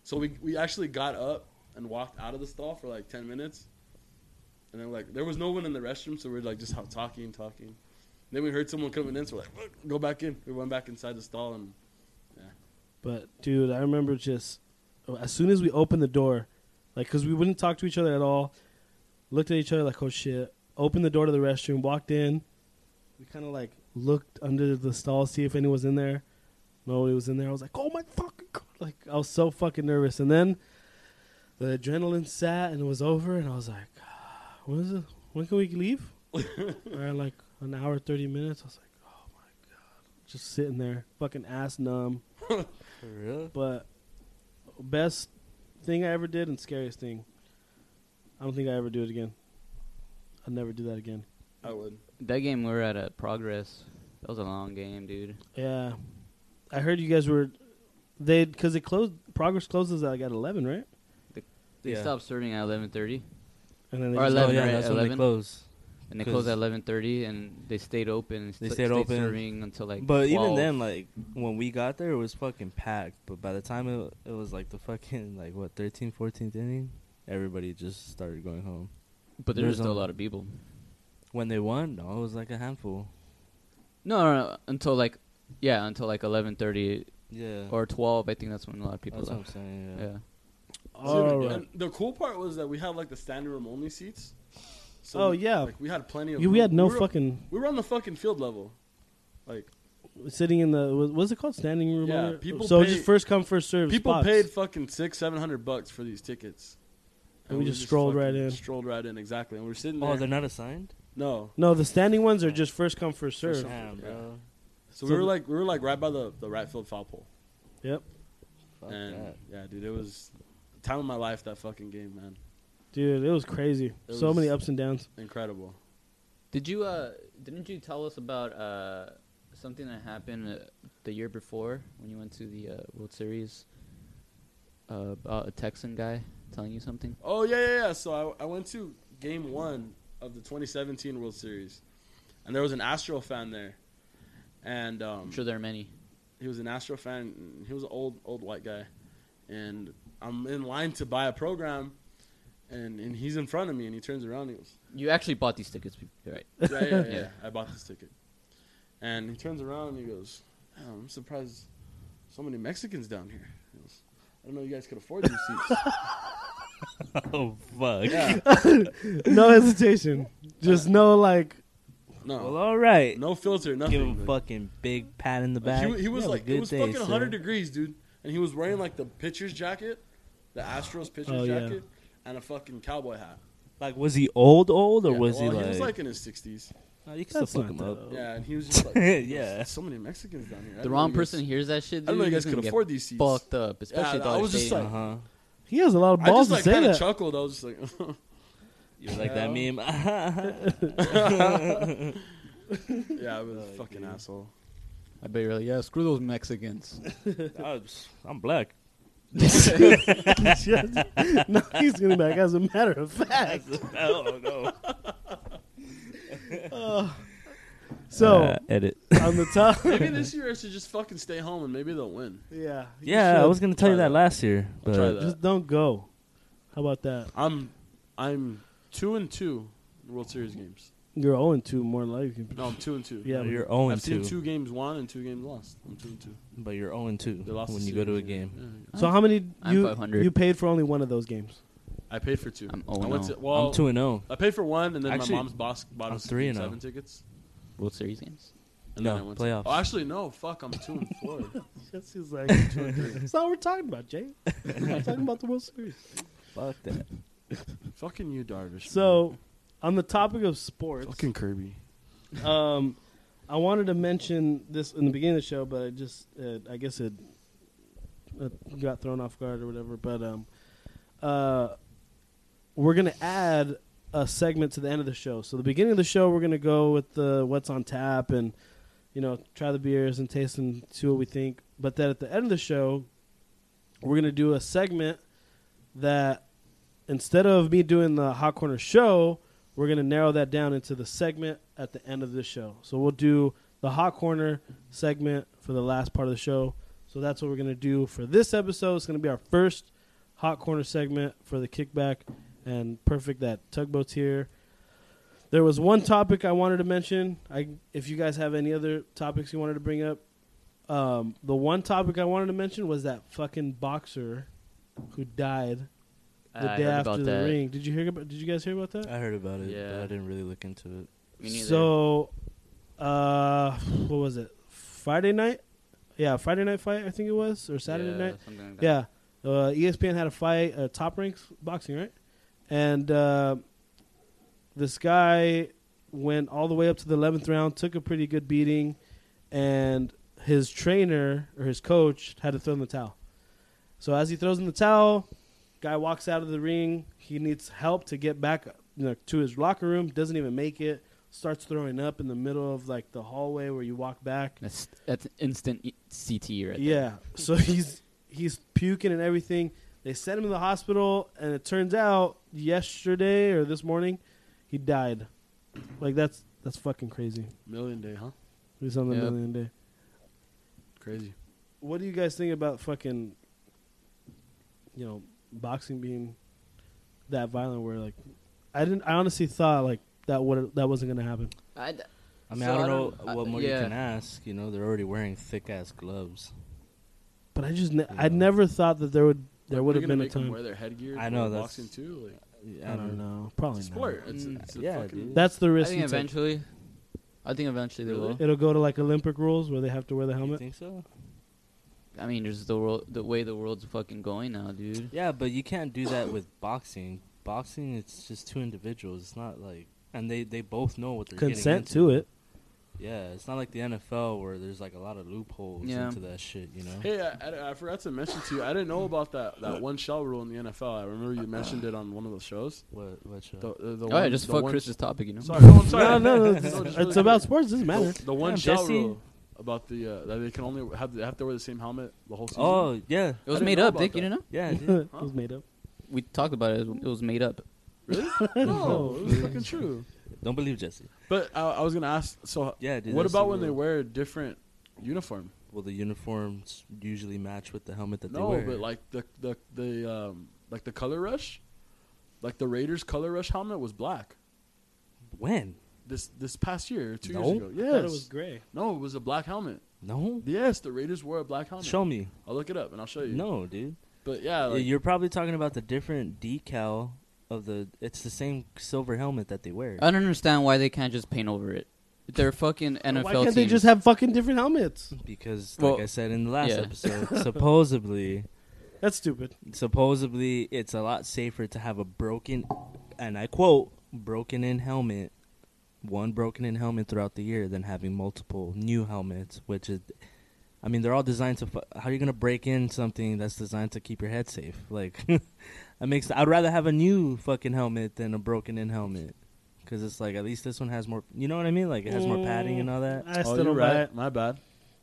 Speaker 3: So we we actually got up and walked out of the stall for like ten minutes. And then like there was no one in the restroom, so we are like just out talking, talking. Then we heard someone coming in, so we're like, "Look, go back in. We went back inside the stall and
Speaker 1: but dude, I remember just oh, as soon as we opened the door, like, cause we wouldn't talk to each other at all. Looked at each other like, "Oh shit!" Opened the door to the restroom, walked in. We kind of like looked under the stall, see if anyone was in there. Nobody was in there. I was like, "Oh my fucking god!" Like, I was so fucking nervous. And then the adrenaline sat and it was over, and I was like, "Ah, "When is it? When can we leave?" We're at like an hour thirty minutes. I was like, "Oh my god!" Just sitting there, fucking ass numb.
Speaker 5: For real?
Speaker 1: But best thing I ever did and scariest thing. I don't think I ever do it again. I'd never do that again.
Speaker 3: I would.
Speaker 2: That game we were at a progress. That was a long game, dude.
Speaker 1: Yeah, I heard you guys were they because it closed. Progress closes like at eleven, right?
Speaker 2: They
Speaker 5: Yeah.
Speaker 2: stopped serving at eleven thirty,
Speaker 1: And then
Speaker 2: Or
Speaker 1: just-
Speaker 2: 11,
Speaker 5: oh, yeah,
Speaker 2: right?
Speaker 5: that's when
Speaker 2: 11.
Speaker 5: they close.
Speaker 2: and they closed at
Speaker 5: Cause-
Speaker 2: eleven thirty, and they stayed open. And
Speaker 5: They
Speaker 2: st-
Speaker 5: stayed open.
Speaker 2: serving until like.
Speaker 5: but even
Speaker 2: 12.
Speaker 5: then, like when we got there, it was fucking packed. But by the time it, it was like the fucking like what 13th, 14th inning, everybody just started going home.
Speaker 2: but there was
Speaker 5: there's
Speaker 2: still a
Speaker 5: only-
Speaker 2: lot of people.
Speaker 5: When they won, no, it was like a handful.
Speaker 2: No, no, no, until like, yeah, until like eleven thirty
Speaker 5: Yeah,
Speaker 2: or twelve. I think that's when a lot of people
Speaker 5: that's what I'm
Speaker 2: left.
Speaker 5: saying. Yeah.
Speaker 2: Yeah.
Speaker 1: all
Speaker 3: Dude,
Speaker 1: right.
Speaker 3: and the cool part was that we had like the standing room only seats. So
Speaker 1: Oh,
Speaker 3: we-
Speaker 1: yeah.
Speaker 3: Like we had plenty of
Speaker 1: You- we
Speaker 3: room.
Speaker 1: had no
Speaker 3: were-
Speaker 1: fucking
Speaker 3: we were on the fucking field level. Like
Speaker 1: sitting in the what was it called standing room?
Speaker 3: Yeah,
Speaker 1: only?
Speaker 3: people
Speaker 1: So
Speaker 3: pay-
Speaker 1: just first come first serve.
Speaker 3: People
Speaker 1: spots.
Speaker 3: paid fucking six, seven hundred bucks for these tickets,
Speaker 1: And we just strolled right
Speaker 3: fucking
Speaker 1: in.
Speaker 3: Strolled right in, exactly. And we we're sitting there.
Speaker 5: Oh, they're not assigned.
Speaker 3: no,
Speaker 1: No, the standing ones are just first come first serve.
Speaker 3: Sure.
Speaker 5: Damn, bro.
Speaker 1: So
Speaker 3: so, we were
Speaker 1: the-
Speaker 3: like, we were like right by the the right field foul pole,
Speaker 1: Yep,
Speaker 5: Fuck
Speaker 3: and
Speaker 5: that.
Speaker 3: yeah, dude, it was time of my life that fucking game, man,
Speaker 1: dude, it was crazy.
Speaker 3: It
Speaker 1: so
Speaker 3: was-
Speaker 1: many ups and
Speaker 3: [LAUGHS]
Speaker 1: downs. [LAUGHS]
Speaker 3: incredible.
Speaker 2: Did you? uh Didn't you tell us about uh something that happened uh, the year before when you went to the uh, World Series? Uh, about a Texan guy telling you something.
Speaker 3: Oh yeah, yeah, yeah. So I, I went to game one of the 2017 World Series, and there was an Astro fan there, and um,
Speaker 2: I'm sure there are many.
Speaker 3: he was an Astro fan. and He was an old old white guy, and I'm in line to buy a program, and and he's in front of me, and he turns around, and he goes.
Speaker 5: [LAUGHS]
Speaker 2: You actually bought these tickets, right?
Speaker 3: yeah, yeah, yeah,
Speaker 2: Yeah.
Speaker 3: I bought this ticket. And he turns around and he goes, "Damn, I'm surprised so many Mexicans down here. He goes, I don't know you guys could afford these
Speaker 5: [LAUGHS]
Speaker 3: seats.
Speaker 5: oh fuck.
Speaker 3: yeah.
Speaker 1: no hesitation, just no like
Speaker 5: Well,
Speaker 3: No.
Speaker 5: all right.
Speaker 3: No filter,
Speaker 5: Give
Speaker 3: nothing.
Speaker 5: him a
Speaker 3: Like,
Speaker 5: fucking big pat in the
Speaker 3: like,
Speaker 5: back.
Speaker 3: he, he
Speaker 5: You
Speaker 3: was
Speaker 5: have a
Speaker 3: like, it
Speaker 5: good
Speaker 3: was
Speaker 5: day,
Speaker 3: fucking
Speaker 5: sir.
Speaker 3: 100 degrees, dude. And he was wearing like the pitcher's jacket, the Astros pitcher's
Speaker 1: Oh, yeah.
Speaker 3: jacket, and a fucking cowboy hat.
Speaker 5: Like, was he old, old, or
Speaker 3: Yeah,
Speaker 5: was
Speaker 3: well,
Speaker 5: he like?
Speaker 3: He was like in his 60s.
Speaker 5: No, you can still
Speaker 1: That's
Speaker 5: fuck him
Speaker 1: not
Speaker 5: up.
Speaker 1: that
Speaker 3: Yeah, and he was
Speaker 1: [LAUGHS]
Speaker 3: just like,
Speaker 5: Yeah.
Speaker 3: "There's so many Mexicans down here. I
Speaker 2: The
Speaker 3: don't
Speaker 2: wrong
Speaker 3: know you guys-
Speaker 2: person hears that shit. Dude,
Speaker 3: I don't know you
Speaker 2: he's
Speaker 3: guys
Speaker 2: gonna
Speaker 3: could
Speaker 2: get
Speaker 3: afford these seats.
Speaker 2: Fucked up, especially
Speaker 3: I
Speaker 2: Dodger
Speaker 3: was just
Speaker 2: Stadium.
Speaker 5: Uh huh.
Speaker 1: he has a lot of
Speaker 3: I
Speaker 1: balls
Speaker 3: just like
Speaker 1: to say
Speaker 3: kind of
Speaker 1: that. [LAUGHS]
Speaker 3: chuckled. I was just like, [LAUGHS]
Speaker 5: You like that
Speaker 3: Yeah.
Speaker 5: meme? [LAUGHS] I
Speaker 3: yeah, I was a fucking
Speaker 5: [LAUGHS]
Speaker 3: asshole.
Speaker 2: I bet you're like, yeah, screw those Mexicans.
Speaker 5: was- I'm
Speaker 3: [LAUGHS]
Speaker 5: black.
Speaker 1: no, he's gonna be like, as a matter of
Speaker 5: [LAUGHS]
Speaker 3: [LAUGHS]
Speaker 1: fact.
Speaker 5: oh no. [LAUGHS]
Speaker 1: So
Speaker 5: edit.
Speaker 1: [LAUGHS] on the top,
Speaker 3: [LAUGHS] Maybe this year I should just fucking stay home and maybe they'll win.
Speaker 1: yeah, you
Speaker 5: Yeah, I
Speaker 1: should.
Speaker 5: was gonna tell you
Speaker 3: Try
Speaker 5: that
Speaker 3: that.
Speaker 5: last year,
Speaker 3: I'll try
Speaker 5: but
Speaker 3: that.
Speaker 1: just don't go. How about that?
Speaker 3: I'm I'm two and two in World Series games.
Speaker 1: You're 0 and 2 more likely.
Speaker 3: No, I'm two and two.
Speaker 1: Yeah,
Speaker 5: But
Speaker 1: but
Speaker 5: you're 0
Speaker 3: I've
Speaker 5: Oh, and
Speaker 3: seen
Speaker 5: 2.
Speaker 3: two games won and two games lost. I'm two and two.
Speaker 5: But you're 0 and 2
Speaker 3: They lost
Speaker 5: when
Speaker 3: the
Speaker 5: you go to a
Speaker 3: series, yeah.
Speaker 5: game.
Speaker 3: Yeah, yeah.
Speaker 1: So how many
Speaker 2: I'm
Speaker 1: you
Speaker 2: 500.
Speaker 1: you paid for only one of those
Speaker 3: [LAUGHS]
Speaker 1: games?
Speaker 3: I paid for two.
Speaker 2: I'm
Speaker 3: I
Speaker 2: 0
Speaker 3: went
Speaker 2: now.
Speaker 3: to well.
Speaker 5: I'm 2 and 0.
Speaker 3: I paid for one, and then
Speaker 5: Actually,
Speaker 3: my mom's boss bought
Speaker 5: I'm
Speaker 3: us
Speaker 5: three
Speaker 3: game
Speaker 5: and oh.
Speaker 3: seven tickets.
Speaker 2: World Series games.
Speaker 3: And
Speaker 5: No,
Speaker 3: then I went
Speaker 5: playoffs.
Speaker 3: To, oh, actually, no. Fuck, I'm two and four.
Speaker 5: [LAUGHS]
Speaker 1: Yes, he's like. [LAUGHS] That's not what we're talking about,
Speaker 3: [LAUGHS]
Speaker 1: Jay. we're talking about the World Series.
Speaker 5: Fuck that.
Speaker 3: Fucking you, Darvish.
Speaker 1: So, on the topic of
Speaker 3: man.
Speaker 1: sports,
Speaker 3: fucking Kirby.
Speaker 1: um, I wanted to mention this in the beginning of the show, but I just, uh, I guess it, it got thrown off guard or whatever. But um, uh, we're gonna add a segment to the end of the show. So the beginning of the show, we're gonna go with the what's on tap and you know try the beers and taste and see what we think. But then at the end of the show, we're gonna do a segment that instead of me doing the hot corner show, we're gonna narrow that down into the segment at the end of this show. So we'll do the hot corner segment for the last part of the show. So that's what we're gonna do for this episode. It's gonna be our first hot corner segment for the kickback and perfect that tugboats here. There was one topic I wanted to mention. I if you guys have any other topics you wanted to bring up. Um, the one topic I wanted to mention was that fucking boxer who died the day after the ring. Did you hear about? Did you guys hear about that?
Speaker 5: I heard about it, but
Speaker 2: Yeah.
Speaker 5: I didn't really look into it.
Speaker 1: so, uh, what was it? Friday night? Yeah, Friday night fight. I think it was or Saturday night. Yeah, uh, ESPN had a fight, uh, Top Ranks Boxing, right? And uh, this guy went all the way up to the eleventh round, took a pretty good beating, and his trainer or his coach had to throw in the towel. So as he throws in the towel, guy walks out of the ring. He needs help to get back you know, to his locker room. Doesn't even make it. Starts throwing up in the middle of like the hallway where you walk back.
Speaker 2: That's that's instant e- CT right
Speaker 1: Yeah. So [LAUGHS] he's he's puking and everything. They sent him to the hospital, and it turns out yesterday or this morning, he died. Like that's that's fucking crazy.
Speaker 3: Million day, huh?
Speaker 1: He's on the
Speaker 2: Yep.
Speaker 1: million day.
Speaker 3: Crazy.
Speaker 1: What do you guys think about fucking, you know, boxing being that violent? Where like, I didn't. I honestly thought like that would that wasn't gonna happen.
Speaker 2: there. I,
Speaker 5: I mean,
Speaker 2: So
Speaker 5: I
Speaker 2: I
Speaker 5: don't
Speaker 2: don't-
Speaker 5: know
Speaker 2: uh,
Speaker 5: what more
Speaker 2: yeah.
Speaker 5: you can ask. You know, they're already wearing thick ass gloves.
Speaker 1: But I just ne-
Speaker 5: Yeah.
Speaker 1: I never thought that there would there
Speaker 3: Like,
Speaker 1: would
Speaker 3: they're
Speaker 1: have
Speaker 3: gonna
Speaker 1: been a
Speaker 3: make 'em
Speaker 1: time.
Speaker 3: wear their headgear.
Speaker 5: I know,
Speaker 3: for
Speaker 5: that's-
Speaker 3: boxing too. Like,
Speaker 1: I don't know. Probably
Speaker 3: it's a
Speaker 1: not.
Speaker 3: sport. It's,
Speaker 2: Mm,
Speaker 3: it's a
Speaker 5: yeah,
Speaker 3: fucking.
Speaker 5: dude.
Speaker 1: That's the
Speaker 2: I
Speaker 1: risk.
Speaker 2: think
Speaker 1: you take.
Speaker 2: eventually. I think eventually they
Speaker 3: Really?
Speaker 2: will.
Speaker 1: It'll go to like Olympic rules where they have to wear the
Speaker 5: You
Speaker 1: helmet.
Speaker 5: think so?
Speaker 2: I mean, just the world, the way the world's fucking going now, dude.
Speaker 5: Yeah, but you can't do that with boxing. Boxing, it's just two individuals. It's not like, and they they both know what they're getting
Speaker 1: Consent
Speaker 5: into.
Speaker 1: to it.
Speaker 5: Yeah, it's not like the NFL where there's like a lot of loopholes
Speaker 2: Yeah.
Speaker 5: into that shit. You know.
Speaker 3: Hey, I, I, I forgot to mention to you. I didn't know about that, that one shell rule in the NFL. I remember you mentioned it on one of those shows.
Speaker 5: What what show?
Speaker 3: The, the, the
Speaker 2: Oh
Speaker 3: one-
Speaker 2: yeah, just
Speaker 3: the
Speaker 2: fuck
Speaker 3: one-
Speaker 2: Chris's topic, you know.
Speaker 1: Oh,
Speaker 3: Sorry, no, I'm sorry.
Speaker 1: No, [LAUGHS]
Speaker 3: [LAUGHS]
Speaker 1: no, no.
Speaker 3: No,
Speaker 1: It's,
Speaker 3: just
Speaker 1: it's
Speaker 3: really quick.
Speaker 1: about sports. Doesn't matter.
Speaker 3: The, the one
Speaker 5: Damn,
Speaker 3: shell
Speaker 5: Jesse.
Speaker 3: rule about the uh, that they can only have they have to wear the same helmet the whole season.
Speaker 5: oh yeah,
Speaker 2: It was
Speaker 3: didn't
Speaker 2: made
Speaker 3: know
Speaker 2: up,
Speaker 3: about
Speaker 2: Dick. You
Speaker 3: that.
Speaker 2: didn't know?
Speaker 5: yeah.
Speaker 1: [LAUGHS] it
Speaker 3: [LAUGHS]
Speaker 5: dude.
Speaker 1: was made up.
Speaker 2: We talked about it. It was made up.
Speaker 1: [LAUGHS]
Speaker 3: no, it was fucking true.
Speaker 5: Don't believe Jesse.
Speaker 3: But I, I was gonna ask. So
Speaker 5: Yeah, dude.
Speaker 3: what
Speaker 5: that's the
Speaker 3: about when they
Speaker 5: rule.
Speaker 3: wear a different uniform?
Speaker 5: Well, the uniforms usually match with the helmet that they
Speaker 3: No,
Speaker 5: wear.
Speaker 3: but like the the the um like the color rush, like the Raiders color rush helmet was black.
Speaker 5: when?
Speaker 3: This this past year, two
Speaker 5: No.
Speaker 3: years ago. Yes.
Speaker 1: I thought it was gray.
Speaker 3: no, it was a black helmet.
Speaker 5: No.
Speaker 3: Yes, the Raiders wore a black helmet.
Speaker 5: Show me.
Speaker 3: I'll look it up and I'll show you.
Speaker 5: No, dude.
Speaker 3: but yeah, like,
Speaker 5: You're probably talking about the different decal of the. It's the same silver helmet that they wear.
Speaker 2: I don't understand why they can't just paint over it. They're fucking NFL
Speaker 1: Why can't they
Speaker 2: teams.
Speaker 1: just have fucking different helmets?
Speaker 5: because, like
Speaker 2: Well,
Speaker 5: I said in the last
Speaker 2: yeah. [LAUGHS]
Speaker 5: episode, supposedly,
Speaker 1: That's stupid.
Speaker 5: supposedly, it's a lot safer to have a broken, and I quote, broken in helmet, one broken in helmet throughout the year than having multiple new helmets, which is, I mean, they're all designed to. Fu- how are you gonna break in something that's designed to keep your head safe? Like, [LAUGHS] that makes. I'd rather have a new fucking helmet than a broken in helmet. Cause it's like at least this one has more, you know what I mean? Like it has more padding and all that.
Speaker 1: I
Speaker 3: oh,
Speaker 1: still
Speaker 3: you're
Speaker 1: don't buy
Speaker 3: right.
Speaker 1: it.
Speaker 3: My bad.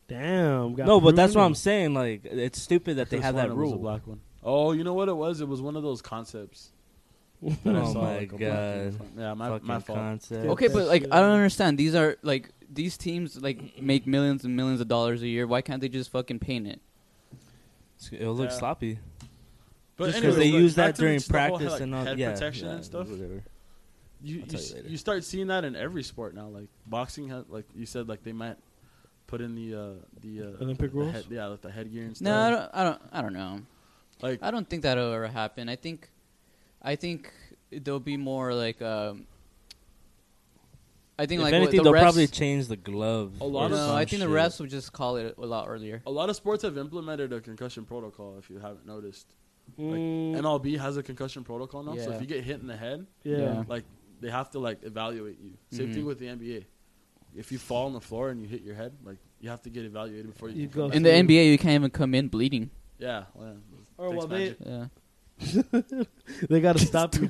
Speaker 1: Damn. Got
Speaker 5: No, but that's what
Speaker 1: proven.
Speaker 5: I'm saying. Like it's stupid that they
Speaker 3: Chris
Speaker 5: have that
Speaker 3: Warner was
Speaker 5: rule.
Speaker 3: a black one. Oh, you know what it was? It was one of those concepts. that I
Speaker 5: Oh
Speaker 3: saw,
Speaker 5: my
Speaker 3: like, a black
Speaker 5: God.
Speaker 3: uniform. Yeah, my
Speaker 5: fucking
Speaker 3: my fault.
Speaker 5: concept.
Speaker 1: Yeah.
Speaker 2: Okay,
Speaker 1: that
Speaker 2: but like
Speaker 1: shit.
Speaker 2: I don't understand. These are like these teams like make millions and millions of dollars a year. Why can't they just fucking paint it?
Speaker 5: It'll look
Speaker 3: Yeah.
Speaker 5: sloppy.
Speaker 3: But
Speaker 5: Just 'cause
Speaker 3: anyways,
Speaker 5: they
Speaker 3: look,
Speaker 5: use
Speaker 3: back
Speaker 5: that
Speaker 3: to the-
Speaker 5: during
Speaker 3: the whole,
Speaker 5: practice
Speaker 3: like,
Speaker 5: and all.
Speaker 3: head
Speaker 5: yeah,
Speaker 3: protection
Speaker 5: yeah,
Speaker 3: and stuff.
Speaker 5: Whatever.
Speaker 3: you you,
Speaker 5: tell you
Speaker 3: s-
Speaker 5: later.
Speaker 3: you start seeing that in every sport now. Like boxing, ha- like you said, like they might put in the uh, the uh,
Speaker 1: Olympic
Speaker 3: the
Speaker 1: rules?
Speaker 3: head- yeah, like the headgear and stuff.
Speaker 2: No, I don't, I don't. I don't know.
Speaker 3: like
Speaker 2: I don't think that'll ever happen. I think, I think there'll be more like. Um, I think
Speaker 5: if
Speaker 2: like what
Speaker 5: anything,
Speaker 2: the
Speaker 5: they'll
Speaker 2: refs,
Speaker 5: probably change the glove.
Speaker 3: A lot
Speaker 5: or
Speaker 3: of-
Speaker 2: No,
Speaker 5: some
Speaker 2: I think the
Speaker 5: shit.
Speaker 2: refs would just call it a lot earlier.
Speaker 3: a lot of sports have implemented a concussion protocol. If you haven't noticed,
Speaker 1: Mm,
Speaker 3: MLB has a concussion protocol now. So
Speaker 2: Yeah.
Speaker 3: if you get hit in the head,
Speaker 1: yeah.
Speaker 2: Yeah.
Speaker 3: like they have to like evaluate you. Same
Speaker 2: Mhm.
Speaker 3: thing with the NBA. If you fall on the floor and you hit your head, like you have to get evaluated before you,
Speaker 1: You
Speaker 3: can
Speaker 1: go
Speaker 3: come back.
Speaker 2: In the
Speaker 1: Absolutely.
Speaker 2: NBA, you can't even come in bleeding.
Speaker 3: Yeah, well,
Speaker 1: Or
Speaker 3: Takes
Speaker 1: well, they
Speaker 3: magic.
Speaker 2: Yeah.
Speaker 1: they
Speaker 5: [LAUGHS]
Speaker 1: gotta stop you.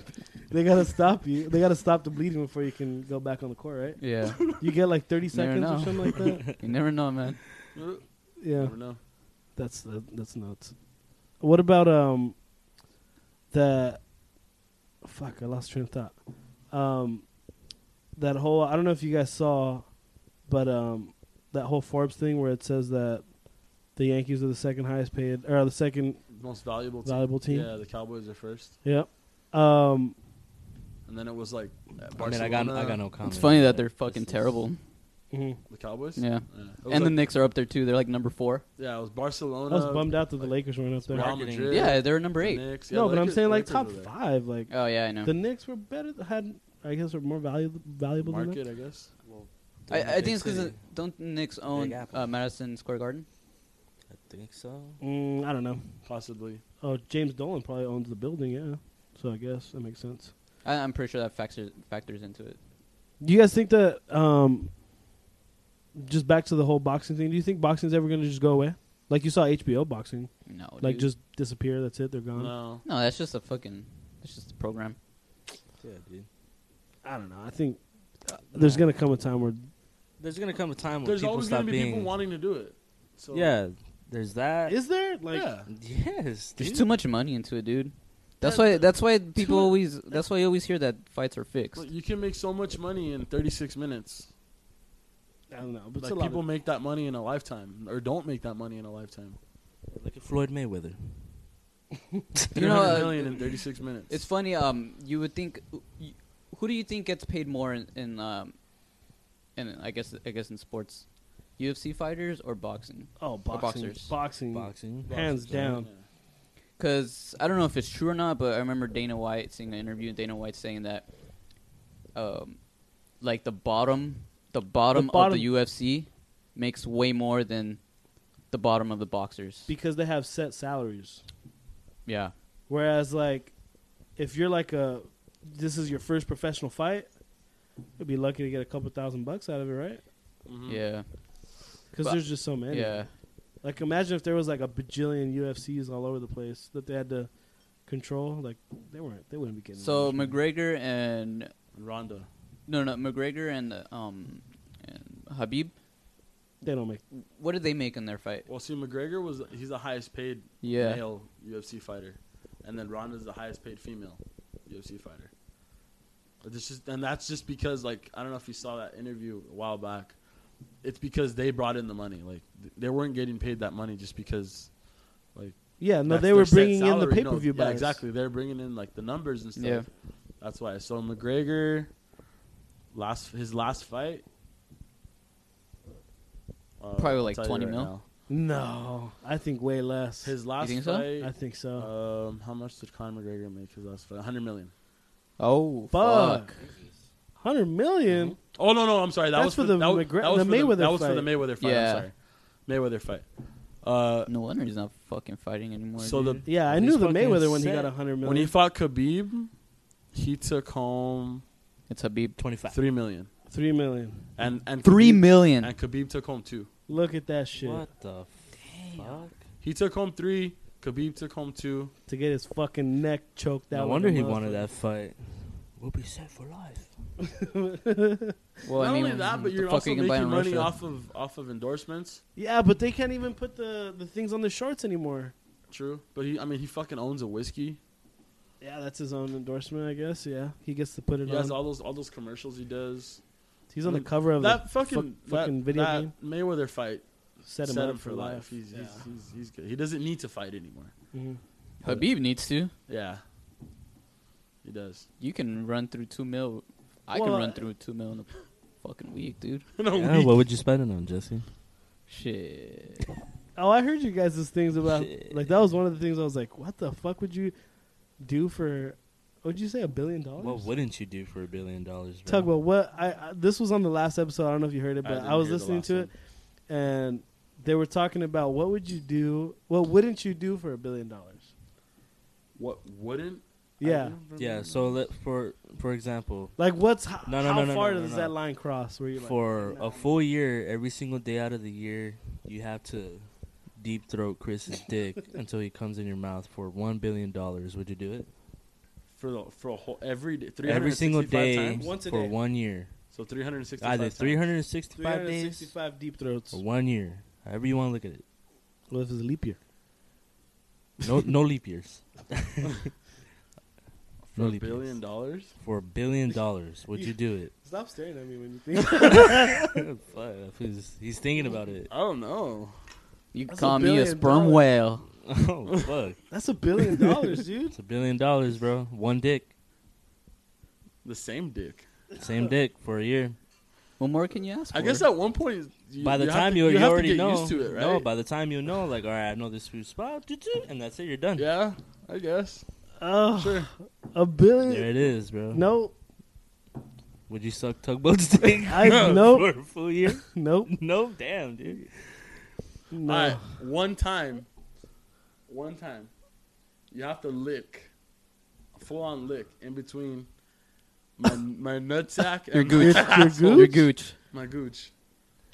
Speaker 1: They gotta stop you. They gotta stop the bleeding before you can go back on the court, right?
Speaker 2: [LAUGHS] Yeah.
Speaker 1: You get like 30
Speaker 2: Never
Speaker 1: seconds or
Speaker 2: know.
Speaker 1: something like
Speaker 5: [LAUGHS]
Speaker 1: that.
Speaker 2: you never know, man.
Speaker 3: yeah.
Speaker 1: Yeah,
Speaker 3: Never know.
Speaker 1: that's that, that's nuts. What about um the fuck? I lost train of thought. Um, that whole I don't know if you guys saw, but um that whole Forbes thing where it says that the Yankees are the second highest paid or the second
Speaker 3: Most valuable team.
Speaker 1: Valuable team?
Speaker 3: Yeah, the Cowboys are first,
Speaker 1: Yep. Um,
Speaker 3: and then it was like
Speaker 5: I mean, I got, I got no comment.
Speaker 2: It's funny that they're fucking terrible.
Speaker 3: the Cowboys.
Speaker 2: Yeah.
Speaker 3: It was
Speaker 2: And the
Speaker 3: like-
Speaker 2: Knicks are up there too. They're like number four.
Speaker 3: yeah, it was
Speaker 1: I
Speaker 3: Barcelona.
Speaker 1: was bummed out that the Lakers weren't up there.
Speaker 3: Real
Speaker 5: Marketing.
Speaker 3: Madrid,
Speaker 2: Yeah, they're number
Speaker 3: the
Speaker 2: eight.
Speaker 3: Knicks. Yeah,
Speaker 1: no,
Speaker 3: the
Speaker 1: but I'm
Speaker 3: Lakers-
Speaker 1: saying like
Speaker 3: Lakers
Speaker 1: top
Speaker 3: were there.
Speaker 1: five. Like
Speaker 2: Oh yeah, I know.
Speaker 1: the Knicks were better, had I guess were more valuable valuable than
Speaker 3: market,
Speaker 1: that.
Speaker 3: I guess. Well,
Speaker 2: I, I think it's because don't the Knicks own
Speaker 5: Big Apple.
Speaker 2: uh, Madison Square Garden?
Speaker 5: I think so.
Speaker 1: Mm, I don't know.
Speaker 3: possibly.
Speaker 1: Oh, James Dolan probably owns the building. Yeah, so I guess that makes sense.
Speaker 2: I, I'm pretty sure that factors factors into it.
Speaker 1: Do you guys think that? Um, just back to the whole boxing thing. Do you think boxing's ever going to just go away? Like you saw HBO boxing,
Speaker 2: No,
Speaker 1: like
Speaker 2: dude.
Speaker 1: just disappear. That's it. They're gone.
Speaker 3: No,
Speaker 2: no. That's just a fucking. That's just a program.
Speaker 5: Yeah, dude.
Speaker 1: I don't know. I think uh, there's going to come a time where
Speaker 5: There's gonna come a time when
Speaker 3: there's
Speaker 5: people
Speaker 3: always gonna
Speaker 5: stop
Speaker 3: be
Speaker 5: being.
Speaker 3: people wanting to do it. So
Speaker 5: yeah, there's that.
Speaker 1: is there like
Speaker 3: yeah.
Speaker 5: yes,
Speaker 2: There's
Speaker 5: dude.
Speaker 2: too much money into it, dude. That's
Speaker 3: Yeah,
Speaker 2: why.
Speaker 3: th-
Speaker 2: That's why people
Speaker 3: much-
Speaker 2: always. That's why you always hear that fights are fixed.
Speaker 3: Look, you can make so much money in 36 minutes.
Speaker 1: I don't know. But it's
Speaker 3: Like
Speaker 1: a lot
Speaker 3: people
Speaker 1: of-
Speaker 3: make that money in a lifetime, or don't make that money in a lifetime.
Speaker 5: Look at Floyd Mayweather.
Speaker 2: You know,
Speaker 3: 300
Speaker 2: uh,
Speaker 3: million in 36 minutes.
Speaker 2: It's funny. Um, you would think. y- Who do you think gets paid more in, in um, in I guess I guess in sports, UFC fighters or boxing?
Speaker 1: oh boxing,
Speaker 2: boxers.
Speaker 1: boxing,
Speaker 5: Boxing.
Speaker 1: hands down.
Speaker 3: Yeah.
Speaker 2: Because I don't know if it's true or not, but I remember Dana White seeing an interview. and Dana White saying that, um, like the bottom, the bottom,
Speaker 1: bottom-
Speaker 2: of the UFC makes way more than the bottom of the boxers.
Speaker 1: because they have set salaries.
Speaker 2: yeah,
Speaker 1: Whereas like if you're like a this is your first professional fight, you'd be lucky to get a couple thousand bucks out of it, right?
Speaker 3: Mhm.
Speaker 2: yeah,
Speaker 1: Because
Speaker 2: But-
Speaker 1: there's just so many.
Speaker 2: yeah.
Speaker 1: Like imagine if there was like a bajillion UFCs all over the place that they had to control. Like they weren't. They wouldn't be getting.
Speaker 2: So
Speaker 1: that much money.
Speaker 2: McGregor and
Speaker 3: Ronda.
Speaker 2: no, no McGregor and uh, um, and Habib.
Speaker 1: they don't make.
Speaker 2: What did they make in their fight?
Speaker 3: Well, see, McGregor was he's the highest paid
Speaker 2: Yeah.
Speaker 3: male UFC fighter, and then Ronda's the highest paid female UFC fighter. But It's just and that's just because like I don't know if you saw that interview a while back. It's because they brought in the money. Like th- they weren't getting paid that money just because. Like
Speaker 1: Yeah, no,
Speaker 3: that's
Speaker 1: they
Speaker 3: their
Speaker 1: were
Speaker 3: set
Speaker 1: bringing in the
Speaker 3: salary,
Speaker 1: pay
Speaker 3: you know.
Speaker 1: per view.
Speaker 3: Yeah, exactly. They're bringing in like the numbers and stuff.
Speaker 2: Yeah.
Speaker 3: That's why. So McGregor, last his last fight. uh,
Speaker 2: Probably,
Speaker 3: I'll
Speaker 2: like,
Speaker 3: tell you
Speaker 2: 20
Speaker 3: right
Speaker 2: mil.
Speaker 3: now.
Speaker 1: No, I think way less.
Speaker 3: His last
Speaker 2: think so?
Speaker 3: fight.
Speaker 1: I think so.
Speaker 3: Um, how much did Conor McGregor make his last fight? 100 million.
Speaker 2: Oh
Speaker 1: Fuck. Hundred million.
Speaker 3: Oh no, no, I'm sorry. That
Speaker 1: That's
Speaker 3: was
Speaker 1: for
Speaker 3: for
Speaker 1: the
Speaker 3: that was,
Speaker 1: McGre-
Speaker 3: that
Speaker 1: the
Speaker 3: was for
Speaker 1: Mayweather
Speaker 3: that was for the
Speaker 1: fight.
Speaker 3: Mayweather fight.
Speaker 2: Yeah.
Speaker 3: I'm sorry, Mayweather fight. Uh,
Speaker 2: No wonder he's not fucking fighting anymore.
Speaker 3: So the-
Speaker 2: dude.
Speaker 1: Yeah, I
Speaker 5: He's
Speaker 1: knew the
Speaker 5: fucking
Speaker 1: Mayweather when he
Speaker 5: set.
Speaker 1: got a hundred million.
Speaker 3: when he fought Khabib, he took home
Speaker 2: it's Habib.
Speaker 5: Twenty-five.
Speaker 3: three million,
Speaker 1: Three million.
Speaker 3: and and
Speaker 2: Three
Speaker 3: Khabib-
Speaker 2: million.
Speaker 3: and Khabib took home two.
Speaker 1: Look at that shit.
Speaker 5: What the fuck?
Speaker 3: He took home three. Khabib took home two.
Speaker 1: to get his fucking neck choked out.
Speaker 5: No
Speaker 1: like
Speaker 5: wonder
Speaker 1: a
Speaker 5: he
Speaker 1: motherfucker.
Speaker 5: wanted that fight. We'll be set for life.
Speaker 2: Well,
Speaker 3: Not
Speaker 2: I mean,
Speaker 3: only that,
Speaker 2: what
Speaker 3: but
Speaker 2: the
Speaker 3: you're
Speaker 2: fuck
Speaker 3: also
Speaker 2: you can buy in
Speaker 3: making money
Speaker 2: Russia?
Speaker 3: off of off of endorsements.
Speaker 1: Yeah, but they can't even put the, the things on the shorts anymore.
Speaker 3: True, but he, I mean, he fucking owns a whiskey.
Speaker 1: Yeah, that's his own endorsement, I guess. Yeah, he gets to put it
Speaker 3: He has
Speaker 1: on.
Speaker 3: all those all those commercials he does.
Speaker 1: He's on the cover of
Speaker 3: that
Speaker 1: the fuck-
Speaker 3: fucking that-
Speaker 1: fucking video
Speaker 3: that
Speaker 1: game.
Speaker 3: Mayweather fight
Speaker 1: Set him, up for life.
Speaker 3: He's, he's,
Speaker 1: Yeah.
Speaker 3: he's, he's good. He doesn't need to fight anymore.
Speaker 1: Mhm.
Speaker 2: Habib needs to.
Speaker 3: Yeah, he does. [LAUGHS]
Speaker 2: You can run through two mil I
Speaker 1: Well,
Speaker 2: can run
Speaker 3: uh,
Speaker 1: I-
Speaker 2: through two mil in a fucking week, dude.
Speaker 3: no,
Speaker 5: Yeah, what would you spend it on, Jesse?
Speaker 2: Shit.
Speaker 1: Oh, I heard you guys' things about
Speaker 5: Shit.
Speaker 1: like that was one of the things I was like, what the fuck would you do for? What'd you say, a billion dollars?
Speaker 5: What wouldn't you do for a billion dollars? bro?
Speaker 1: Tugboat. What I, I this was on the last episode. I don't know if you heard it,
Speaker 3: I
Speaker 1: but
Speaker 3: didn't
Speaker 1: I, was
Speaker 3: hear the
Speaker 1: listening
Speaker 3: last
Speaker 1: to it, and they were talking about what would you do, what wouldn't you do for a billion dollars?
Speaker 3: What wouldn't? I
Speaker 1: Yeah,
Speaker 3: don't
Speaker 5: Yeah.
Speaker 3: remember.
Speaker 5: So let, for for example,
Speaker 1: like what's h-
Speaker 5: No, no,
Speaker 1: how
Speaker 5: no, no,
Speaker 1: far
Speaker 5: no, no,
Speaker 1: does
Speaker 5: no.
Speaker 1: that line cross? Where you like,
Speaker 5: for
Speaker 1: nah.
Speaker 5: a full year, every single day out of the year, you have to deep throat Chris's [LAUGHS] dick until he comes in your mouth for one billion dollars. Would you do it
Speaker 3: for the, for a whole every day,
Speaker 5: every single
Speaker 3: 365
Speaker 5: day
Speaker 3: times?
Speaker 1: Once a
Speaker 5: for
Speaker 1: day.
Speaker 5: one year?
Speaker 3: So 365
Speaker 5: Either
Speaker 3: times.
Speaker 5: three hundred and sixty-five days
Speaker 1: 365 deep throats.
Speaker 5: or one year, however you want to look at it.
Speaker 1: Well, if it's a leap year,
Speaker 5: No, no leap [LAUGHS] years
Speaker 3: for a
Speaker 5: Really,
Speaker 3: billion
Speaker 5: please.
Speaker 3: dollars.
Speaker 5: for a billion [LAUGHS] dollars. Would you do it?
Speaker 1: stop staring at me when you think.
Speaker 5: Fuck, he's, he's thinking about it.
Speaker 3: I don't know.
Speaker 2: You
Speaker 1: That's a
Speaker 2: call me a
Speaker 1: billion
Speaker 2: sperm
Speaker 1: dollars.
Speaker 2: whale.
Speaker 5: [LAUGHS] Oh fuck!
Speaker 1: That's a billion dollars, dude.
Speaker 5: It's a billion dollars, bro. One dick,
Speaker 3: The same dick. [LAUGHS]
Speaker 5: same dick for a year.
Speaker 2: What more can you ask for?
Speaker 3: I guess at one point, you,
Speaker 5: by the
Speaker 3: you have
Speaker 5: time
Speaker 3: to-
Speaker 5: you, you
Speaker 3: have to
Speaker 5: already
Speaker 3: get
Speaker 5: know,
Speaker 3: used to it, right?
Speaker 5: no, by the time you know, like, all right, I know this food spot, doo-doo, and that's it, you're done.
Speaker 3: yeah, I guess.
Speaker 1: Oh,
Speaker 3: Sure.
Speaker 1: a billion.
Speaker 5: There it is, bro.
Speaker 1: No,
Speaker 5: Would you suck tugboats
Speaker 3: [LAUGHS]
Speaker 5: dick [LAUGHS]
Speaker 1: I nope,
Speaker 5: for a full year? [LAUGHS]
Speaker 1: nope,
Speaker 5: no, damn, dude.
Speaker 1: no.
Speaker 3: All right, one time, one time, you have to lick, full on lick in between my my nutsack
Speaker 2: Your
Speaker 3: and [LAUGHS]
Speaker 2: gooch.
Speaker 3: my,
Speaker 1: Your
Speaker 3: asshole.
Speaker 2: Your
Speaker 1: gooch?
Speaker 2: gooch.
Speaker 3: my gooch.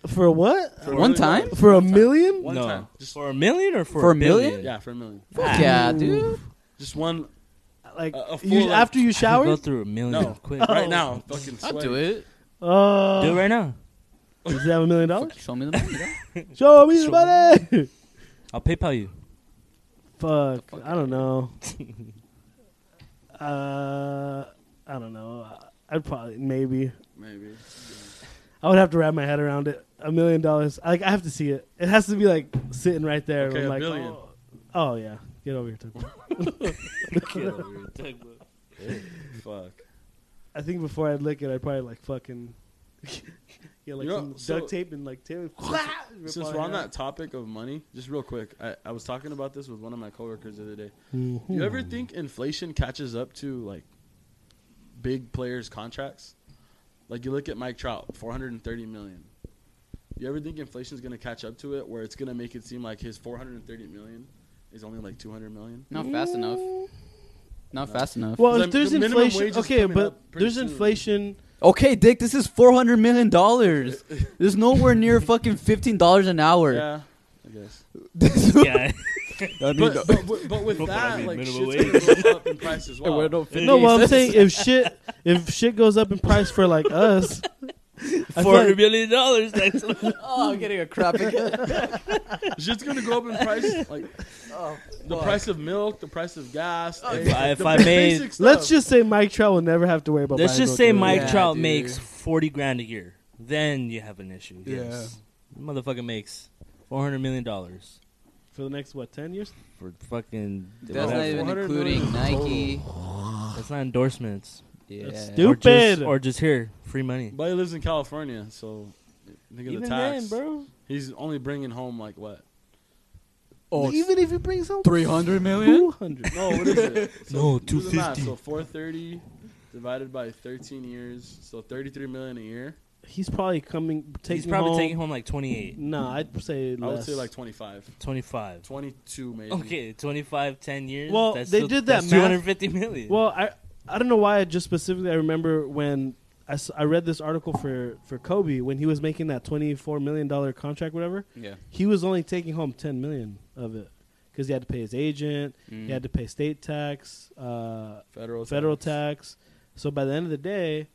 Speaker 1: For what?
Speaker 3: For a
Speaker 2: One
Speaker 3: million
Speaker 2: time?
Speaker 3: dollars.
Speaker 1: For a million?
Speaker 3: One
Speaker 5: no.
Speaker 3: time. Just-
Speaker 5: for a million or for,
Speaker 2: For a
Speaker 5: a
Speaker 2: million?
Speaker 5: billion?
Speaker 3: Yeah, for a million.
Speaker 2: Fuck yeah, dude.
Speaker 3: Just one.
Speaker 1: Like
Speaker 3: A- a full,
Speaker 1: you,
Speaker 3: like-
Speaker 1: after you
Speaker 5: I could go
Speaker 1: shower?
Speaker 5: through a million
Speaker 3: No,
Speaker 5: quick.
Speaker 3: [LAUGHS] right now. Fucking
Speaker 2: Oh. I'll
Speaker 3: sweat.
Speaker 2: do it.
Speaker 1: Oh,
Speaker 5: Do it right now.
Speaker 1: does he have a million
Speaker 2: Fuck,
Speaker 1: dollars?
Speaker 2: show me the money. dog.
Speaker 1: Show me the
Speaker 5: Show-
Speaker 1: money.
Speaker 5: I'll PayPal
Speaker 3: [LAUGHS]
Speaker 5: you.
Speaker 1: Fuck,
Speaker 2: fuck
Speaker 1: I don't know. uh, I don't know. I'd probably maybe.
Speaker 3: Maybe.
Speaker 1: I would have to wrap my head around it. A million dollars. Like I have to see it. It has to be like sitting right there. and
Speaker 3: Okay,
Speaker 1: I'm
Speaker 3: a
Speaker 1: like,
Speaker 3: billion.
Speaker 1: Oh, oh, yeah, get over here, Tucker.
Speaker 3: Fuck.
Speaker 1: I think before I'd lick it, I'd probably like fucking. [LAUGHS] Yeah, like
Speaker 3: You know,
Speaker 1: some
Speaker 3: so-
Speaker 1: duct tape and like tape.
Speaker 3: [LAUGHS]
Speaker 1: [LAUGHS]
Speaker 3: Since we're on that topic of money, just real quick, I, I was talking about this with one of my coworkers the other day. Do
Speaker 5: Mm-hmm.
Speaker 3: you
Speaker 5: Hmm.
Speaker 3: ever think inflation catches up to like big players' contracts? Like you look at Mike Trout, four hundred and thirty million. You ever think inflation's gonna catch up to it, where it's gonna make it seem like his four hundred and thirty million is only like two hundred million?
Speaker 2: Not fast enough. Not fast enough.
Speaker 1: Well,
Speaker 3: 'Cause
Speaker 1: if
Speaker 3: I'm-
Speaker 1: there's
Speaker 3: the minimum wage
Speaker 1: inflation,
Speaker 3: is
Speaker 1: okay,
Speaker 3: coming
Speaker 1: but
Speaker 3: up pretty
Speaker 1: there's
Speaker 3: soon.
Speaker 1: inflation.
Speaker 2: Okay, Dick, this is four hundred million dollars. There's nowhere near fucking fifteen dollars an hour.
Speaker 3: Yeah, I guess.
Speaker 2: This-
Speaker 5: [LAUGHS]
Speaker 3: [LAUGHS]
Speaker 5: Yeah.
Speaker 3: But, but, but, but with
Speaker 5: But [LAUGHS] I
Speaker 3: that,
Speaker 5: mean,
Speaker 3: like
Speaker 5: minimum
Speaker 3: shit's gonna go up in price as well.
Speaker 5: [LAUGHS] It
Speaker 1: No,
Speaker 5: is.
Speaker 1: well, I'm [LAUGHS] saying if shit, if shit goes up in price for like
Speaker 5: [LAUGHS]
Speaker 1: us, I feel
Speaker 5: Four hundred
Speaker 1: like,
Speaker 5: million dollars. That's
Speaker 2: oh, I'm getting a crap again.
Speaker 3: Shit's gonna go up in
Speaker 5: [LAUGHS]
Speaker 3: price, like the price of milk, the price of gas.
Speaker 5: Oh, if I, if
Speaker 3: the
Speaker 5: I
Speaker 3: [LAUGHS] basic
Speaker 5: made
Speaker 3: stuff.
Speaker 1: let's just say Mike Trout will never have to worry about.
Speaker 5: Let's
Speaker 1: buying
Speaker 5: just
Speaker 1: groceries.
Speaker 5: say Mike
Speaker 2: Yeah,
Speaker 5: Trout
Speaker 2: dude.
Speaker 5: makes forty grand a year. Then you have an issue. Yes. Motherfucker makes four hundred million dollars
Speaker 1: for the next what ten years.
Speaker 5: for fucking
Speaker 2: That's
Speaker 5: whatever.
Speaker 2: not even
Speaker 3: 400
Speaker 2: including Nike.
Speaker 5: That's not endorsements.
Speaker 2: Yeah.
Speaker 1: That's
Speaker 5: Or
Speaker 1: stupid.
Speaker 5: just, or just here, free money.
Speaker 3: But he lives in California, so think of the
Speaker 5: Even
Speaker 3: tax.
Speaker 5: then, bro.
Speaker 3: He's only bringing home like what?
Speaker 5: Oh,
Speaker 1: even if he brings home
Speaker 2: three hundred
Speaker 1: two hundred,
Speaker 3: [LAUGHS] No, what is it?
Speaker 5: No,
Speaker 3: do the math.
Speaker 5: 250.
Speaker 3: So four thirty divided by thirteen years, so thirty three million a year.
Speaker 1: he's probably coming. Taking
Speaker 5: He's probably
Speaker 1: home,
Speaker 5: taking home like 28,
Speaker 1: No, I'd say less.
Speaker 3: I would say like 25.
Speaker 5: 25.
Speaker 3: 22 maybe.
Speaker 5: Okay, 25, 10 years.
Speaker 1: Well,
Speaker 5: that's
Speaker 1: they
Speaker 5: still-
Speaker 1: did that
Speaker 5: that's
Speaker 1: math.
Speaker 5: 250 million.
Speaker 1: Well, I I don't know why I just specifically I remember when I, s- I read this article for for Kobe when he was making that twenty four million dollar contract whatever
Speaker 2: Yeah.
Speaker 1: he was only taking home ten million of it because he had to pay his agent he had to pay state tax uh,
Speaker 3: Federal.
Speaker 1: federal tax so by the end of the day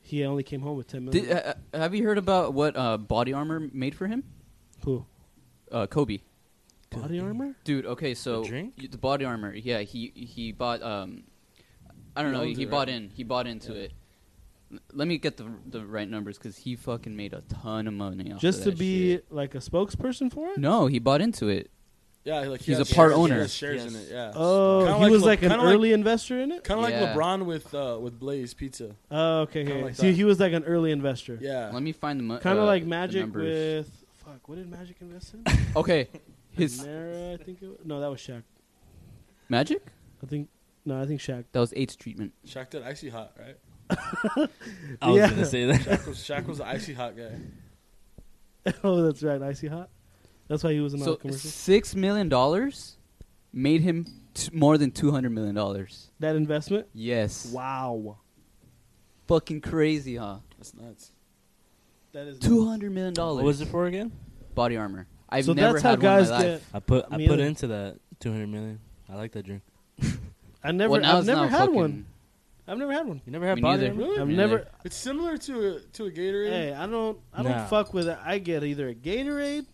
Speaker 1: he only came home with ten million.
Speaker 2: Did, uh, uh, have you heard about what uh, body armor made for him?
Speaker 1: Who
Speaker 2: Uh, Kobe.
Speaker 1: body armor?
Speaker 2: Dude, okay, so
Speaker 5: drink?
Speaker 2: y- the body armor. Yeah, he he bought. Um, I don't
Speaker 3: He
Speaker 2: know. He,
Speaker 3: owns it,
Speaker 2: bought
Speaker 3: right?
Speaker 2: in. He bought into
Speaker 3: Yeah.
Speaker 2: it. L- Let me get the the right numbers because he fucking made a ton of money off.
Speaker 1: Just
Speaker 2: of
Speaker 1: to
Speaker 2: that
Speaker 1: be
Speaker 2: shit.
Speaker 1: like a spokesperson for it?
Speaker 2: No, he bought into it.
Speaker 3: Yeah, like he
Speaker 2: He's
Speaker 3: has
Speaker 2: a part
Speaker 3: shares- he
Speaker 2: owner.
Speaker 3: has shares in
Speaker 5: Yes.
Speaker 3: it. Yeah.
Speaker 1: Oh,
Speaker 3: Kinda
Speaker 1: he
Speaker 3: like
Speaker 1: was
Speaker 3: Le-
Speaker 1: like an
Speaker 3: kinda like-
Speaker 1: early investor in it.
Speaker 3: Kind of
Speaker 2: Yeah.
Speaker 3: like LeBron with uh, with Blaze Pizza.
Speaker 1: Oh, okay. okay.
Speaker 3: Kinda like
Speaker 1: See,
Speaker 3: that.
Speaker 1: he was like an early investor.
Speaker 3: Yeah.
Speaker 2: Let me find the mo-
Speaker 1: Kind
Speaker 2: uh,
Speaker 1: of like
Speaker 2: the
Speaker 1: Magic
Speaker 2: numbers.
Speaker 1: with fuck. What did Magic invest in? [LAUGHS]
Speaker 2: okay, [LAUGHS] his
Speaker 1: Nara, I think. It was. No, that was Shaq.
Speaker 2: Magic.
Speaker 1: I think. No, I think Shaq. [LAUGHS]
Speaker 2: That was Eighth Treatment.
Speaker 3: Shaq did icy hot, right?
Speaker 5: I was
Speaker 1: Yeah.
Speaker 5: gonna say
Speaker 1: [LAUGHS]
Speaker 5: that.
Speaker 3: Shaq was Shaq was the icy hot guy.
Speaker 1: oh, that's right. Icy Hot. That's why he was in all
Speaker 2: So
Speaker 1: the commercials.
Speaker 2: six million dollars made him t- more than two hundred million dollars.
Speaker 1: That investment.
Speaker 2: Yes.
Speaker 1: Wow.
Speaker 2: Fucking crazy, huh?
Speaker 3: That's nuts.
Speaker 1: That is
Speaker 2: Two hundred million dollars.
Speaker 5: What was it for again?
Speaker 2: Body armor. I've
Speaker 1: so
Speaker 2: never
Speaker 1: that's
Speaker 2: had
Speaker 1: how guys
Speaker 2: one in
Speaker 1: get.
Speaker 2: my life.
Speaker 5: I put I
Speaker 1: Me
Speaker 5: put
Speaker 1: either.
Speaker 5: into that two hundred million. I like that drink.
Speaker 1: I never.
Speaker 2: well, now
Speaker 1: I've
Speaker 2: it's
Speaker 1: never
Speaker 2: not
Speaker 1: had
Speaker 2: fucking-
Speaker 1: one. I've never had one.
Speaker 5: You never had
Speaker 2: Me
Speaker 5: body
Speaker 2: neither.
Speaker 5: armor?
Speaker 2: Really?
Speaker 1: I've
Speaker 2: Me
Speaker 1: never.
Speaker 2: neither.
Speaker 3: It's similar to a, to a Gatorade.
Speaker 1: Hey, I don't. I don't
Speaker 5: Nah.
Speaker 1: fuck with. it. I get either a Gatorade,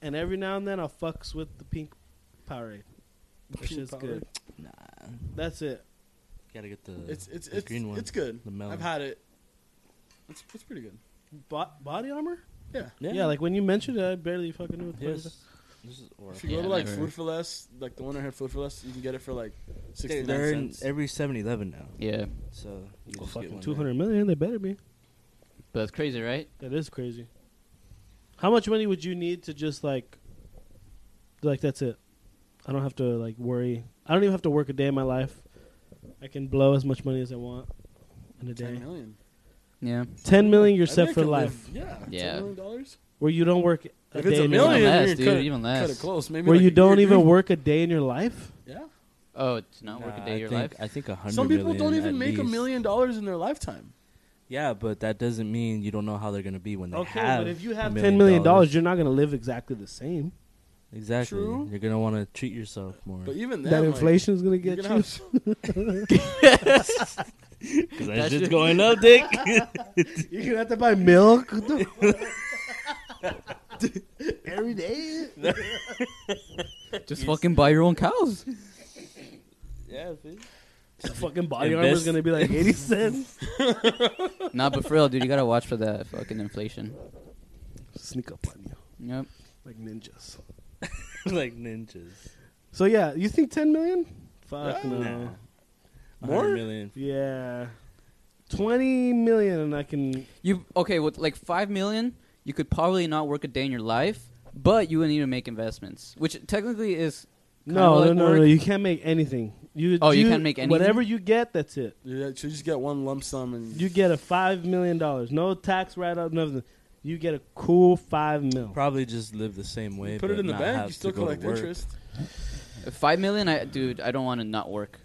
Speaker 1: and every now and then I'll fucks with the pink Powerade. That
Speaker 3: pink
Speaker 1: shit's good.
Speaker 5: Nah.
Speaker 1: That's it.
Speaker 5: Gotta get the
Speaker 3: It's it's
Speaker 5: the
Speaker 3: it's
Speaker 5: green one.
Speaker 3: it's good.
Speaker 5: The melon.
Speaker 3: I've had it. It's it's pretty good.
Speaker 1: Bo- body armor.
Speaker 3: Yeah.
Speaker 1: Yeah. like when you mentioned it, I barely fucking knew what the fuck it
Speaker 5: Yes.
Speaker 1: was.
Speaker 5: This is or-
Speaker 3: If you
Speaker 2: Yeah,
Speaker 3: go to like
Speaker 2: never.
Speaker 3: Food for Less, like the one I had Food for Less, you can get it for like sixty
Speaker 5: They're,
Speaker 3: nine
Speaker 5: in
Speaker 3: cents.
Speaker 5: every 7-Eleven now.
Speaker 2: Yeah,
Speaker 5: So you
Speaker 1: Well,
Speaker 5: just get
Speaker 1: fucking
Speaker 5: one
Speaker 1: two
Speaker 5: there.
Speaker 1: hundred million. They better be.
Speaker 2: but that's crazy, right?
Speaker 1: That is crazy. How much money would you need to just like, like that's it? I don't have to like worry. I don't even have to work a day in my life. I can blow as much money as I want in a
Speaker 3: Ten
Speaker 1: day.
Speaker 3: million.
Speaker 2: Yeah.
Speaker 1: Ten million, you're
Speaker 3: I
Speaker 1: set
Speaker 3: think I
Speaker 1: for
Speaker 3: could
Speaker 1: life,
Speaker 3: live- Yeah.
Speaker 2: Yeah.
Speaker 3: Ten million dollars.
Speaker 1: where you don't work a
Speaker 3: If
Speaker 1: day.
Speaker 3: it's a
Speaker 1: in your
Speaker 2: million,
Speaker 1: life.
Speaker 3: million,
Speaker 2: less,
Speaker 3: you're
Speaker 2: dude,
Speaker 3: cut it-
Speaker 2: even
Speaker 3: Cut
Speaker 2: less.
Speaker 3: it close. Maybe
Speaker 1: where
Speaker 3: like
Speaker 1: you
Speaker 3: a
Speaker 1: don't
Speaker 3: year.
Speaker 1: even work a day in your life.
Speaker 3: Yeah.
Speaker 2: Oh, it's not work a
Speaker 5: Nah,
Speaker 2: day
Speaker 5: I
Speaker 2: of your
Speaker 5: think,
Speaker 2: life.
Speaker 5: I think a hundred.
Speaker 3: Some people don't
Speaker 5: million
Speaker 3: even
Speaker 5: at
Speaker 3: make a
Speaker 5: least.
Speaker 3: million dollars in their lifetime.
Speaker 5: Yeah, but that doesn't mean you don't know how they're gonna be when they
Speaker 1: Okay,
Speaker 5: have.
Speaker 1: but if you
Speaker 5: a
Speaker 1: have
Speaker 5: million
Speaker 1: ten million dollars, you're not gonna live exactly the same.
Speaker 5: exactly.
Speaker 3: True.
Speaker 5: You're gonna want to treat yourself more. [LAUGHS]
Speaker 3: [LAUGHS] But even then,
Speaker 1: That
Speaker 3: like,
Speaker 1: inflation's gonna
Speaker 3: you're
Speaker 1: get
Speaker 3: gonna
Speaker 1: you.
Speaker 3: have-
Speaker 5: Because
Speaker 2: That
Speaker 5: that shit's
Speaker 2: shit-
Speaker 5: going up, Dick. [LAUGHS]
Speaker 1: You're gonna have to buy milk What [LAUGHS] the- every day.
Speaker 2: Just fucking buy your own cows.
Speaker 3: Yeah, dude.
Speaker 1: The fucking body
Speaker 5: Invest-
Speaker 1: armor is gonna be like eighty cents.
Speaker 2: nah, but for real, dude, you gotta watch for that fucking inflation.
Speaker 1: Sneak up on you
Speaker 2: Yep.
Speaker 1: like ninjas.
Speaker 5: like ninjas.
Speaker 1: So yeah, you think ten million? Fuck
Speaker 3: Yeah.
Speaker 1: no.
Speaker 5: Nah. A
Speaker 3: More?
Speaker 5: hundred million.
Speaker 1: Yeah, twenty million, and I can.
Speaker 2: You okay with like five million? You could probably not work a day in your life, but you would need to make investments, which technically is kinda
Speaker 1: No,
Speaker 2: like
Speaker 1: no, no,
Speaker 2: work.
Speaker 1: no. You can't make anything. You
Speaker 2: Oh, you can't make anything?
Speaker 1: Whatever you get, that's it.
Speaker 3: Yeah, so you just get one lump sum and
Speaker 1: You get a five million dollars, no tax write off, nothing. You get a cool five mil.
Speaker 5: Probably just live the same way.
Speaker 3: you put it
Speaker 5: but
Speaker 3: in the
Speaker 5: not
Speaker 3: bank.
Speaker 5: have
Speaker 3: You
Speaker 5: to
Speaker 3: still
Speaker 5: go to
Speaker 3: collect
Speaker 5: work.
Speaker 3: interest.
Speaker 2: Five million, I dude, I don't want to not work.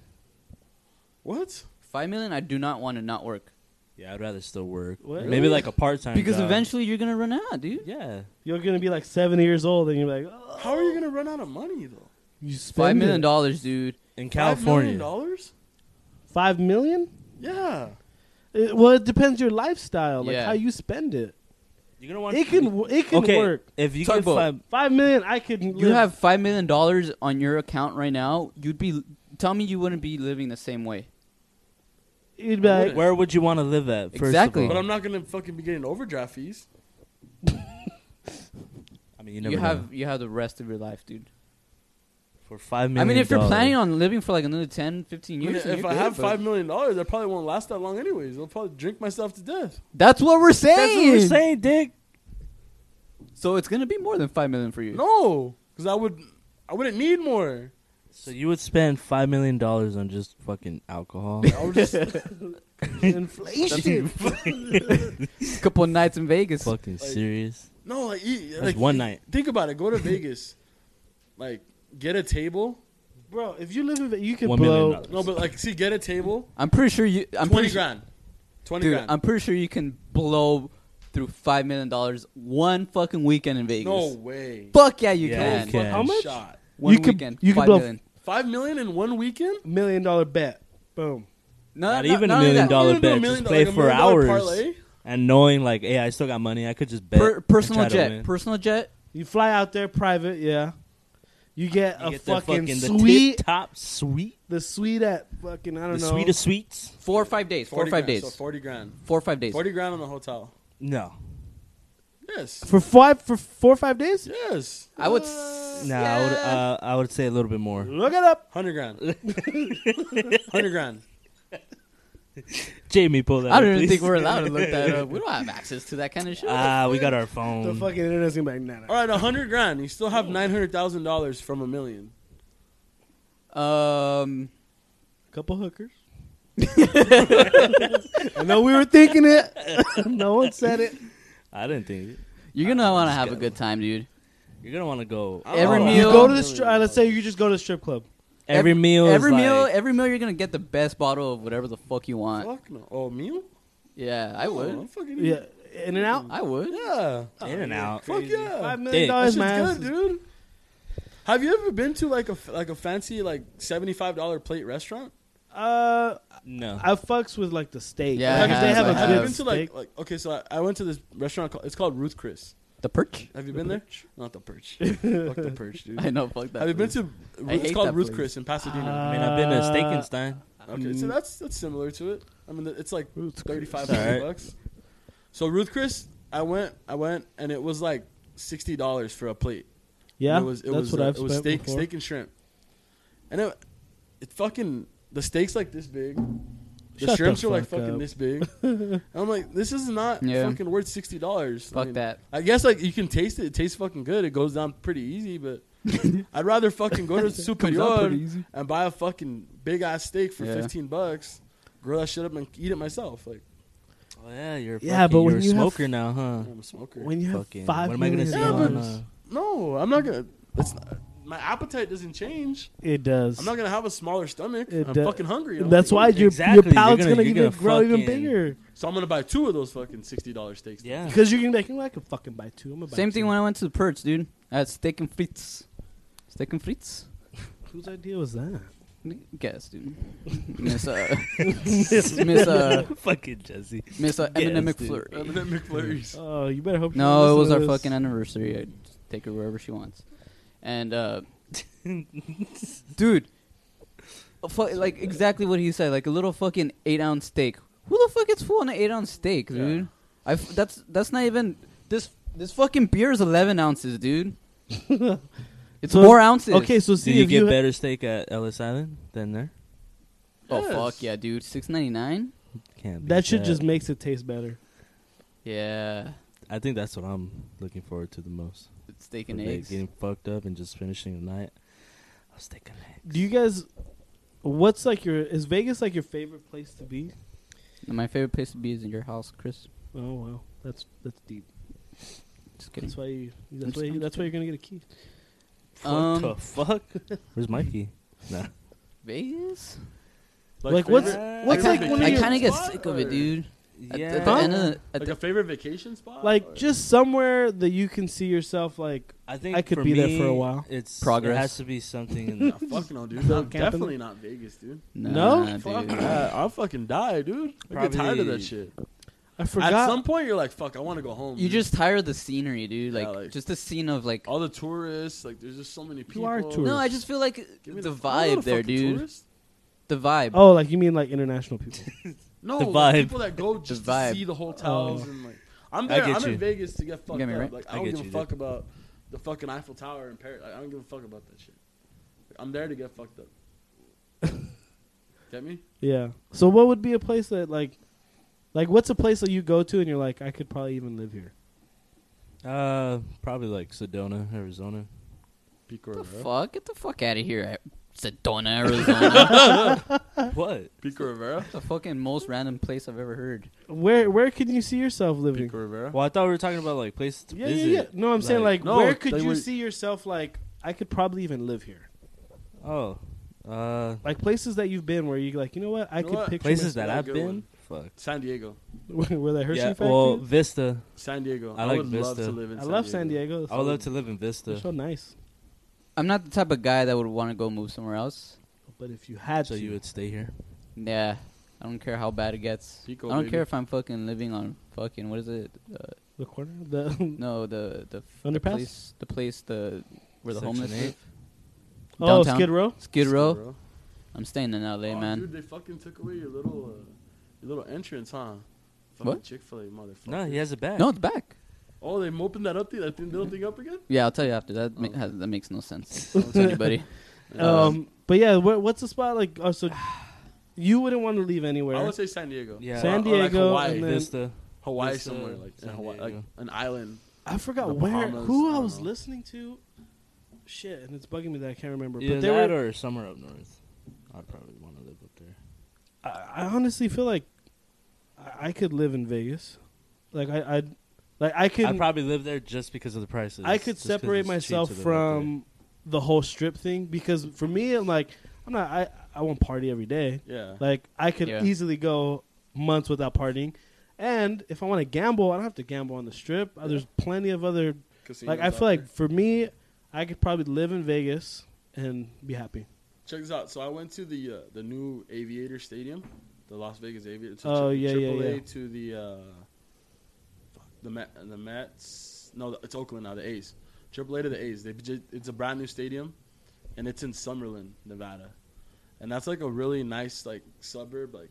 Speaker 3: What?
Speaker 2: Five million, I do not want to not work
Speaker 5: Yeah, I'd rather still work.
Speaker 1: What?
Speaker 5: Maybe like a part time.
Speaker 2: because eventually you're gonna run out, dude.
Speaker 5: Yeah.
Speaker 1: You're gonna be like seventy years old, and you're like, oh,
Speaker 3: How are you gonna run out of money though?
Speaker 1: you spend
Speaker 2: Five million
Speaker 1: it.
Speaker 2: dollars, dude.
Speaker 5: In
Speaker 3: Five
Speaker 5: California.
Speaker 3: million dollars?
Speaker 1: Five million?
Speaker 3: Yeah.
Speaker 1: It, well, it depends your lifestyle, like
Speaker 2: Yeah.
Speaker 1: how you spend it.
Speaker 5: You're gonna want.
Speaker 1: It can w- it can
Speaker 5: okay,
Speaker 1: work.
Speaker 5: If you
Speaker 2: Tugboat.
Speaker 5: get five,
Speaker 1: Five million, I could. Live.
Speaker 2: You have five million dollars on your account right now. You'd be tell me you wouldn't be living the same way.
Speaker 1: You'd be like,
Speaker 3: wouldn't.
Speaker 5: where would you want to live at? First
Speaker 2: Exactly.
Speaker 5: Of
Speaker 3: But
Speaker 5: all?
Speaker 3: I'm not gonna fucking be getting overdraft fees.
Speaker 5: I mean, you
Speaker 2: You,
Speaker 5: never know.
Speaker 2: have you have the rest of your life, dude.
Speaker 5: for five
Speaker 2: I
Speaker 5: million.
Speaker 2: mean, if you're
Speaker 5: dollars.
Speaker 2: planning on living for like another 10, 15
Speaker 3: I mean,
Speaker 2: years, then
Speaker 3: if
Speaker 2: you're
Speaker 3: I
Speaker 2: good,
Speaker 3: have
Speaker 2: but-
Speaker 3: five million dollars, I probably won't last that long anyways. I'll probably drink myself to death.
Speaker 2: that's what we're saying.
Speaker 5: that's what we're saying, Dick.
Speaker 2: So it's gonna be more than five million for you.
Speaker 3: No, because I would, I wouldn't need more.
Speaker 5: So you would spend five million dollars on just fucking
Speaker 2: [LAUGHS]
Speaker 5: alcohol? [LAUGHS]
Speaker 3: I would just, [LAUGHS] like,
Speaker 1: [LAUGHS] inflation.
Speaker 2: couple nights in Vegas.
Speaker 5: fucking serious.
Speaker 3: no, like, eat,
Speaker 5: That's
Speaker 3: like
Speaker 5: one night.
Speaker 3: Think about it. Go
Speaker 5: [LAUGHS]
Speaker 3: to Vegas, like get a table.
Speaker 1: bro. If you live in, Ve- you could
Speaker 5: One million
Speaker 1: blow.
Speaker 5: dollars.
Speaker 3: No, but like, see, get a table.
Speaker 2: I'm pretty sure you. I'm
Speaker 3: twenty
Speaker 2: pretty sure-
Speaker 3: grand. Twenty
Speaker 2: dude.
Speaker 3: grand.
Speaker 2: I'm pretty sure you can blow through five million dollars one fucking weekend in Vegas.
Speaker 3: no way.
Speaker 2: Fuck yeah, you
Speaker 5: Yeah,
Speaker 2: can.
Speaker 5: you can.
Speaker 1: How much?
Speaker 3: Shot.
Speaker 2: One
Speaker 1: You could-
Speaker 2: weekend.
Speaker 1: you could
Speaker 2: five
Speaker 1: blow-
Speaker 2: million.
Speaker 3: Five million in one weekend.
Speaker 1: Million dollar bet. Boom.
Speaker 2: No,
Speaker 5: Not
Speaker 2: no,
Speaker 5: even a
Speaker 2: only
Speaker 5: million
Speaker 2: that,
Speaker 5: dollar
Speaker 3: Even though a
Speaker 5: bet. Just
Speaker 3: million do-
Speaker 5: play
Speaker 3: like a
Speaker 5: for
Speaker 3: million dollar
Speaker 5: hours
Speaker 3: parlay?
Speaker 5: and knowing like, hey, I still got money. I could just bet.
Speaker 2: Per-
Speaker 5: and
Speaker 2: personal
Speaker 5: try to
Speaker 2: jet.
Speaker 5: win.
Speaker 2: Personal jet.
Speaker 1: You fly out there private, yeah. You get
Speaker 5: You
Speaker 1: a
Speaker 5: get the
Speaker 1: fucking,
Speaker 5: the
Speaker 1: sweet,
Speaker 5: tip top suite,
Speaker 1: the sweet at fucking I
Speaker 5: the
Speaker 1: don't know.
Speaker 5: sweet of sweets.
Speaker 2: Four or five days. Four or
Speaker 3: 40
Speaker 2: five
Speaker 3: grand,
Speaker 2: days.
Speaker 3: So forty grand.
Speaker 2: Four or five days.
Speaker 3: Forty grand on the hotel.
Speaker 5: No,
Speaker 3: Yes.
Speaker 1: for five for four or five days.
Speaker 3: Yes.
Speaker 2: I would Yes.
Speaker 5: Nah, I would uh, I would say a little bit more.
Speaker 1: Look it up.
Speaker 3: Hundred grand. [LAUGHS] Hundred grand.
Speaker 5: Jamie, pull that.
Speaker 2: I
Speaker 5: up,
Speaker 2: don't even
Speaker 5: please.
Speaker 2: think we're allowed to look that up. We don't have access to that kind of shit.
Speaker 5: [LAUGHS] Ah, we got our
Speaker 1: The
Speaker 5: phone.
Speaker 1: fucking internet's gonna be like, nah, nah.
Speaker 3: All right, a hundred grand. You still have nine hundred thousand dollars from a million.
Speaker 2: um,
Speaker 1: couple hookers. [LAUGHS] I know we were thinking it. [LAUGHS] no one said it.
Speaker 5: I didn't think it.
Speaker 2: you're gonna want to have a good time, dude.
Speaker 5: you're gonna want to go
Speaker 3: I don't
Speaker 2: Every
Speaker 3: know.
Speaker 2: meal-
Speaker 1: You go to the stri- uh, let's say you just go to the strip club.
Speaker 5: every
Speaker 2: ev-
Speaker 5: meal.
Speaker 2: Every
Speaker 5: is
Speaker 2: meal,
Speaker 5: like-
Speaker 2: every meal, you're gonna get the best bottle of whatever the fuck you want.
Speaker 3: Fuck no. Oh, meal?
Speaker 2: Yeah, I
Speaker 3: Oh, I'm
Speaker 2: would.
Speaker 3: fucking
Speaker 1: Yeah, in and out.
Speaker 2: I would.
Speaker 3: Yeah.
Speaker 5: in and out.
Speaker 3: Fuck yeah.
Speaker 1: Five million
Speaker 5: Dick.
Speaker 3: That
Speaker 1: dollars,
Speaker 3: shit's
Speaker 1: man.
Speaker 3: good, dude. Have you ever been to like a f- like a fancy like seventy five dollar plate restaurant?
Speaker 1: Uh,
Speaker 5: No,
Speaker 1: I fucks with like the steak.
Speaker 2: Yeah, I
Speaker 1: Like, if they
Speaker 2: have,
Speaker 1: have
Speaker 2: I
Speaker 1: a
Speaker 2: have.
Speaker 1: good
Speaker 3: you been to like
Speaker 1: steak-
Speaker 3: like okay? So I, I went to this restaurant. Called, it's called Ruth Chris.
Speaker 2: The perch. [LAUGHS]
Speaker 3: Have you been there? Not
Speaker 1: [LAUGHS]
Speaker 3: the perch. Fuck the perch, dude.
Speaker 2: I know. Fuck that.
Speaker 3: Have you been
Speaker 2: place.
Speaker 3: to?
Speaker 2: I
Speaker 3: It's
Speaker 2: hate
Speaker 3: called
Speaker 2: that
Speaker 3: Ruth
Speaker 2: place.
Speaker 3: Chris in Pasadena.
Speaker 1: Ah.
Speaker 5: I mean I've been to Steak and Stein.
Speaker 3: okay, so
Speaker 1: mm.
Speaker 3: that's that's similar to it. I mean, it's like
Speaker 1: Ruth's Chris.
Speaker 3: thirty five
Speaker 5: Alright.
Speaker 3: bucks. So Ruth Chris, I went, I went, and it was like sixty dollars for a plate.
Speaker 1: yeah,
Speaker 3: it was, it
Speaker 1: that's
Speaker 3: was,
Speaker 1: what
Speaker 3: uh,
Speaker 1: I've
Speaker 3: It was
Speaker 1: spent
Speaker 3: steak,
Speaker 1: before.
Speaker 3: steak and shrimp, and it, it fucking the steaks like this big. The
Speaker 1: Shut the
Speaker 3: shrimps are like
Speaker 1: fuck
Speaker 3: fucking
Speaker 1: up. [LAUGHS]
Speaker 3: this big. And I'm like, this is not
Speaker 2: Yeah.
Speaker 3: fucking worth sixty dollars.
Speaker 2: Fuck that.
Speaker 3: I guess like you can taste it. It tastes fucking good. It goes down pretty
Speaker 1: [LAUGHS]
Speaker 3: easy, but I'd rather fucking go to Superior
Speaker 2: pretty easy.
Speaker 3: and buy a fucking big ass steak for
Speaker 2: Yeah.
Speaker 3: fifteen bucks, grill that shit up and eat it myself. Like
Speaker 5: Oh, yeah, you're a
Speaker 1: Yeah, but
Speaker 5: fucking-
Speaker 1: when
Speaker 5: you're a
Speaker 1: you have-
Speaker 5: smoker now, huh?
Speaker 3: I'm a smoker.
Speaker 1: When you have
Speaker 5: Fucking,
Speaker 1: five
Speaker 5: what am I gonna
Speaker 1: million
Speaker 5: see
Speaker 3: Yeah,
Speaker 5: on?
Speaker 3: but-
Speaker 5: Uh,
Speaker 3: no, I'm not gonna. It's not, my appetite doesn't change.
Speaker 1: It does.
Speaker 3: I'm not gonna have a smaller stomach.
Speaker 1: It
Speaker 3: I'm
Speaker 1: does-
Speaker 3: fucking hungry. I'm
Speaker 1: That's
Speaker 3: like,
Speaker 1: why your,
Speaker 5: Exactly,
Speaker 1: your
Speaker 5: you're
Speaker 1: palate's
Speaker 5: gonna-
Speaker 1: gonna,
Speaker 5: you're
Speaker 1: even
Speaker 5: gonna
Speaker 1: grow even
Speaker 5: fucking-
Speaker 1: bigger.
Speaker 3: So I'm gonna buy two of those fucking sixty dollars steaks. then.
Speaker 5: yeah,
Speaker 1: Because you can be like, you know, I can fucking buy two. I'm gonna buy
Speaker 2: Same
Speaker 1: two.
Speaker 2: thing when I went to the perch, dude. I had steak and frites. Steak and frites.
Speaker 1: Whose idea was that?
Speaker 2: Guess,
Speaker 3: [LAUGHS]
Speaker 2: dude. Miss uh, Miss uh,
Speaker 5: [LAUGHS] fucking Jesse.
Speaker 2: Miss uh, Eminem
Speaker 5: Yes, dude.
Speaker 3: And
Speaker 1: [LAUGHS]
Speaker 2: McFlurry.
Speaker 3: then McFlurries.
Speaker 1: Oh, you better hope. she
Speaker 2: No, it
Speaker 1: doesn't
Speaker 2: was our
Speaker 1: listen to this.
Speaker 2: fucking anniversary. I take her wherever she wants, and uh, [LAUGHS] dude, a fu- like exactly what he said. Like a little fucking eight ounce steak. Who the fuck gets full on an eight ounce steak,
Speaker 3: Yeah.
Speaker 2: dude? I f- that's that's not even this this fucking beer is eleven ounces, dude.
Speaker 1: [LAUGHS]
Speaker 2: it's
Speaker 1: So-
Speaker 2: more ounces.
Speaker 1: Okay, so
Speaker 5: Do
Speaker 1: see
Speaker 5: you
Speaker 1: if
Speaker 5: get
Speaker 1: you
Speaker 5: better steak at Ellis Island than there?
Speaker 2: Oh
Speaker 3: Yes.
Speaker 2: fuck yeah, dude. Six ninety nine.
Speaker 5: Can't. beat
Speaker 1: that shit just makes it taste better.
Speaker 2: Yeah,
Speaker 5: I think that's what I'm looking forward to the most.
Speaker 2: It's steak and
Speaker 5: Like,
Speaker 2: eggs.
Speaker 5: Getting fucked up and just finishing the night. I was thinking eggs.
Speaker 1: Do you guys? What's like your? Is Vegas like your favorite place to be?
Speaker 2: My favorite place to be is in your house, Chris.
Speaker 1: Oh wow, that's that's deep.
Speaker 2: Just kidding.
Speaker 1: That's why you.
Speaker 2: I'm
Speaker 1: That's
Speaker 2: just-
Speaker 1: why. You,
Speaker 2: I'm
Speaker 1: that's
Speaker 2: just
Speaker 1: why you're gonna get a key.
Speaker 2: Um,
Speaker 5: what
Speaker 1: [LAUGHS]
Speaker 5: the fuck? Where's Mikey? Nah.
Speaker 2: Vegas.
Speaker 1: Like, what's-
Speaker 3: favorite-
Speaker 1: what's
Speaker 2: I
Speaker 1: like
Speaker 2: kinda-
Speaker 1: one of
Speaker 2: I
Speaker 1: your-
Speaker 2: kind of get
Speaker 3: spot,
Speaker 2: sick of
Speaker 3: or-
Speaker 2: it, dude. At, at the
Speaker 5: Huh?
Speaker 2: end of the, at
Speaker 3: Like
Speaker 2: the-
Speaker 3: a favorite vacation spot?
Speaker 1: Like
Speaker 3: or-
Speaker 1: just somewhere that you can see yourself. Like
Speaker 5: I think
Speaker 1: I could
Speaker 5: for
Speaker 1: be there
Speaker 5: me,
Speaker 1: for a while.
Speaker 5: It's
Speaker 2: Progress.
Speaker 5: It has to be something in
Speaker 3: Nah,
Speaker 5: the
Speaker 3: fuck
Speaker 1: [LAUGHS]
Speaker 3: no, dude.
Speaker 1: Bill
Speaker 3: I'm
Speaker 1: Campbell?
Speaker 3: definitely not Vegas, dude.
Speaker 1: No?
Speaker 2: Nah,
Speaker 3: Fuck
Speaker 2: dude.
Speaker 3: that. I'll fucking die, dude. I get tired of
Speaker 2: Probably-
Speaker 3: that shit.
Speaker 1: I
Speaker 3: At
Speaker 1: forgot.
Speaker 3: some point, you're like, fuck, I want to go home.
Speaker 2: You
Speaker 3: dude.
Speaker 2: just tire of the scenery, dude.
Speaker 3: Yeah,
Speaker 2: Like,
Speaker 3: like-
Speaker 2: just the scene of like.
Speaker 3: all the tourists. Like, there's just so many people.
Speaker 1: You are a tourist.
Speaker 2: No, I just feel like
Speaker 3: Give me
Speaker 2: the
Speaker 3: I'm not a
Speaker 2: vibe there,
Speaker 3: fucking
Speaker 2: dude.
Speaker 3: tourist.
Speaker 2: The vibe.
Speaker 1: oh, like you mean like international
Speaker 3: [LAUGHS]
Speaker 1: people?
Speaker 3: No,
Speaker 5: The
Speaker 3: like,
Speaker 5: vibe.
Speaker 3: people that go just to
Speaker 2: vibe.
Speaker 3: see the hotels
Speaker 1: Oh.
Speaker 3: and like. I'm
Speaker 5: I
Speaker 3: there.
Speaker 5: get
Speaker 3: I'm
Speaker 5: you.
Speaker 3: in Vegas to get fucked
Speaker 2: get me
Speaker 3: up.
Speaker 2: right?
Speaker 3: Like,
Speaker 5: I
Speaker 3: I don't
Speaker 5: get
Speaker 3: give
Speaker 5: you,
Speaker 3: a fuck about the fucking Eiffel Tower in Paris. Like, I don't give a fuck about that shit. Like, I'm there to get fucked up. get me?
Speaker 1: yeah. So what would be a place that like, like what's a place that you go to and you're like, I could probably even live here.
Speaker 5: Uh, probably like Sedona, Arizona.
Speaker 3: Pico
Speaker 2: the
Speaker 3: Rivera.
Speaker 2: fuck? Get the fuck out of here, Sedona, Arizona.
Speaker 1: Uh-huh.
Speaker 5: what?
Speaker 3: Pico Rivera.
Speaker 2: the fucking most random place I've ever heard.
Speaker 1: Where where can you see yourself living?
Speaker 3: Pico Rivera.
Speaker 5: Well, I thought we were talking about like places to
Speaker 1: Yeah, yeah,
Speaker 5: visit.
Speaker 1: yeah. No, I'm saying like,
Speaker 3: No,
Speaker 1: where could
Speaker 3: they
Speaker 1: you
Speaker 3: were-
Speaker 1: see yourself? Like, I could probably even live here.
Speaker 5: Oh, uh,
Speaker 1: Like places that you've been where you like, you know what? I
Speaker 3: You know
Speaker 1: could
Speaker 3: what?
Speaker 1: picture
Speaker 5: places
Speaker 3: Mexico,
Speaker 5: that I've
Speaker 3: good
Speaker 5: been. Fuck.
Speaker 3: San Diego.
Speaker 1: my- [LAUGHS] where the Hershey
Speaker 5: yeah.
Speaker 1: factory.
Speaker 5: Well,
Speaker 1: is.
Speaker 5: Vista.
Speaker 3: San Diego.
Speaker 5: I
Speaker 3: I,
Speaker 5: like
Speaker 3: would love
Speaker 5: Vista.
Speaker 3: to live in.
Speaker 1: I love San Diego.
Speaker 5: I would love to live in
Speaker 1: It's so
Speaker 5: Vista.
Speaker 1: nice.
Speaker 2: I'm not the type of guy that would want to go move somewhere else.
Speaker 1: But if you had
Speaker 5: So
Speaker 1: to,
Speaker 5: you would stay here.
Speaker 2: Yeah. I don't care how bad it gets.
Speaker 3: Pico,
Speaker 2: I don't
Speaker 3: baby.
Speaker 2: care if I'm fucking living on fucking what is it? Uh,
Speaker 1: the corner, the [LAUGHS]
Speaker 2: no, the the the
Speaker 1: Underpass?
Speaker 2: place, the place, the where the
Speaker 5: Section
Speaker 2: homeless
Speaker 5: eight.
Speaker 2: live.
Speaker 1: oh
Speaker 2: Downtown?
Speaker 1: Skid Row.
Speaker 2: Skid Row. I'm staying in L.A.,
Speaker 3: Oh,
Speaker 2: man.
Speaker 3: Dude, they fucking took away your little, uh, your little entrance, huh?
Speaker 2: What?
Speaker 3: Chick Fil A, motherfucker.
Speaker 5: No, he has it back.
Speaker 2: No, it's back.
Speaker 3: Oh, they moping that up, thing, that thing, little thing
Speaker 5: [LAUGHS]
Speaker 3: up again?
Speaker 2: Yeah, I'll tell you after that. Ma- has, that makes no [LAUGHS] sense to anybody.
Speaker 1: Um, but yeah, wh- what's the spot like? Oh, so you wouldn't want to leave
Speaker 3: I
Speaker 1: anywhere.
Speaker 3: would say San Diego.
Speaker 5: Yeah.
Speaker 3: Or-
Speaker 1: San
Speaker 3: or like
Speaker 1: Diego
Speaker 3: Hawaii.
Speaker 1: and then-
Speaker 5: Vista.
Speaker 3: Hawaii
Speaker 5: Yes, uh,
Speaker 3: somewhere like, in
Speaker 5: San
Speaker 3: Hawaii, like
Speaker 5: Diego.
Speaker 3: an island.
Speaker 1: I forgot
Speaker 3: the
Speaker 1: where
Speaker 3: Bahamas,
Speaker 1: who
Speaker 3: I
Speaker 1: I
Speaker 3: don't
Speaker 1: was
Speaker 3: know.
Speaker 1: listening to. Shit, and it's bugging me that I can't remember.
Speaker 5: Either
Speaker 1: but they
Speaker 5: that
Speaker 1: were.
Speaker 5: or somewhere up north. I'd probably want to live up there.
Speaker 1: I, I honestly feel like I, I could live in Vegas. Like I, I'd, like I could.
Speaker 5: I'd probably live there just because of the prices.
Speaker 1: I could
Speaker 5: just 'cause
Speaker 1: separate
Speaker 5: it's cheap
Speaker 1: myself
Speaker 5: to live up
Speaker 1: from the whole strip thing because for me, I'm like, I'm not. I I won't party every day.
Speaker 3: Yeah.
Speaker 1: Like I could
Speaker 2: Yeah.
Speaker 1: easily go months without partying, and if I want to gamble, I don't have to gamble on the strip. Uh, There's plenty of other.
Speaker 3: Casinos
Speaker 1: Like I
Speaker 3: out
Speaker 1: feel like
Speaker 3: there.
Speaker 1: for me, I could probably live in Vegas and be happy.
Speaker 3: Check this out. So I went to the uh, the new Aviator Stadium, the Las Vegas Aviator. to
Speaker 1: Oh,
Speaker 3: tri-
Speaker 1: yeah, yeah,
Speaker 3: AAA
Speaker 1: yeah.
Speaker 3: To the uh, fuck, the Met, the Mets. No, the- it's Oakland now. The A's. AAA to the A's. They ju- it's a brand new stadium, and it's in Summerlin, Nevada, and that's like a really nice like suburb, like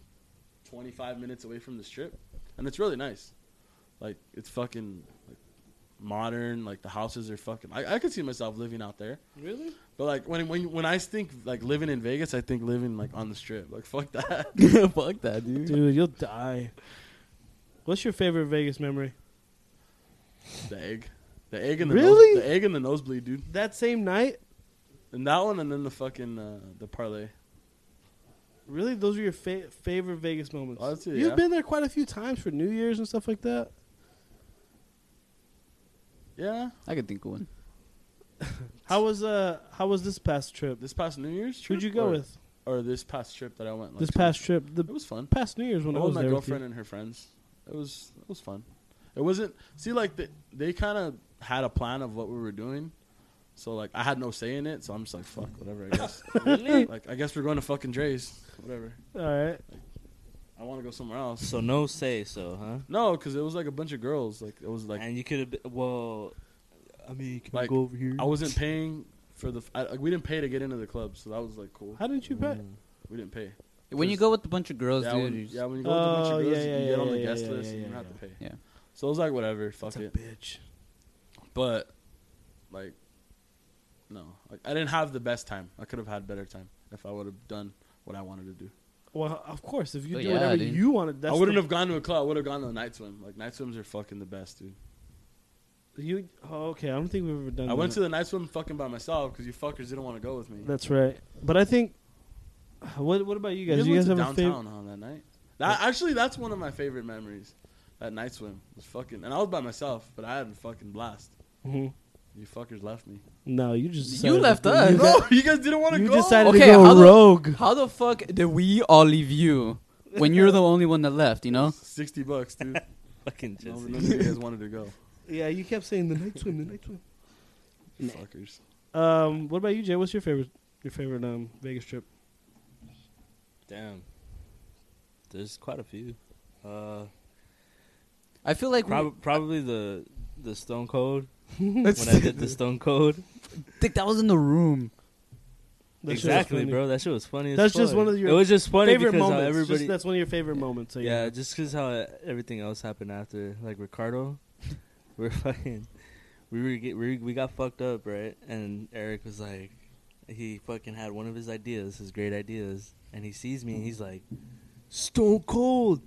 Speaker 3: 25 minutes away from the Strip, and it's really nice. Like it's fucking like modern. Like the houses are fucking. I, I could see myself living out there.
Speaker 1: Really?
Speaker 3: But like when when when I think like living in Vegas, I think living like on the strip. Like fuck that. [LAUGHS]
Speaker 2: Fuck that, dude.
Speaker 1: Dude, you'll die. What's your favorite Vegas memory?
Speaker 3: the egg, the egg and the
Speaker 1: Really?
Speaker 3: nose, the egg and the nosebleed, dude.
Speaker 1: That same night?
Speaker 3: And that one, and then the fucking uh, the parlay.
Speaker 1: Really? Those are your fa- favorite Vegas moments?
Speaker 3: Honestly,
Speaker 1: You've
Speaker 3: yeah.
Speaker 1: been there quite a few times for New Year's and stuff like that.
Speaker 3: Yeah,
Speaker 2: I could think of one.
Speaker 1: How was uh how was this past trip?
Speaker 3: this past New Year's trip.
Speaker 1: Who'd you go
Speaker 3: or,
Speaker 1: with?
Speaker 3: Or this past trip that I went. Like,
Speaker 1: This
Speaker 3: to-
Speaker 1: past trip, the
Speaker 3: It was fun.
Speaker 1: past New Year's when
Speaker 3: I
Speaker 1: I
Speaker 3: was
Speaker 1: was
Speaker 3: my
Speaker 1: there.
Speaker 3: girlfriend and her friends. It was it was fun. It wasn't. See, like the, they kind of had a plan of what we were doing. So like I had no say in it. So I'm just like fuck whatever. I guess. Like I guess we're going to fucking Dre's. Whatever.
Speaker 1: All right.
Speaker 3: I want to go somewhere else.
Speaker 5: there. So no say so, huh?
Speaker 3: No, because it was like a bunch of girls. Like it was like
Speaker 5: and you could have. been- Well, I mean, can
Speaker 3: Like,
Speaker 5: we go over here? [LAUGHS]
Speaker 3: I wasn't paying for the. I, like, we didn't pay to get into the club, so that was like cool.
Speaker 1: How didn't you bet?
Speaker 3: Mm, We didn't pay.
Speaker 2: When you
Speaker 3: Just-
Speaker 2: go with a bunch of girls,
Speaker 3: Yeah,
Speaker 2: dude,
Speaker 3: when,
Speaker 2: you just-
Speaker 3: yeah, when you go with a bunch
Speaker 1: Oh,
Speaker 3: of girls,
Speaker 1: yeah,
Speaker 3: you
Speaker 1: yeah,
Speaker 3: can get on the
Speaker 1: yeah,
Speaker 3: guest
Speaker 1: yeah,
Speaker 3: list,
Speaker 1: yeah,
Speaker 3: and you
Speaker 1: yeah,
Speaker 3: don't have to pay.
Speaker 2: yeah.
Speaker 3: So it was like whatever, fuck
Speaker 1: That's a
Speaker 3: it.
Speaker 1: bitch.
Speaker 3: But like, no, like, I didn't have the best time. I could have had better time if I would have done what I wanted to do.
Speaker 1: Well, of course, if you
Speaker 2: But
Speaker 1: do
Speaker 2: Oh, yeah,
Speaker 1: whatever
Speaker 2: dude.
Speaker 1: you wanted, that's
Speaker 3: I wouldn't
Speaker 1: the-
Speaker 3: have gone to a club. I would have gone to a night swim. Like night swims are fucking the best, dude.
Speaker 1: You oh, okay? I don't think we've ever done.
Speaker 3: I went to the night swim fucking by myself because you fuckers didn't want to go with me.
Speaker 1: That's right. But I think. What What about you guys?
Speaker 3: You
Speaker 1: you guys have
Speaker 3: guys went
Speaker 1: a
Speaker 3: to
Speaker 1: favorite?
Speaker 3: downtown on that night. That, actually, that's one of my favorite memories. That night swim was fucking, and I was by myself, but I had a fucking blast.
Speaker 1: Mhm.
Speaker 3: You fuckers left me.
Speaker 1: No, you just
Speaker 2: You
Speaker 1: decided
Speaker 2: left
Speaker 1: to-
Speaker 2: us.
Speaker 1: you
Speaker 3: No, [LAUGHS] you guys didn't want to
Speaker 1: You
Speaker 3: go.
Speaker 1: decided
Speaker 2: Okay,
Speaker 1: to
Speaker 2: how
Speaker 1: go
Speaker 2: the-
Speaker 1: rogue.
Speaker 2: How the fuck did we all leave you when you're the only one that left? You know.
Speaker 3: Sixty bucks,
Speaker 5: [LAUGHS]
Speaker 3: dude.
Speaker 5: fucking
Speaker 3: no,
Speaker 5: Jesse.
Speaker 3: none of you guys wanted to
Speaker 5: [LAUGHS]
Speaker 3: go.
Speaker 1: Yeah, you kept saying the night swim, the night swim. Nah.
Speaker 3: Fuckers.
Speaker 1: Um, what about you, Jay? What's your favorite? Your favorite um Vegas trip?
Speaker 5: Damn. There's quite a few. Uh,
Speaker 2: I feel like we-
Speaker 5: prob- probably the the Stone
Speaker 1: [LAUGHS]
Speaker 5: Cold when I did the Stone Cold.
Speaker 2: think that was in the room.
Speaker 1: That shit was
Speaker 5: exactly,
Speaker 1: funny.
Speaker 5: bro. That shit was funny. as
Speaker 1: That's just
Speaker 5: fuck.
Speaker 1: one of your
Speaker 5: It was just funny
Speaker 1: favorite
Speaker 5: because
Speaker 1: moments.
Speaker 5: How
Speaker 1: Just-
Speaker 5: everybody.
Speaker 1: that's one of your favorite moments. So
Speaker 5: yeah,
Speaker 1: yeah.
Speaker 5: just because how everything else happened after, like Ricardo, [LAUGHS] we're fucking, we were get, we, we got fucked up, right? And Eric was like, he fucking had one of his ideas, his great ideas, and he sees me and he's like, Stone Cold,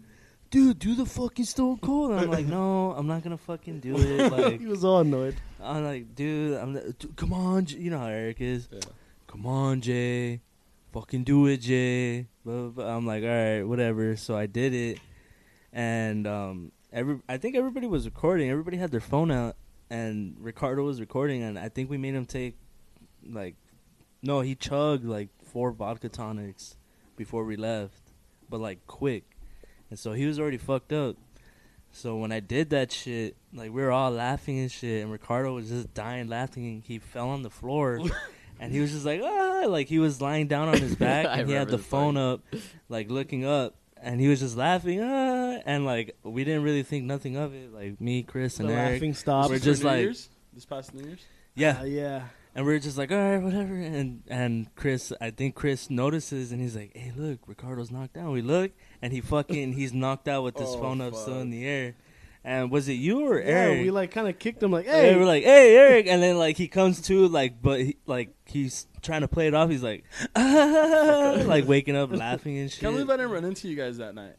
Speaker 5: dude, do the fucking Stone Cold. And I'm like, no, I'm not gonna fucking do it. Like,
Speaker 1: [LAUGHS] he was all annoyed.
Speaker 5: I'm like, dude, I'm the, dude, come on, J-" you know how Eric is.
Speaker 3: Yeah.
Speaker 5: Come on, Jay, fucking do it, Jay. Blah, blah, blah. I'm like, all right, whatever. So I did it, and um, every I think everybody was recording. Everybody had their phone out, and Ricardo was recording, and I think we made him take, like, no, he chugged like four vodka tonics before we left, but like quick, and so he was already fucked up. So when I did that shit, like we were all laughing and shit, and Ricardo was just dying laughing, and he fell on
Speaker 2: [LAUGHS]
Speaker 5: the floor, and he was just like ah, like he was lying down on his
Speaker 2: [LAUGHS]
Speaker 5: back,
Speaker 2: I
Speaker 5: and he had
Speaker 2: remember
Speaker 5: the
Speaker 2: this
Speaker 5: phone up, like looking up, and he was just laughing ah, and like we didn't really think nothing of it, like me, Chris,
Speaker 1: The
Speaker 5: and Eric,
Speaker 1: laughing
Speaker 5: We're
Speaker 1: stops.
Speaker 3: For
Speaker 5: just
Speaker 3: New
Speaker 5: like-
Speaker 3: Year's? this past New Year's.
Speaker 5: yeah,
Speaker 1: Uh, yeah.
Speaker 5: and we're just like all right, whatever, and and Chris, I think Chris notices, and he's like, hey, look, Ricardo's knocked down. We look, and he fucking he's knocked out with his
Speaker 3: Oh,
Speaker 5: phone up still
Speaker 3: fuck.
Speaker 5: in the air. And was it you or Eric?
Speaker 1: Yeah, we like kind of kicked him like,
Speaker 5: Hey,
Speaker 1: hey,
Speaker 5: we're like, hey, Eric, and then like he comes to like, but he, like he's trying to play it off. He's like, [LAUGHS] like waking up laughing and shit.
Speaker 3: Can't believe I didn't run into you guys that night.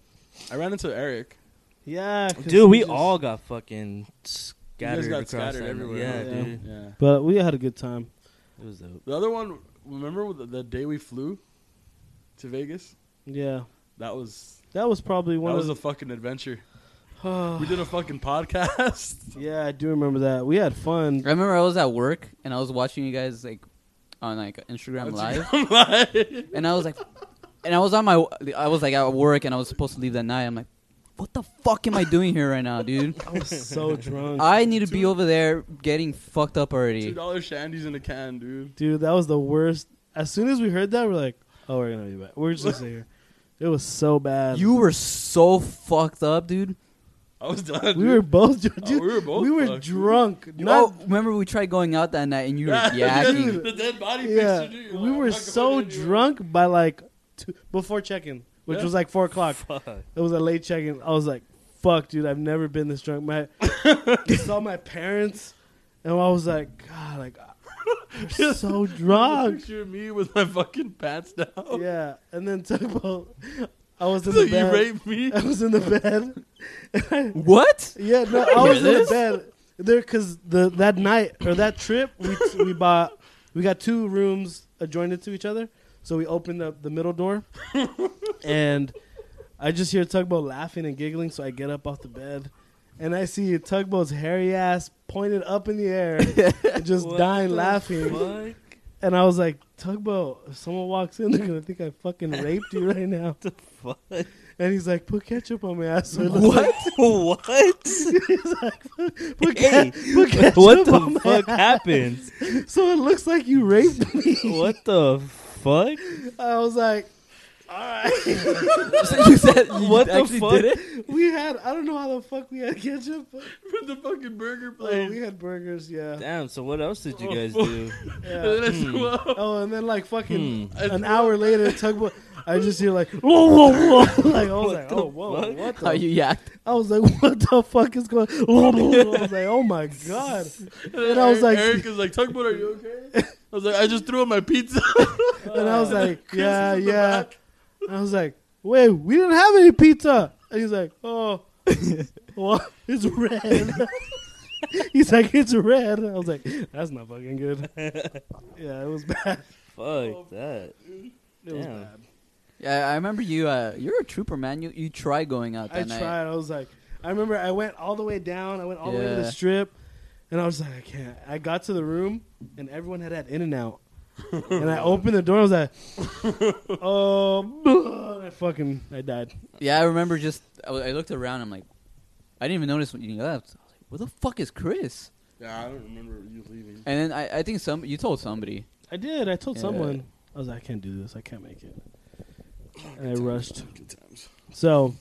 Speaker 3: I ran into Eric.
Speaker 1: yeah, 'cause
Speaker 5: dude, we
Speaker 1: just-
Speaker 5: all got fucking scattered
Speaker 3: got
Speaker 5: across
Speaker 3: scattered
Speaker 5: that-
Speaker 3: everywhere,
Speaker 5: Yeah,
Speaker 1: huh?
Speaker 5: dude,
Speaker 3: Yeah.
Speaker 1: But we had a good time.
Speaker 5: it was dope.
Speaker 3: The other one, remember the, the day we flew to Vegas?
Speaker 1: Yeah,
Speaker 3: That was
Speaker 1: that was probably one
Speaker 3: that
Speaker 1: of
Speaker 3: was a
Speaker 1: the.
Speaker 3: fucking adventure. we did a fucking podcast.
Speaker 1: [SIGHS] yeah, I do remember that. We had fun.
Speaker 5: [LAUGHS]
Speaker 2: I remember I was at work and I was watching you guys like on like Instagram live,
Speaker 3: [LAUGHS]
Speaker 2: [LAUGHS]
Speaker 3: I'm
Speaker 1: [LAUGHS]
Speaker 3: like,
Speaker 2: and I was like, and I was on my, I was like at work and I was supposed to leave that night. I'm like, what the fuck am I doing here right now, dude?
Speaker 1: I was so drunk,
Speaker 2: I need to be over there getting fucked up
Speaker 3: two
Speaker 2: already.
Speaker 3: dollar shandies in a can, dude.
Speaker 1: dude. That was the worst. As soon as we heard that, we're like, oh, we're gonna be back. We're just gonna stay here. It was so bad.
Speaker 2: You were so fucked up, dude.
Speaker 3: I was done.
Speaker 1: We
Speaker 3: [LAUGHS]
Speaker 1: were both. Dude,
Speaker 3: Oh, we were both
Speaker 1: We were
Speaker 3: fucked.
Speaker 1: drunk.
Speaker 2: No,
Speaker 1: Not,
Speaker 2: Oh, remember we tried going out that night and you were
Speaker 1: [LAUGHS]
Speaker 3: yeah,
Speaker 2: yakking. [LAUGHS]
Speaker 3: the dead body
Speaker 1: yeah,
Speaker 3: picture. dude. You're
Speaker 1: we
Speaker 3: like,
Speaker 1: were
Speaker 3: I'm not
Speaker 1: so
Speaker 3: going anywhere. [LAUGHS]
Speaker 1: drunk by like two, before check-in, which
Speaker 3: Yeah.
Speaker 1: was like four o'clock.
Speaker 5: Fuck.
Speaker 1: It was a late check-in. I was like, "Fuck, dude, I've never been this drunk."
Speaker 3: [LAUGHS]
Speaker 1: My saw my parents, and I was like, "God,
Speaker 3: [LAUGHS]
Speaker 1: like I'm so
Speaker 3: There's a [LAUGHS]
Speaker 1: drunk."
Speaker 3: Picture of me with my fucking pants down.
Speaker 1: Yeah, and then [LAUGHS] tugboat. I was in
Speaker 3: So
Speaker 1: the
Speaker 3: [LAUGHS] you
Speaker 1: bed.
Speaker 3: raped me.
Speaker 1: [LAUGHS] I was in the bed.
Speaker 2: What?
Speaker 1: Yeah,
Speaker 5: [LAUGHS]
Speaker 1: no, I was in the bed there because the that night or that trip we we bought we got two rooms adjoined to each other, so we opened up the middle
Speaker 5: [LAUGHS]
Speaker 1: door, and I just hear tugboat laughing and giggling, so I get up off the bed, and I see tugboat's hairy ass pointed up in the
Speaker 5: [LAUGHS]
Speaker 1: air, just
Speaker 5: What
Speaker 1: dying
Speaker 5: the
Speaker 1: laughing,
Speaker 5: Fuck.
Speaker 1: and I was like, tugboat, if someone walks in, they're gonna think I fucking raped you right now,
Speaker 5: Fuck.
Speaker 1: and he's like, put ketchup on my ass, so it looks
Speaker 5: What? [LAUGHS] what?
Speaker 1: Put,
Speaker 5: Hey,
Speaker 1: ke- put ketchup
Speaker 5: what
Speaker 1: on my
Speaker 5: the fuck
Speaker 1: ass.
Speaker 5: happened?
Speaker 1: So it looks like you raped me.
Speaker 5: What the fuck?
Speaker 1: I was like,
Speaker 2: you said you
Speaker 5: What the
Speaker 2: actually did
Speaker 5: fuck?
Speaker 1: [LAUGHS]
Speaker 2: it?
Speaker 1: we had, I don't know how the fuck we had ketchup. But,
Speaker 3: From the fucking burger
Speaker 1: oh, we
Speaker 3: place.
Speaker 1: had burgers, yeah.
Speaker 5: Damn. So what else did you guys do?
Speaker 1: yeah.
Speaker 3: [LAUGHS] and then I threw up.
Speaker 1: Oh, and then like fucking
Speaker 5: Hmm.
Speaker 1: an hour later, tugboat. I just hear like, whoa, whoa, whoa. [LAUGHS] Like, I was like, oh, whoa,
Speaker 5: fuck?
Speaker 1: what
Speaker 2: How
Speaker 1: the?
Speaker 2: you yacked?
Speaker 1: I was like, [LAUGHS] what the fuck is going [LAUGHS] on? I was like, oh my God.
Speaker 3: And
Speaker 1: I was
Speaker 3: Eric-
Speaker 1: like-
Speaker 3: Eric is like, Tugboat, are you
Speaker 1: [LAUGHS]
Speaker 3: okay? I was like, I just threw up my pizza. [LAUGHS]
Speaker 1: And I was like,
Speaker 3: Chris is
Speaker 1: yeah,
Speaker 3: in the
Speaker 1: yeah.
Speaker 3: back.
Speaker 1: And I was like, wait, we didn't have any pizza. And he's like,
Speaker 2: [LAUGHS]
Speaker 1: oh, what? It's red. [LAUGHS] he's like, it's red. And I was like, that's not fucking good.
Speaker 2: [LAUGHS]
Speaker 1: yeah, it was bad.
Speaker 5: Fuck that.
Speaker 1: It was
Speaker 5: Damn.
Speaker 1: bad.
Speaker 2: Yeah, I remember you. Uh, you're a trooper, man. You you try going out that
Speaker 1: I
Speaker 2: night.
Speaker 1: tried. I was like, I remember I went all the way down. I went all the way to
Speaker 2: Yeah.
Speaker 1: the strip. And I was like, I can't. I got to the room, and everyone had had In and Out. and
Speaker 2: [LAUGHS]
Speaker 1: I opened the door. I was like, [LAUGHS] oh, [LAUGHS] and I fucking, I died.
Speaker 2: Yeah, I remember just I, w- I looked around. I'm like, I didn't even notice when you left. I was like, where the fuck is Chris?
Speaker 3: Yeah, I don't remember you leaving.
Speaker 2: And then I, I think some you told somebody.
Speaker 1: I did. I told
Speaker 2: Yeah.
Speaker 1: someone. I was like, I can't do this. I can't
Speaker 2: [LAUGHS]
Speaker 1: make it. And I rushed.
Speaker 3: Good times.
Speaker 1: So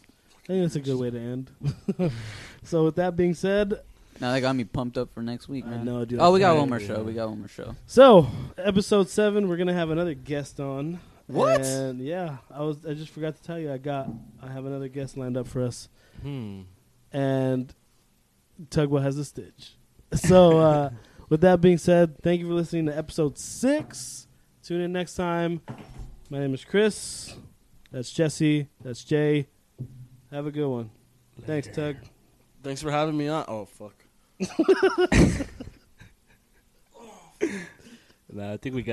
Speaker 1: I think that's a good way to end. [LAUGHS] so with that being said,
Speaker 2: Now that got me pumped up for next week,
Speaker 1: I
Speaker 2: man.
Speaker 1: know, dude.
Speaker 2: oh,
Speaker 1: I
Speaker 2: we got
Speaker 1: can't-
Speaker 2: one more show. We got one more show.
Speaker 1: So episode seven, we're gonna have another guest on.
Speaker 2: What?
Speaker 1: And yeah, I was. I just forgot to tell you. I got. I have another guest lined up for us,
Speaker 5: Hmm.
Speaker 1: and Tugwa has a stitch. So uh, with that being said, thank you for listening to episode six. Tune in next time. My name is Chris. That's Jesse. That's Jay. Have a good one. Thanks, Tug.
Speaker 3: Thanks for having me on. Oh, fuck.
Speaker 5: Nah, I think we got.